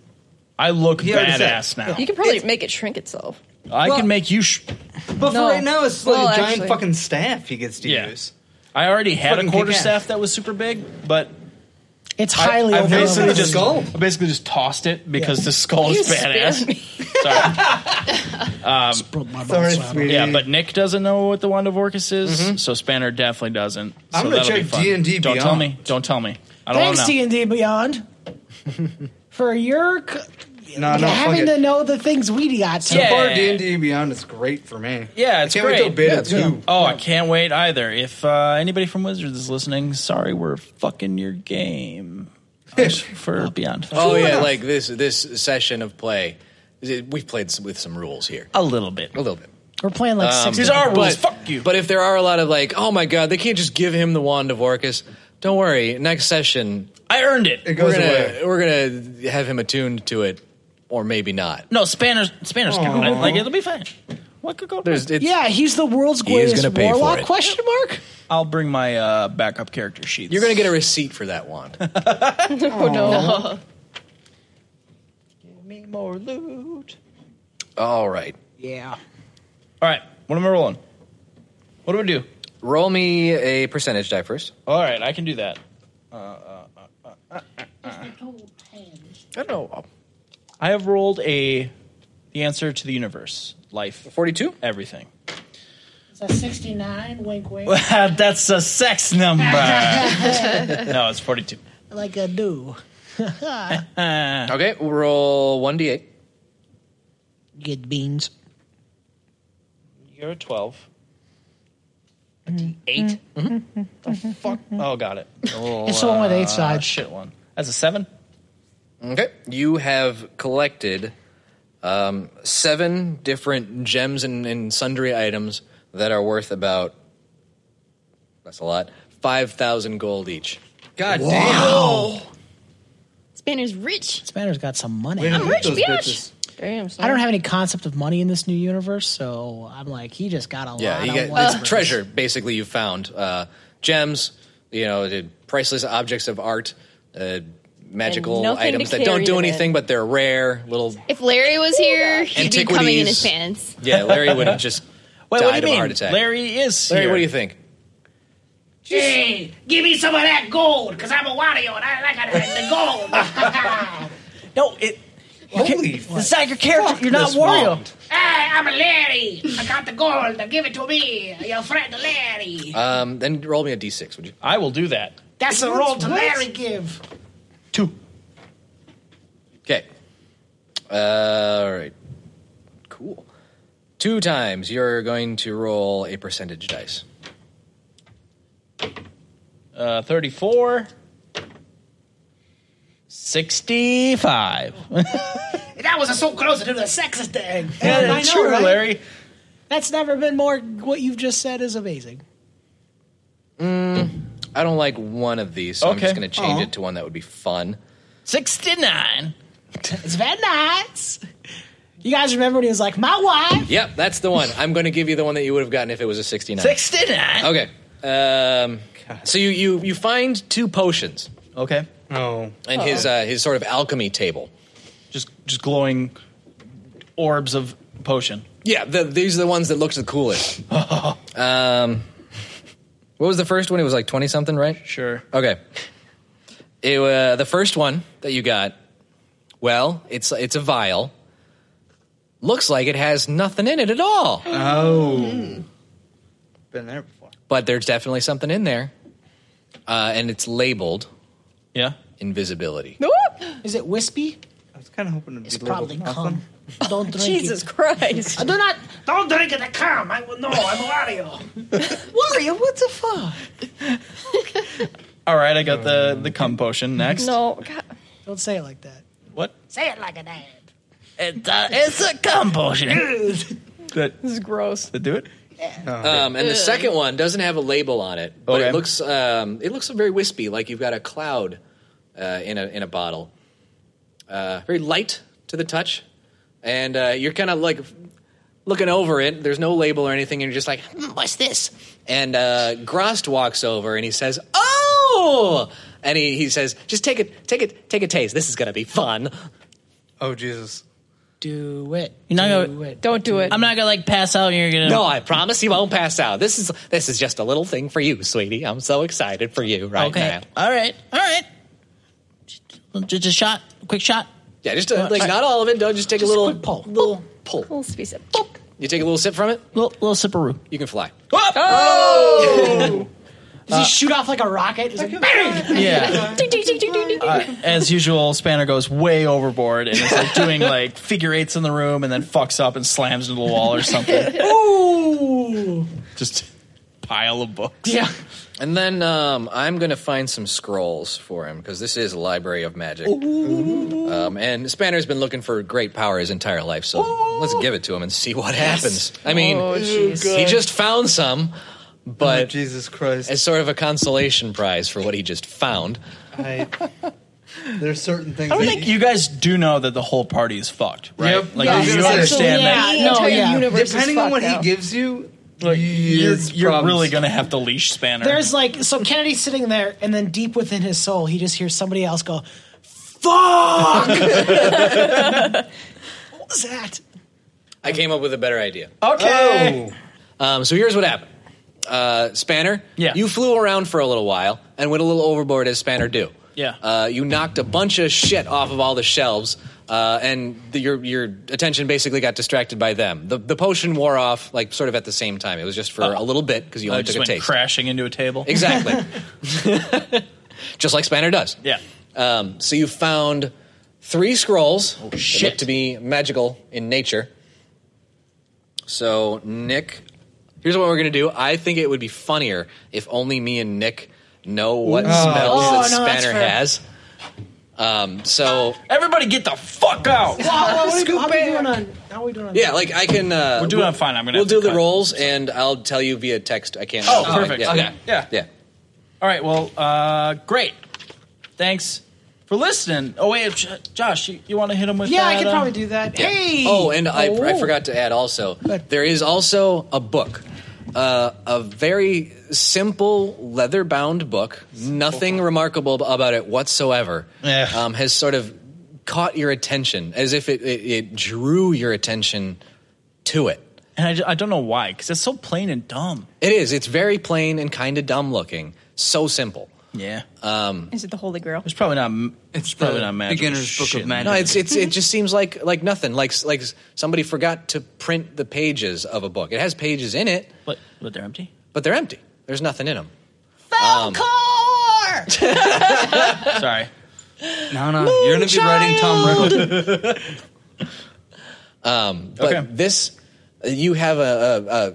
D: I look badass now.
A: You can probably make it shrink itself.
D: I can make you. Sh-
H: But
A: No.
H: for right now, it's like
A: Well,
H: a giant
A: actually-
H: fucking staff he gets to
D: Yeah.
H: use.
D: I already had
H: Fucking
D: a quarter
H: kick-ass.
D: staff that was super big, but
C: it's
D: I-
C: highly
D: I,
C: overrated.
D: basically just
H: Skull?
D: I basically just tossed it because the skull
C: You
D: is
C: spit
D: badass. Sorry. Um,
H: Sorry, sweetie.
D: Yeah, but Nick doesn't know what the wand of Orcus is, so Spanner definitely doesn't.
H: Mm-hmm. I'm
D: so
H: gonna
D: that'll be
H: check
D: fun.
H: D&D
D: Don't tell
H: Beyond.
D: me. Don't tell me. I don't
C: Thanks,
D: want to
C: D
D: know.
C: and D Beyond, for your c-
H: No, no, fuck
C: having
H: it.
C: to know the things we got.
H: So far,
D: Yeah.
H: D and D Beyond is great for me.
D: Yeah, it's
H: I can't
D: great.
H: Wait till beta two.
D: Oh, I can't wait either. If uh, anybody from Wizards is listening, sorry, we're fucking your game Uh, for Beyond.
B: Oh yeah, like this this session of play, we played some, with some rules here.
D: A little bit. A
B: little bit.
C: We're playing like
B: Um,
C: six. different
B: but-
C: games.
B: But if there are a lot of like, oh my god, they can't just give him the wand of Orcus. Don't worry. Next session,
D: I earned it.
H: It goes
B: we're gonna,
H: away.
B: We're gonna have him attuned to it, or maybe not.
D: No, Spanner's Spanner's got it.
B: Aw.
D: Like it'll be fine. What could go
B: There's, it's,
C: yeah, he's the world's
B: He is
C: greatest
B: gonna pay for
C: warlock?
B: it.
C: Question mark.
D: I'll bring my uh, backup character sheets.
B: You're gonna get a receipt for that wand.
A: oh no.
C: Give me more loot.
B: All right.
C: Yeah.
D: All right. What am I rolling? What do I do?
B: Roll me a percentage die first.
D: All right, I can do that. Uh, uh, uh, uh, uh, uh.
B: I don't know.
D: I have rolled a the answer to the universe, life,
B: forty-two,
D: everything.
C: Is that sixty nine? Wink, wink.
D: That's a sex number. no, it's forty-two.
C: like a do.
D: uh.
B: okay, roll one d8.
C: Get beans.
D: You're a twelve.
C: Mm-hmm.
B: Eight.
G: Mm-hmm.
D: Fuck. Oh, got it.
C: It's the one with eight sides.
D: Ah, Shit, one. That's a seven.
B: Okay, you have collected um, seven different gems and, and sundry items that are worth about. That's a lot. Five thousand gold each.
H: God
C: Wow.
I: Spanner's rich.
C: Spanner's got some money.
I: I'm rich, bitch. Damn.
C: I don't have any concept of money in this new universe, so I'm like, he just got a
B: Yeah,
C: lot.
B: you
C: of
B: got,
C: whispers.
B: it's treasure. Basically, you found uh, gems. You know, the priceless objects of art, uh, magical
I: And nothing to
B: items that
I: carry
B: don't do
I: them in.
B: anything, but they're rare. Little
I: If Larry was here, he'd be coming in his
B: Antiquities.
I: pants.
B: yeah, Larry would have just
D: Wait,
B: died
D: what do you
B: of a
D: mean?
B: heart attack.
D: Larry is
B: Larry.
D: here.
B: What do you think?
C: Hey, give me some of that gold, because I'm a Wario and I, I gotta have the gold.
D: no, it.
C: Holy
D: It's not your character. You're not Wario.
C: Hey, I'm a Larry. I got the gold. Give it to me, your friend Larry.
B: Um, then roll me a d6, would you?
D: I will do that.
C: That's the role to Larry give.
B: Okay. Uh, all right. Cool. Two times you're going to roll a percentage dice.
D: Uh, Thirty-four. Sixty-five.
C: That was so close to the sexist thing.
D: Yeah,
C: And I know,
D: true,
C: right?
D: Larry.
C: That's never been more. What you've just said is amazing.
B: Mm, I don't like one of these, so I'm just
D: Okay.
B: going to change
D: Aw.
B: it to one that would be fun.
D: 69.
G: It's very nice. You guys remember when he was like, my wife?
B: Yep, that's the one. I'm going to give you the one that you would have gotten if it was a 69.
G: 69.
B: Okay. Um, so you, you you find two potions.
D: Okay.
B: Oh. And
D: Oh.
B: his uh, his sort of alchemy table.
D: Just just glowing orbs of potion.
B: Yeah, the, these are the ones that looked the coolest. um, what was the first one? It was like twenty something, right?
D: Sure.
B: Okay. It, uh, the first one that you got. Well, it's it's a vial. Looks like it has nothing in it at all. Oh.
H: Hmm. Been there before.
B: But there's definitely something in there, uh, and it's labeled.
D: Yeah.
B: Invisibility.
G: Is it wispy?
H: I was kind of hoping to be
G: It's
H: labeled
G: probably
H: nothing.
G: cum. Don't drink
A: Jesus
G: it.
A: Christ.
G: Uh, Do not, don't drink it, I cum. I will know, I'm Wario. Wario, what the fuck?
D: All right, I got the the cum potion next.
A: No, God.
G: Don't say it like that.
D: What?
G: Say it like a dad.
D: It's a, uh, it's a cum potion. that,
A: this is gross.
D: That do it? Uh,
B: Um, and the second one doesn't have a label on it, but
D: Okay.
B: it looks um, it looks very wispy, like you've got a cloud uh, in a in a bottle. Uh, very light to the touch, and uh, you're kind of like looking over it. There's no label or anything, and you're just like, hmm, "What's this?" And uh, Grost walks over and he says, "Oh!" And he, he says, "Just take it, take it, take a taste. This is gonna be fun."
H: Oh Jesus!
G: Do it.
K: You're not gonna,
A: Don't do it.
K: I'm not gonna like pass out. and You're gonna
B: No, I promise you won't pass out. This is this is just a little thing for you, sweetie. I'm so excited for you right
K: Okay.
B: now.
K: All right. All right. Just, just a shot. Quick shot.
B: Yeah, just uh, like not all of it. Don't just take a little pull. Little pull.
A: Little space up.
B: You take a little sip from it.
K: Little, little sipperoo.
B: You can fly.
C: Ah.
G: Oh! Does
D: Uh,
G: he shoot off like a rocket? Just like, bang!
D: Yeah.
A: Ding, ding, ding, ding, ding, ding.
D: Uh, as usual, Spanner goes way overboard and is like doing like figure eights in the room and then fucks up and slams into the wall or something.
G: Ooh!
D: Just pile of books.
G: Yeah.
B: And then um, I'm going to find some scrolls for him because this is a library of magic. Um, and Spanner's been looking for great power his entire life, so let's give it to him and see what happens. I mean,
P: Oh, jeez.
B: he just found some, but
H: Oh, Jesus Christ!
B: as sort of a consolation prize for what he just found.
H: I, there's certain
D: I
H: things.
D: don't
H: that
D: think you guys do know that the whole party is fucked, right?
H: Yep.
D: Like
H: Yeah.
D: you
H: Yes,
D: understand
H: absolutely.
D: that.
H: Yeah, the No, entire yeah. universe is Depending on fucked what he now.
D: gives you, like you're, you're really gonna have to leash Spanner.
G: There's like, so Kennedy's sitting there, and then deep within his soul, he just hears somebody else go, fuck! what was that?
B: I came up with a better idea.
D: Okay.
B: Um, so here's what happened. Uh, Spanner, yeah. you flew around for a little while and went a little overboard as Spanner do.
D: Yeah.
B: Uh, you knocked a bunch of shit off of all the shelves, uh, and the, your your attention basically got distracted by them. The the potion wore off like sort of at the same time. It was just for
D: Oh.
B: a little bit because you
D: I
B: only
D: just
B: took a
D: went
B: taste,
D: crashing into a table.
B: Exactly. just like Spanner does.
D: Yeah.
B: Um, so you found three scrolls. Oh shit! to be magical in nature. So Nick, here's what we're gonna do. I think it would be funnier if only me and Nick know what
D: Ooh.
B: spells
D: Oh,
B: that
D: no, that's
B: Spanner
D: fair.
B: has. Um, so
D: everybody, get the fuck out!
G: how, are we doing on, how are we doing on
B: Yeah, like I can. Uh,
D: We're doing
B: we'll-
D: fine. I'm gonna
B: We'll
D: have to
B: do the
D: cut.
B: rolls, and I'll tell you via text. I can't.
D: Oh, perfect.
B: Yeah,
D: Okay. Yeah.
B: yeah.
D: All right. Well, uh, great. Thanks for listening. Oh wait, J- Josh, you, you want to hit him with?
G: Yeah, I
D: that,
G: could
D: uh,
G: probably do that.
B: Yeah.
G: Hey!
B: Oh, and I, I
G: Oh.
B: forgot to add also, there is also a book, uh, a very simple leather bound book, nothing remarkable about it whatsoever, um, has sort of caught your attention as if it, it, it drew your attention to it.
D: And I, ju- I don't know why, because it's so plain and dumb.
B: It is. It's very plain and kind of dumb looking. So simple.
D: Yeah.
B: Um,
A: Is it the Holy Grail?
D: It's probably not. It's probably
B: the
D: not magic.
B: beginner's
D: book of
B: No, it's it's it just seems like like nothing. Like like somebody forgot to print the pages of a book. It has pages in it,
D: but but they're empty.
B: But they're empty. There's nothing in Um, them.
D: Sorry.
H: No, no, you're gonna be writing Tom Riddle.
B: Um, but this, you have a, a, a.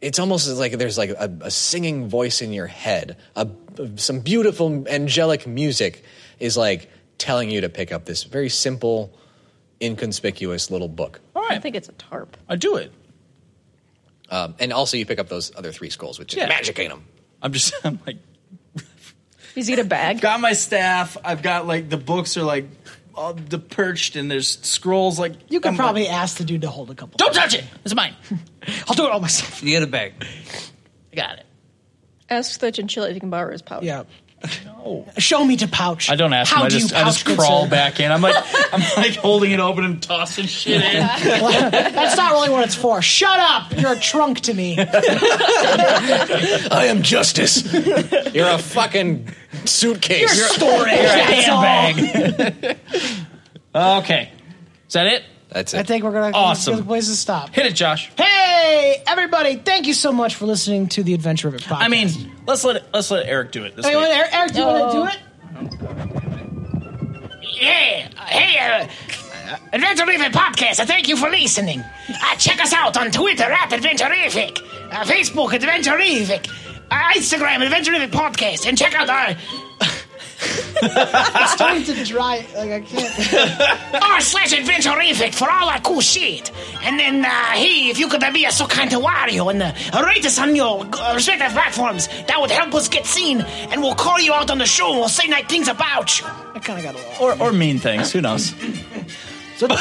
B: It's almost as like there's like a, a singing voice in your head. A, some beautiful angelic music is like telling you to pick up this very simple, inconspicuous little book.
D: I
A: think it's a tarp.
D: I do it.
B: Um, and also, you pick up those other three scrolls, which is
D: Yeah.
B: magic in them.
D: I'm just I'm like
A: Is he in a bag?
D: Got my staff. I've got like the books are like all the perched and there's scrolls like
C: You could
D: I'm, like,
C: probably ask the dude to hold a couple.
D: Don't touch it. It's mine.
C: I'll do it all myself.
H: You get a bag.
D: I got it.
A: Ask the chinchilla if you can borrow his pouch.
C: Yeah. Show me to pouch.
D: I don't ask
C: How
D: him. I
C: do you
D: just I just
C: pouch, good
D: crawl
C: sir?
D: back in. I'm like I'm like holding it open and tossing shit in.
C: That's not really what it's for. Shut up! You're a trunk to me.
B: I am justice. You're a fucking suitcase.
C: You're storage,
D: You're a
C: that's all.
D: handbag. okay. Is that it?
B: That's
C: I think we're gonna
D: Awesome.
C: Good place to stop.
D: Hit it, Josh.
C: Hey, everybody! Thank you so much for listening to the Adventure of It podcast.
D: I mean, let's let let's let Eric do it this
C: Hey,
D: week.
C: wanna- Eric, Eric, do you want to do it?
G: Yeah. Hey, uh, Adventurific Podcast, uh, thank you for listening. Uh, check us out on Twitter at Adventurific, uh, Facebook Adventurific, uh, Instagram Adventurific Podcast, and check out our
C: it's starting to dry. Like I can't.
G: r slash Adventurific for all our cool shit. And then, uh, hey, if you could be so kind to Wario and uh, rate us on your uh, respective platforms, that would help us get seen, and we'll call you out on the show and we'll say nice things about you.
C: I kind of got a
D: Or or mean things. Who knows?
C: I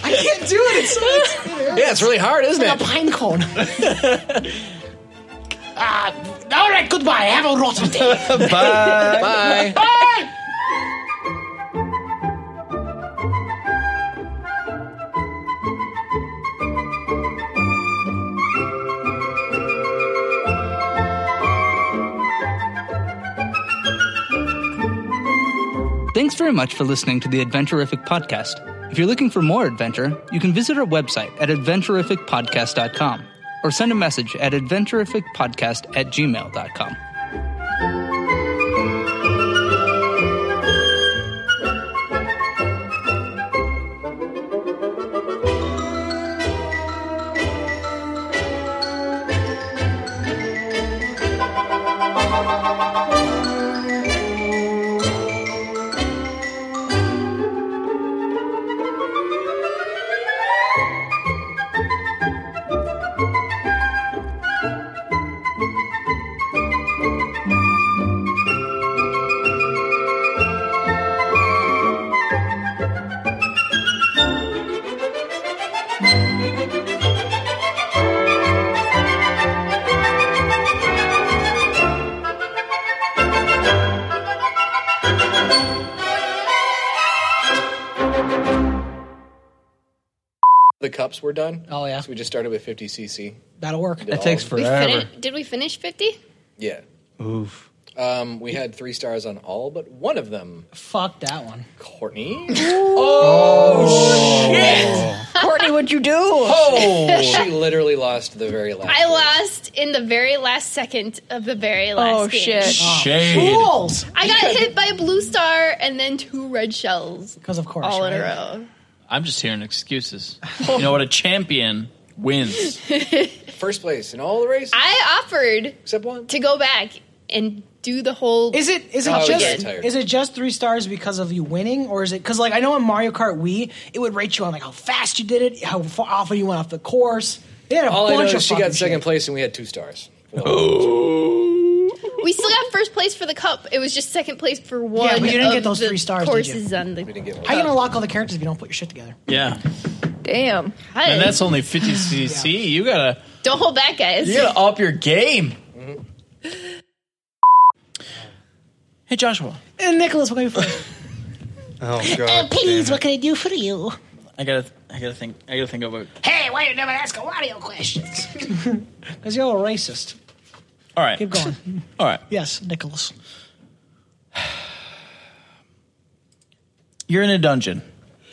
C: can't do it. It's, it's
B: Yeah, it's really hard, isn't
C: like it? A pine cone.
G: Uh, all right, goodbye. Have a rotten day.
B: Bye. Bye.
G: Bye.
H: Thanks very much for listening to the Adventurific Podcast. If you're looking for more adventure, you can visit our website at adventurificpodcast.com or send a message at adventurificpodcast at gmail.com.
B: The cups were done.
C: Oh yeah. So
B: we just started with 50 cc.
C: That'll work.
B: That takes
I: We fini- did we finish 50?
B: Yeah.
Q: Oof.
B: Um, we had three stars on all but one of them.
C: Fuck that one.
B: Courtney.
C: Oh,
B: shit!
I: Courtney, what'd you do?
B: Oh, she literally lost the very last.
I: I lost in the very last second of the very last
A: Oh,
I: game.
A: shit.
B: Shade.
C: Fools.
I: I got hit by a blue star and then two red shells.
C: Because of course,
I: all in
C: right?
I: a
D: I'm just hearing excuses. You know what? A champion wins.
I: row.
B: First place in all the races.
I: I offered
B: except one Oh,
I: to go back and do the whole.
C: Is it is it just is it just three stars because of you winning, or is it because like I know in Mario Kart Wii it would rate you on like how fast you did it, how fa- often you went off the course. They had a
B: All I know
C: bunch of
B: is she got
C: fucking
B: second place and we had two stars.
I: we still got first place for the cup. It was just second place for one.
C: but you didn't
I: of
C: get those
I: the
C: three stars, did you?
I: Courses on the.
C: shit. How you gonna lock all the characters if you don't put your shit together?
D: Yeah.
I: Damn.
D: And that's only 50 cc. You gotta
I: Don't hold back, guys.
D: you gotta up your game. Hey Joshua,
C: And Nicholas, what can I do for
Q: Oh
C: you?
D: God,
C: Uh, please,
D: damn
C: what can I do for you?
D: I gotta I gotta think I gotta think of a.
G: Hey, why you never ask a Wario questions?
C: Because you're all racist.
D: All right,
C: Keep going.
D: All right,
C: yes, Nicholas.
D: You're in a dungeon.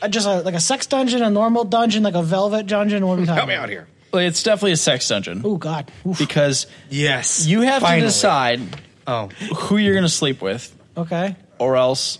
C: Uh, just a, like a sex dungeon, a normal dungeon, like a velvet dungeon. What are we talking Help me out
B: here.
D: Well, It's definitely a sex dungeon.
C: Oh God!
D: Because
Q: yes,
D: you have
Q: finally.
D: to decide
C: Oh.
D: who you're gonna sleep with,
C: Okay.
D: or else,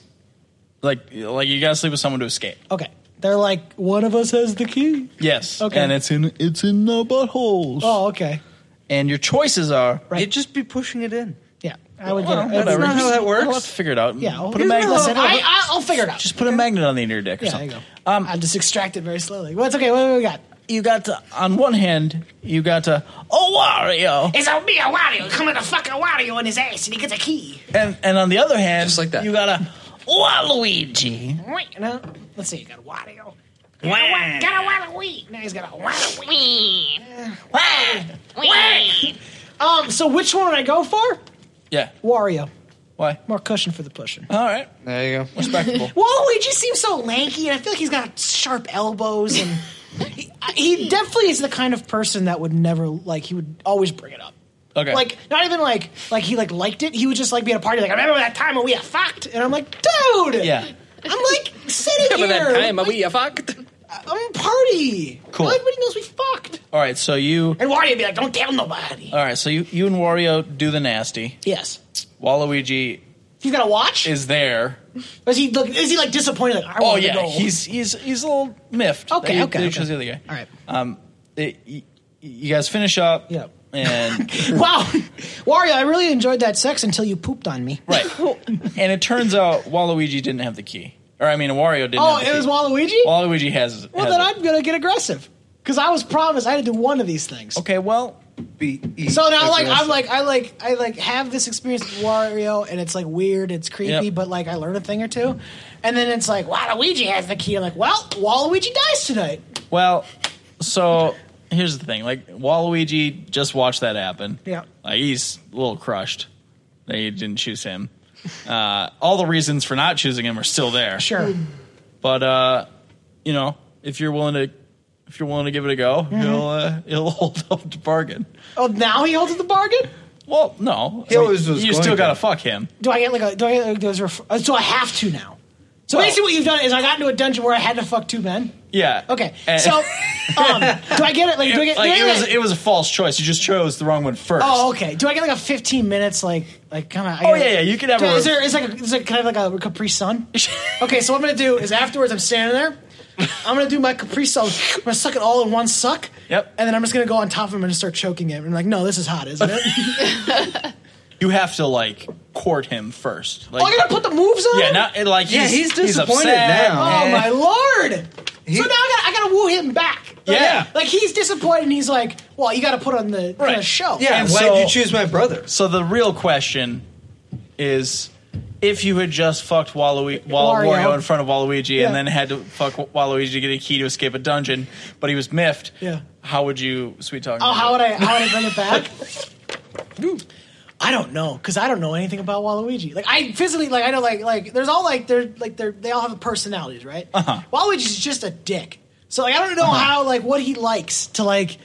D: like like you gotta sleep with someone to escape.
C: Okay. They're like, one of us has the key.
D: Yes.
C: Okay.
D: And it's in it's in the buttholes.
C: Oh, okay.
D: And your choices are
C: Right. You'd
Q: just be pushing it in.
C: Yeah, I would
D: Well,
C: get it.
D: whatever.
C: It's not how that works.
D: I'll have to figure it out.
C: Yeah, I'll-
D: put a
C: Here's
D: magnet.
C: what I'll- I- I'll- I'll figure it out.
D: Just put a magnet on the end of your dick or
C: Yeah, there
D: something.
C: you go. Um, I'm just extracted very slowly. Well, it's okay. What do we got?
D: you got uh, on one hand you got uh, oh Wario,
G: It's a me a Wario. Come with a fucking Wario in his ass and he gets a key.
D: and and on the other hand, just like that, you got a Waluigi.
G: Wait, no. Let's see, you got a Wario. Got a Wa- Got a Waluigi. Now he's got a Waluigi. Waluigi. Waluigi.
C: Um, so which one would I go for?
D: Yeah.
C: Wario.
D: Why?
C: More cushion for the pushing.
D: All right.
B: There you go.
D: Respectable.
C: Waluigi
G: seems so lanky, and I feel like he's got sharp elbows and
C: he definitely is the kind of person that would never like he would always bring it up.
D: Okay.
C: Like not even like like he like liked it. He would just like be at a party like I remember that time when we got fucked and I'm like, dude.
D: Yeah.
C: I'm like sitting
B: Remember
C: here.
B: that time
C: like,
B: we fucked?
C: I'm party.
D: Cool.
C: Everybody knows we fucked.
D: All right, so you
G: and Wario be like, don't tell nobody.
D: all right, so you you and Wario do the nasty.
C: Yes.
D: Waluigi
C: He's got a watch.
D: is there.
C: Is he look? Is he like disappointed? Like I
D: oh
C: wanted to
D: yeah,
C: go.
D: he's he's he's a little miffed.
C: Okay,
D: that he-
C: okay,
D: that he
C: okay.
D: chose the other guy.
C: All right.
D: Um, it, you, you guys finish up. Yeah. And
C: wow, Wario, I really enjoyed that sex until you pooped on me.
D: right, and it turns out Waluigi didn't have the key, or I mean, Wario didn't.
C: Oh,
D: have the
C: it
D: key.
C: was Waluigi?
D: Waluigi has.
C: Well,
D: has
C: then
D: it.
C: I'm gonna get aggressive because I was promised I had to do one of these things.
D: Okay, well,
C: be so now like I'm like I like I like have this experience with Wario and it's like weird, it's creepy,
G: Yep.
C: but like I learn a thing or two, and then it's like Waluigi has the key. I'm like, well, Waluigi dies tonight.
D: Well, so here's the thing. Like Waluigi just watched that happen.
C: Yeah.
D: Like he's a little crushed that you didn't choose him. Uh, all the reasons for not choosing him are still there.
C: Sure.
D: But uh, you know, if you're willing to if you're willing to give it a go,
C: Mm-hmm.
D: he'll uh, he'll hold up to bargain.
C: Oh, now he holds the bargain.
D: Well, no,
C: He always was
D: you
C: going
D: still
C: to.
D: gotta fuck him.
C: Do I get like a do I get like those? Ref- uh, so I have to now. So basically, what you've done is I got into a dungeon where I had to fuck two men.
D: Yeah.
C: Okay,
D: And-
C: so um, do I get it? Like, do I get?
D: Eh. Like
C: wait,
D: it
C: wait,
D: was
C: wait.
D: it was a false choice. You just chose the wrong one first.
C: Oh, okay. Do I get like a 15 minutes? Like, like come on. I
D: Oh,
C: gotta-
D: yeah, yeah, you can have
C: Do-
D: a-
C: Is there is like a, is it kind of like a Capri Sun? okay, so what I'm gonna do is afterwards I'm standing there. I'm gonna do my Capri Sun. I'm gonna suck it all in one suck. Yep. And then I'm just gonna go on top of him and just start choking him. And like, no, this is hot, isn't it?
D: You have to like court him first. Like,
C: oh, I gotta put the moves on.
D: Yeah,
C: him?
D: not- and, like, Yeah, he's- he's he's disappointed upset. now.
C: Oh
D: Yeah.
C: my lord! so now I gotta, I gotta woo him back. Like,
D: Yeah.
C: like he's disappointed. and He's like, well, you gotta put on the, the
D: Oh,
C: show.
D: choose my brother? So the real question is if you had just fucked Waluigi, Wal-
C: Wario.
D: Wario in front of Waluigi
C: Yeah.
D: and then had to fuck Waluigi to get a key to escape a dungeon, but he was miffed,
C: Yeah.
D: how would you sweet talk?
C: Oh,
D: him?
C: how would I how would I bring it back? I don't know because I don't know anything about Waluigi. Like I physically, like I know, like like there's all like they're like they're they all have personalities, right? Uh-huh. Waluigi's just a dick, so like I don't know how like what he likes to like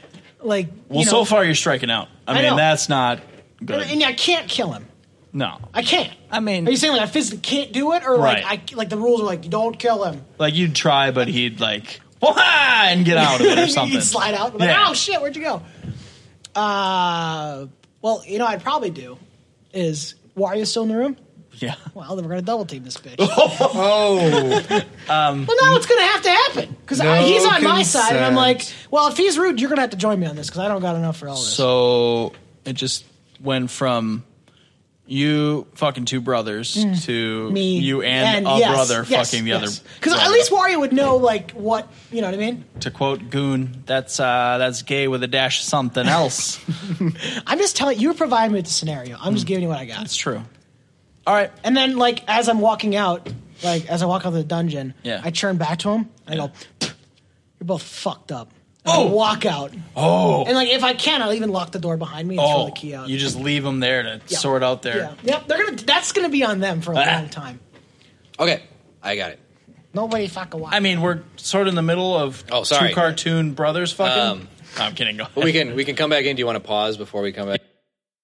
C: like.
D: Uh-huh. Well,
C: you know,
D: so far you're striking out. I,
C: I
D: mean,
C: know.
D: that's not
C: and,
D: good.
C: and I can't kill him.
D: No.
C: I can't. I mean, are you saying like I physically can't do it, or like I like the rules are like don't kill him?
D: Like, you'd try, but he'd, like, "Wah-ha!" and get out of it or something.
C: He'd slide out. and be
D: Yeah.
C: Like, oh shit, where'd you go? Uh, well, you know, what I'd probably do is Wario's still in the room.
D: Yeah.
C: Well, then we're gonna double team this bitch.
D: oh. um,
C: Well, now it's gonna have to happen because
D: No
C: he's on my side, and I'm
D: consent.
C: like, well, if he's rude, you're gonna have to join me on this because I don't got enough for all this.
D: So it just went from you fucking two brothers
C: Mm.
D: to
C: Me
D: you and, a
C: yes,
D: brother
C: yes,
D: fucking the
C: yes.
D: other.
C: Because at
D: brother.
C: least Wario would know like what you know what I mean.
D: to quote Goon, that's uh, that's gay with a dash of something else.
C: I'm just telling you, providing me with the scenario. I'm just giving you what I got. That's
D: Hmm. true. All right.
C: And then, like, as I'm walking out, like, as I walk out of the dungeon,
D: Yeah.
C: I turn back to him and I go, "Pfft, You're both fucked up. Oh. walk out.
D: Oh.
C: And, like, if I can, I'll even lock the door behind me and throw the key out.
D: you just leave them there to
C: Yeah.
D: sort out their.
C: Yep, they're gonna. That's gonna be on them for a
D: Ah.
C: long time.
B: Okay, I got it.
C: Nobody fucking watch.
D: I mean, we're sort of in the middle of
B: Oh, sorry.
D: two cartoon brothers fucking.
B: Um,
D: I'm kidding. Go
B: But we can we can come back in. Do you want to pause before we come back?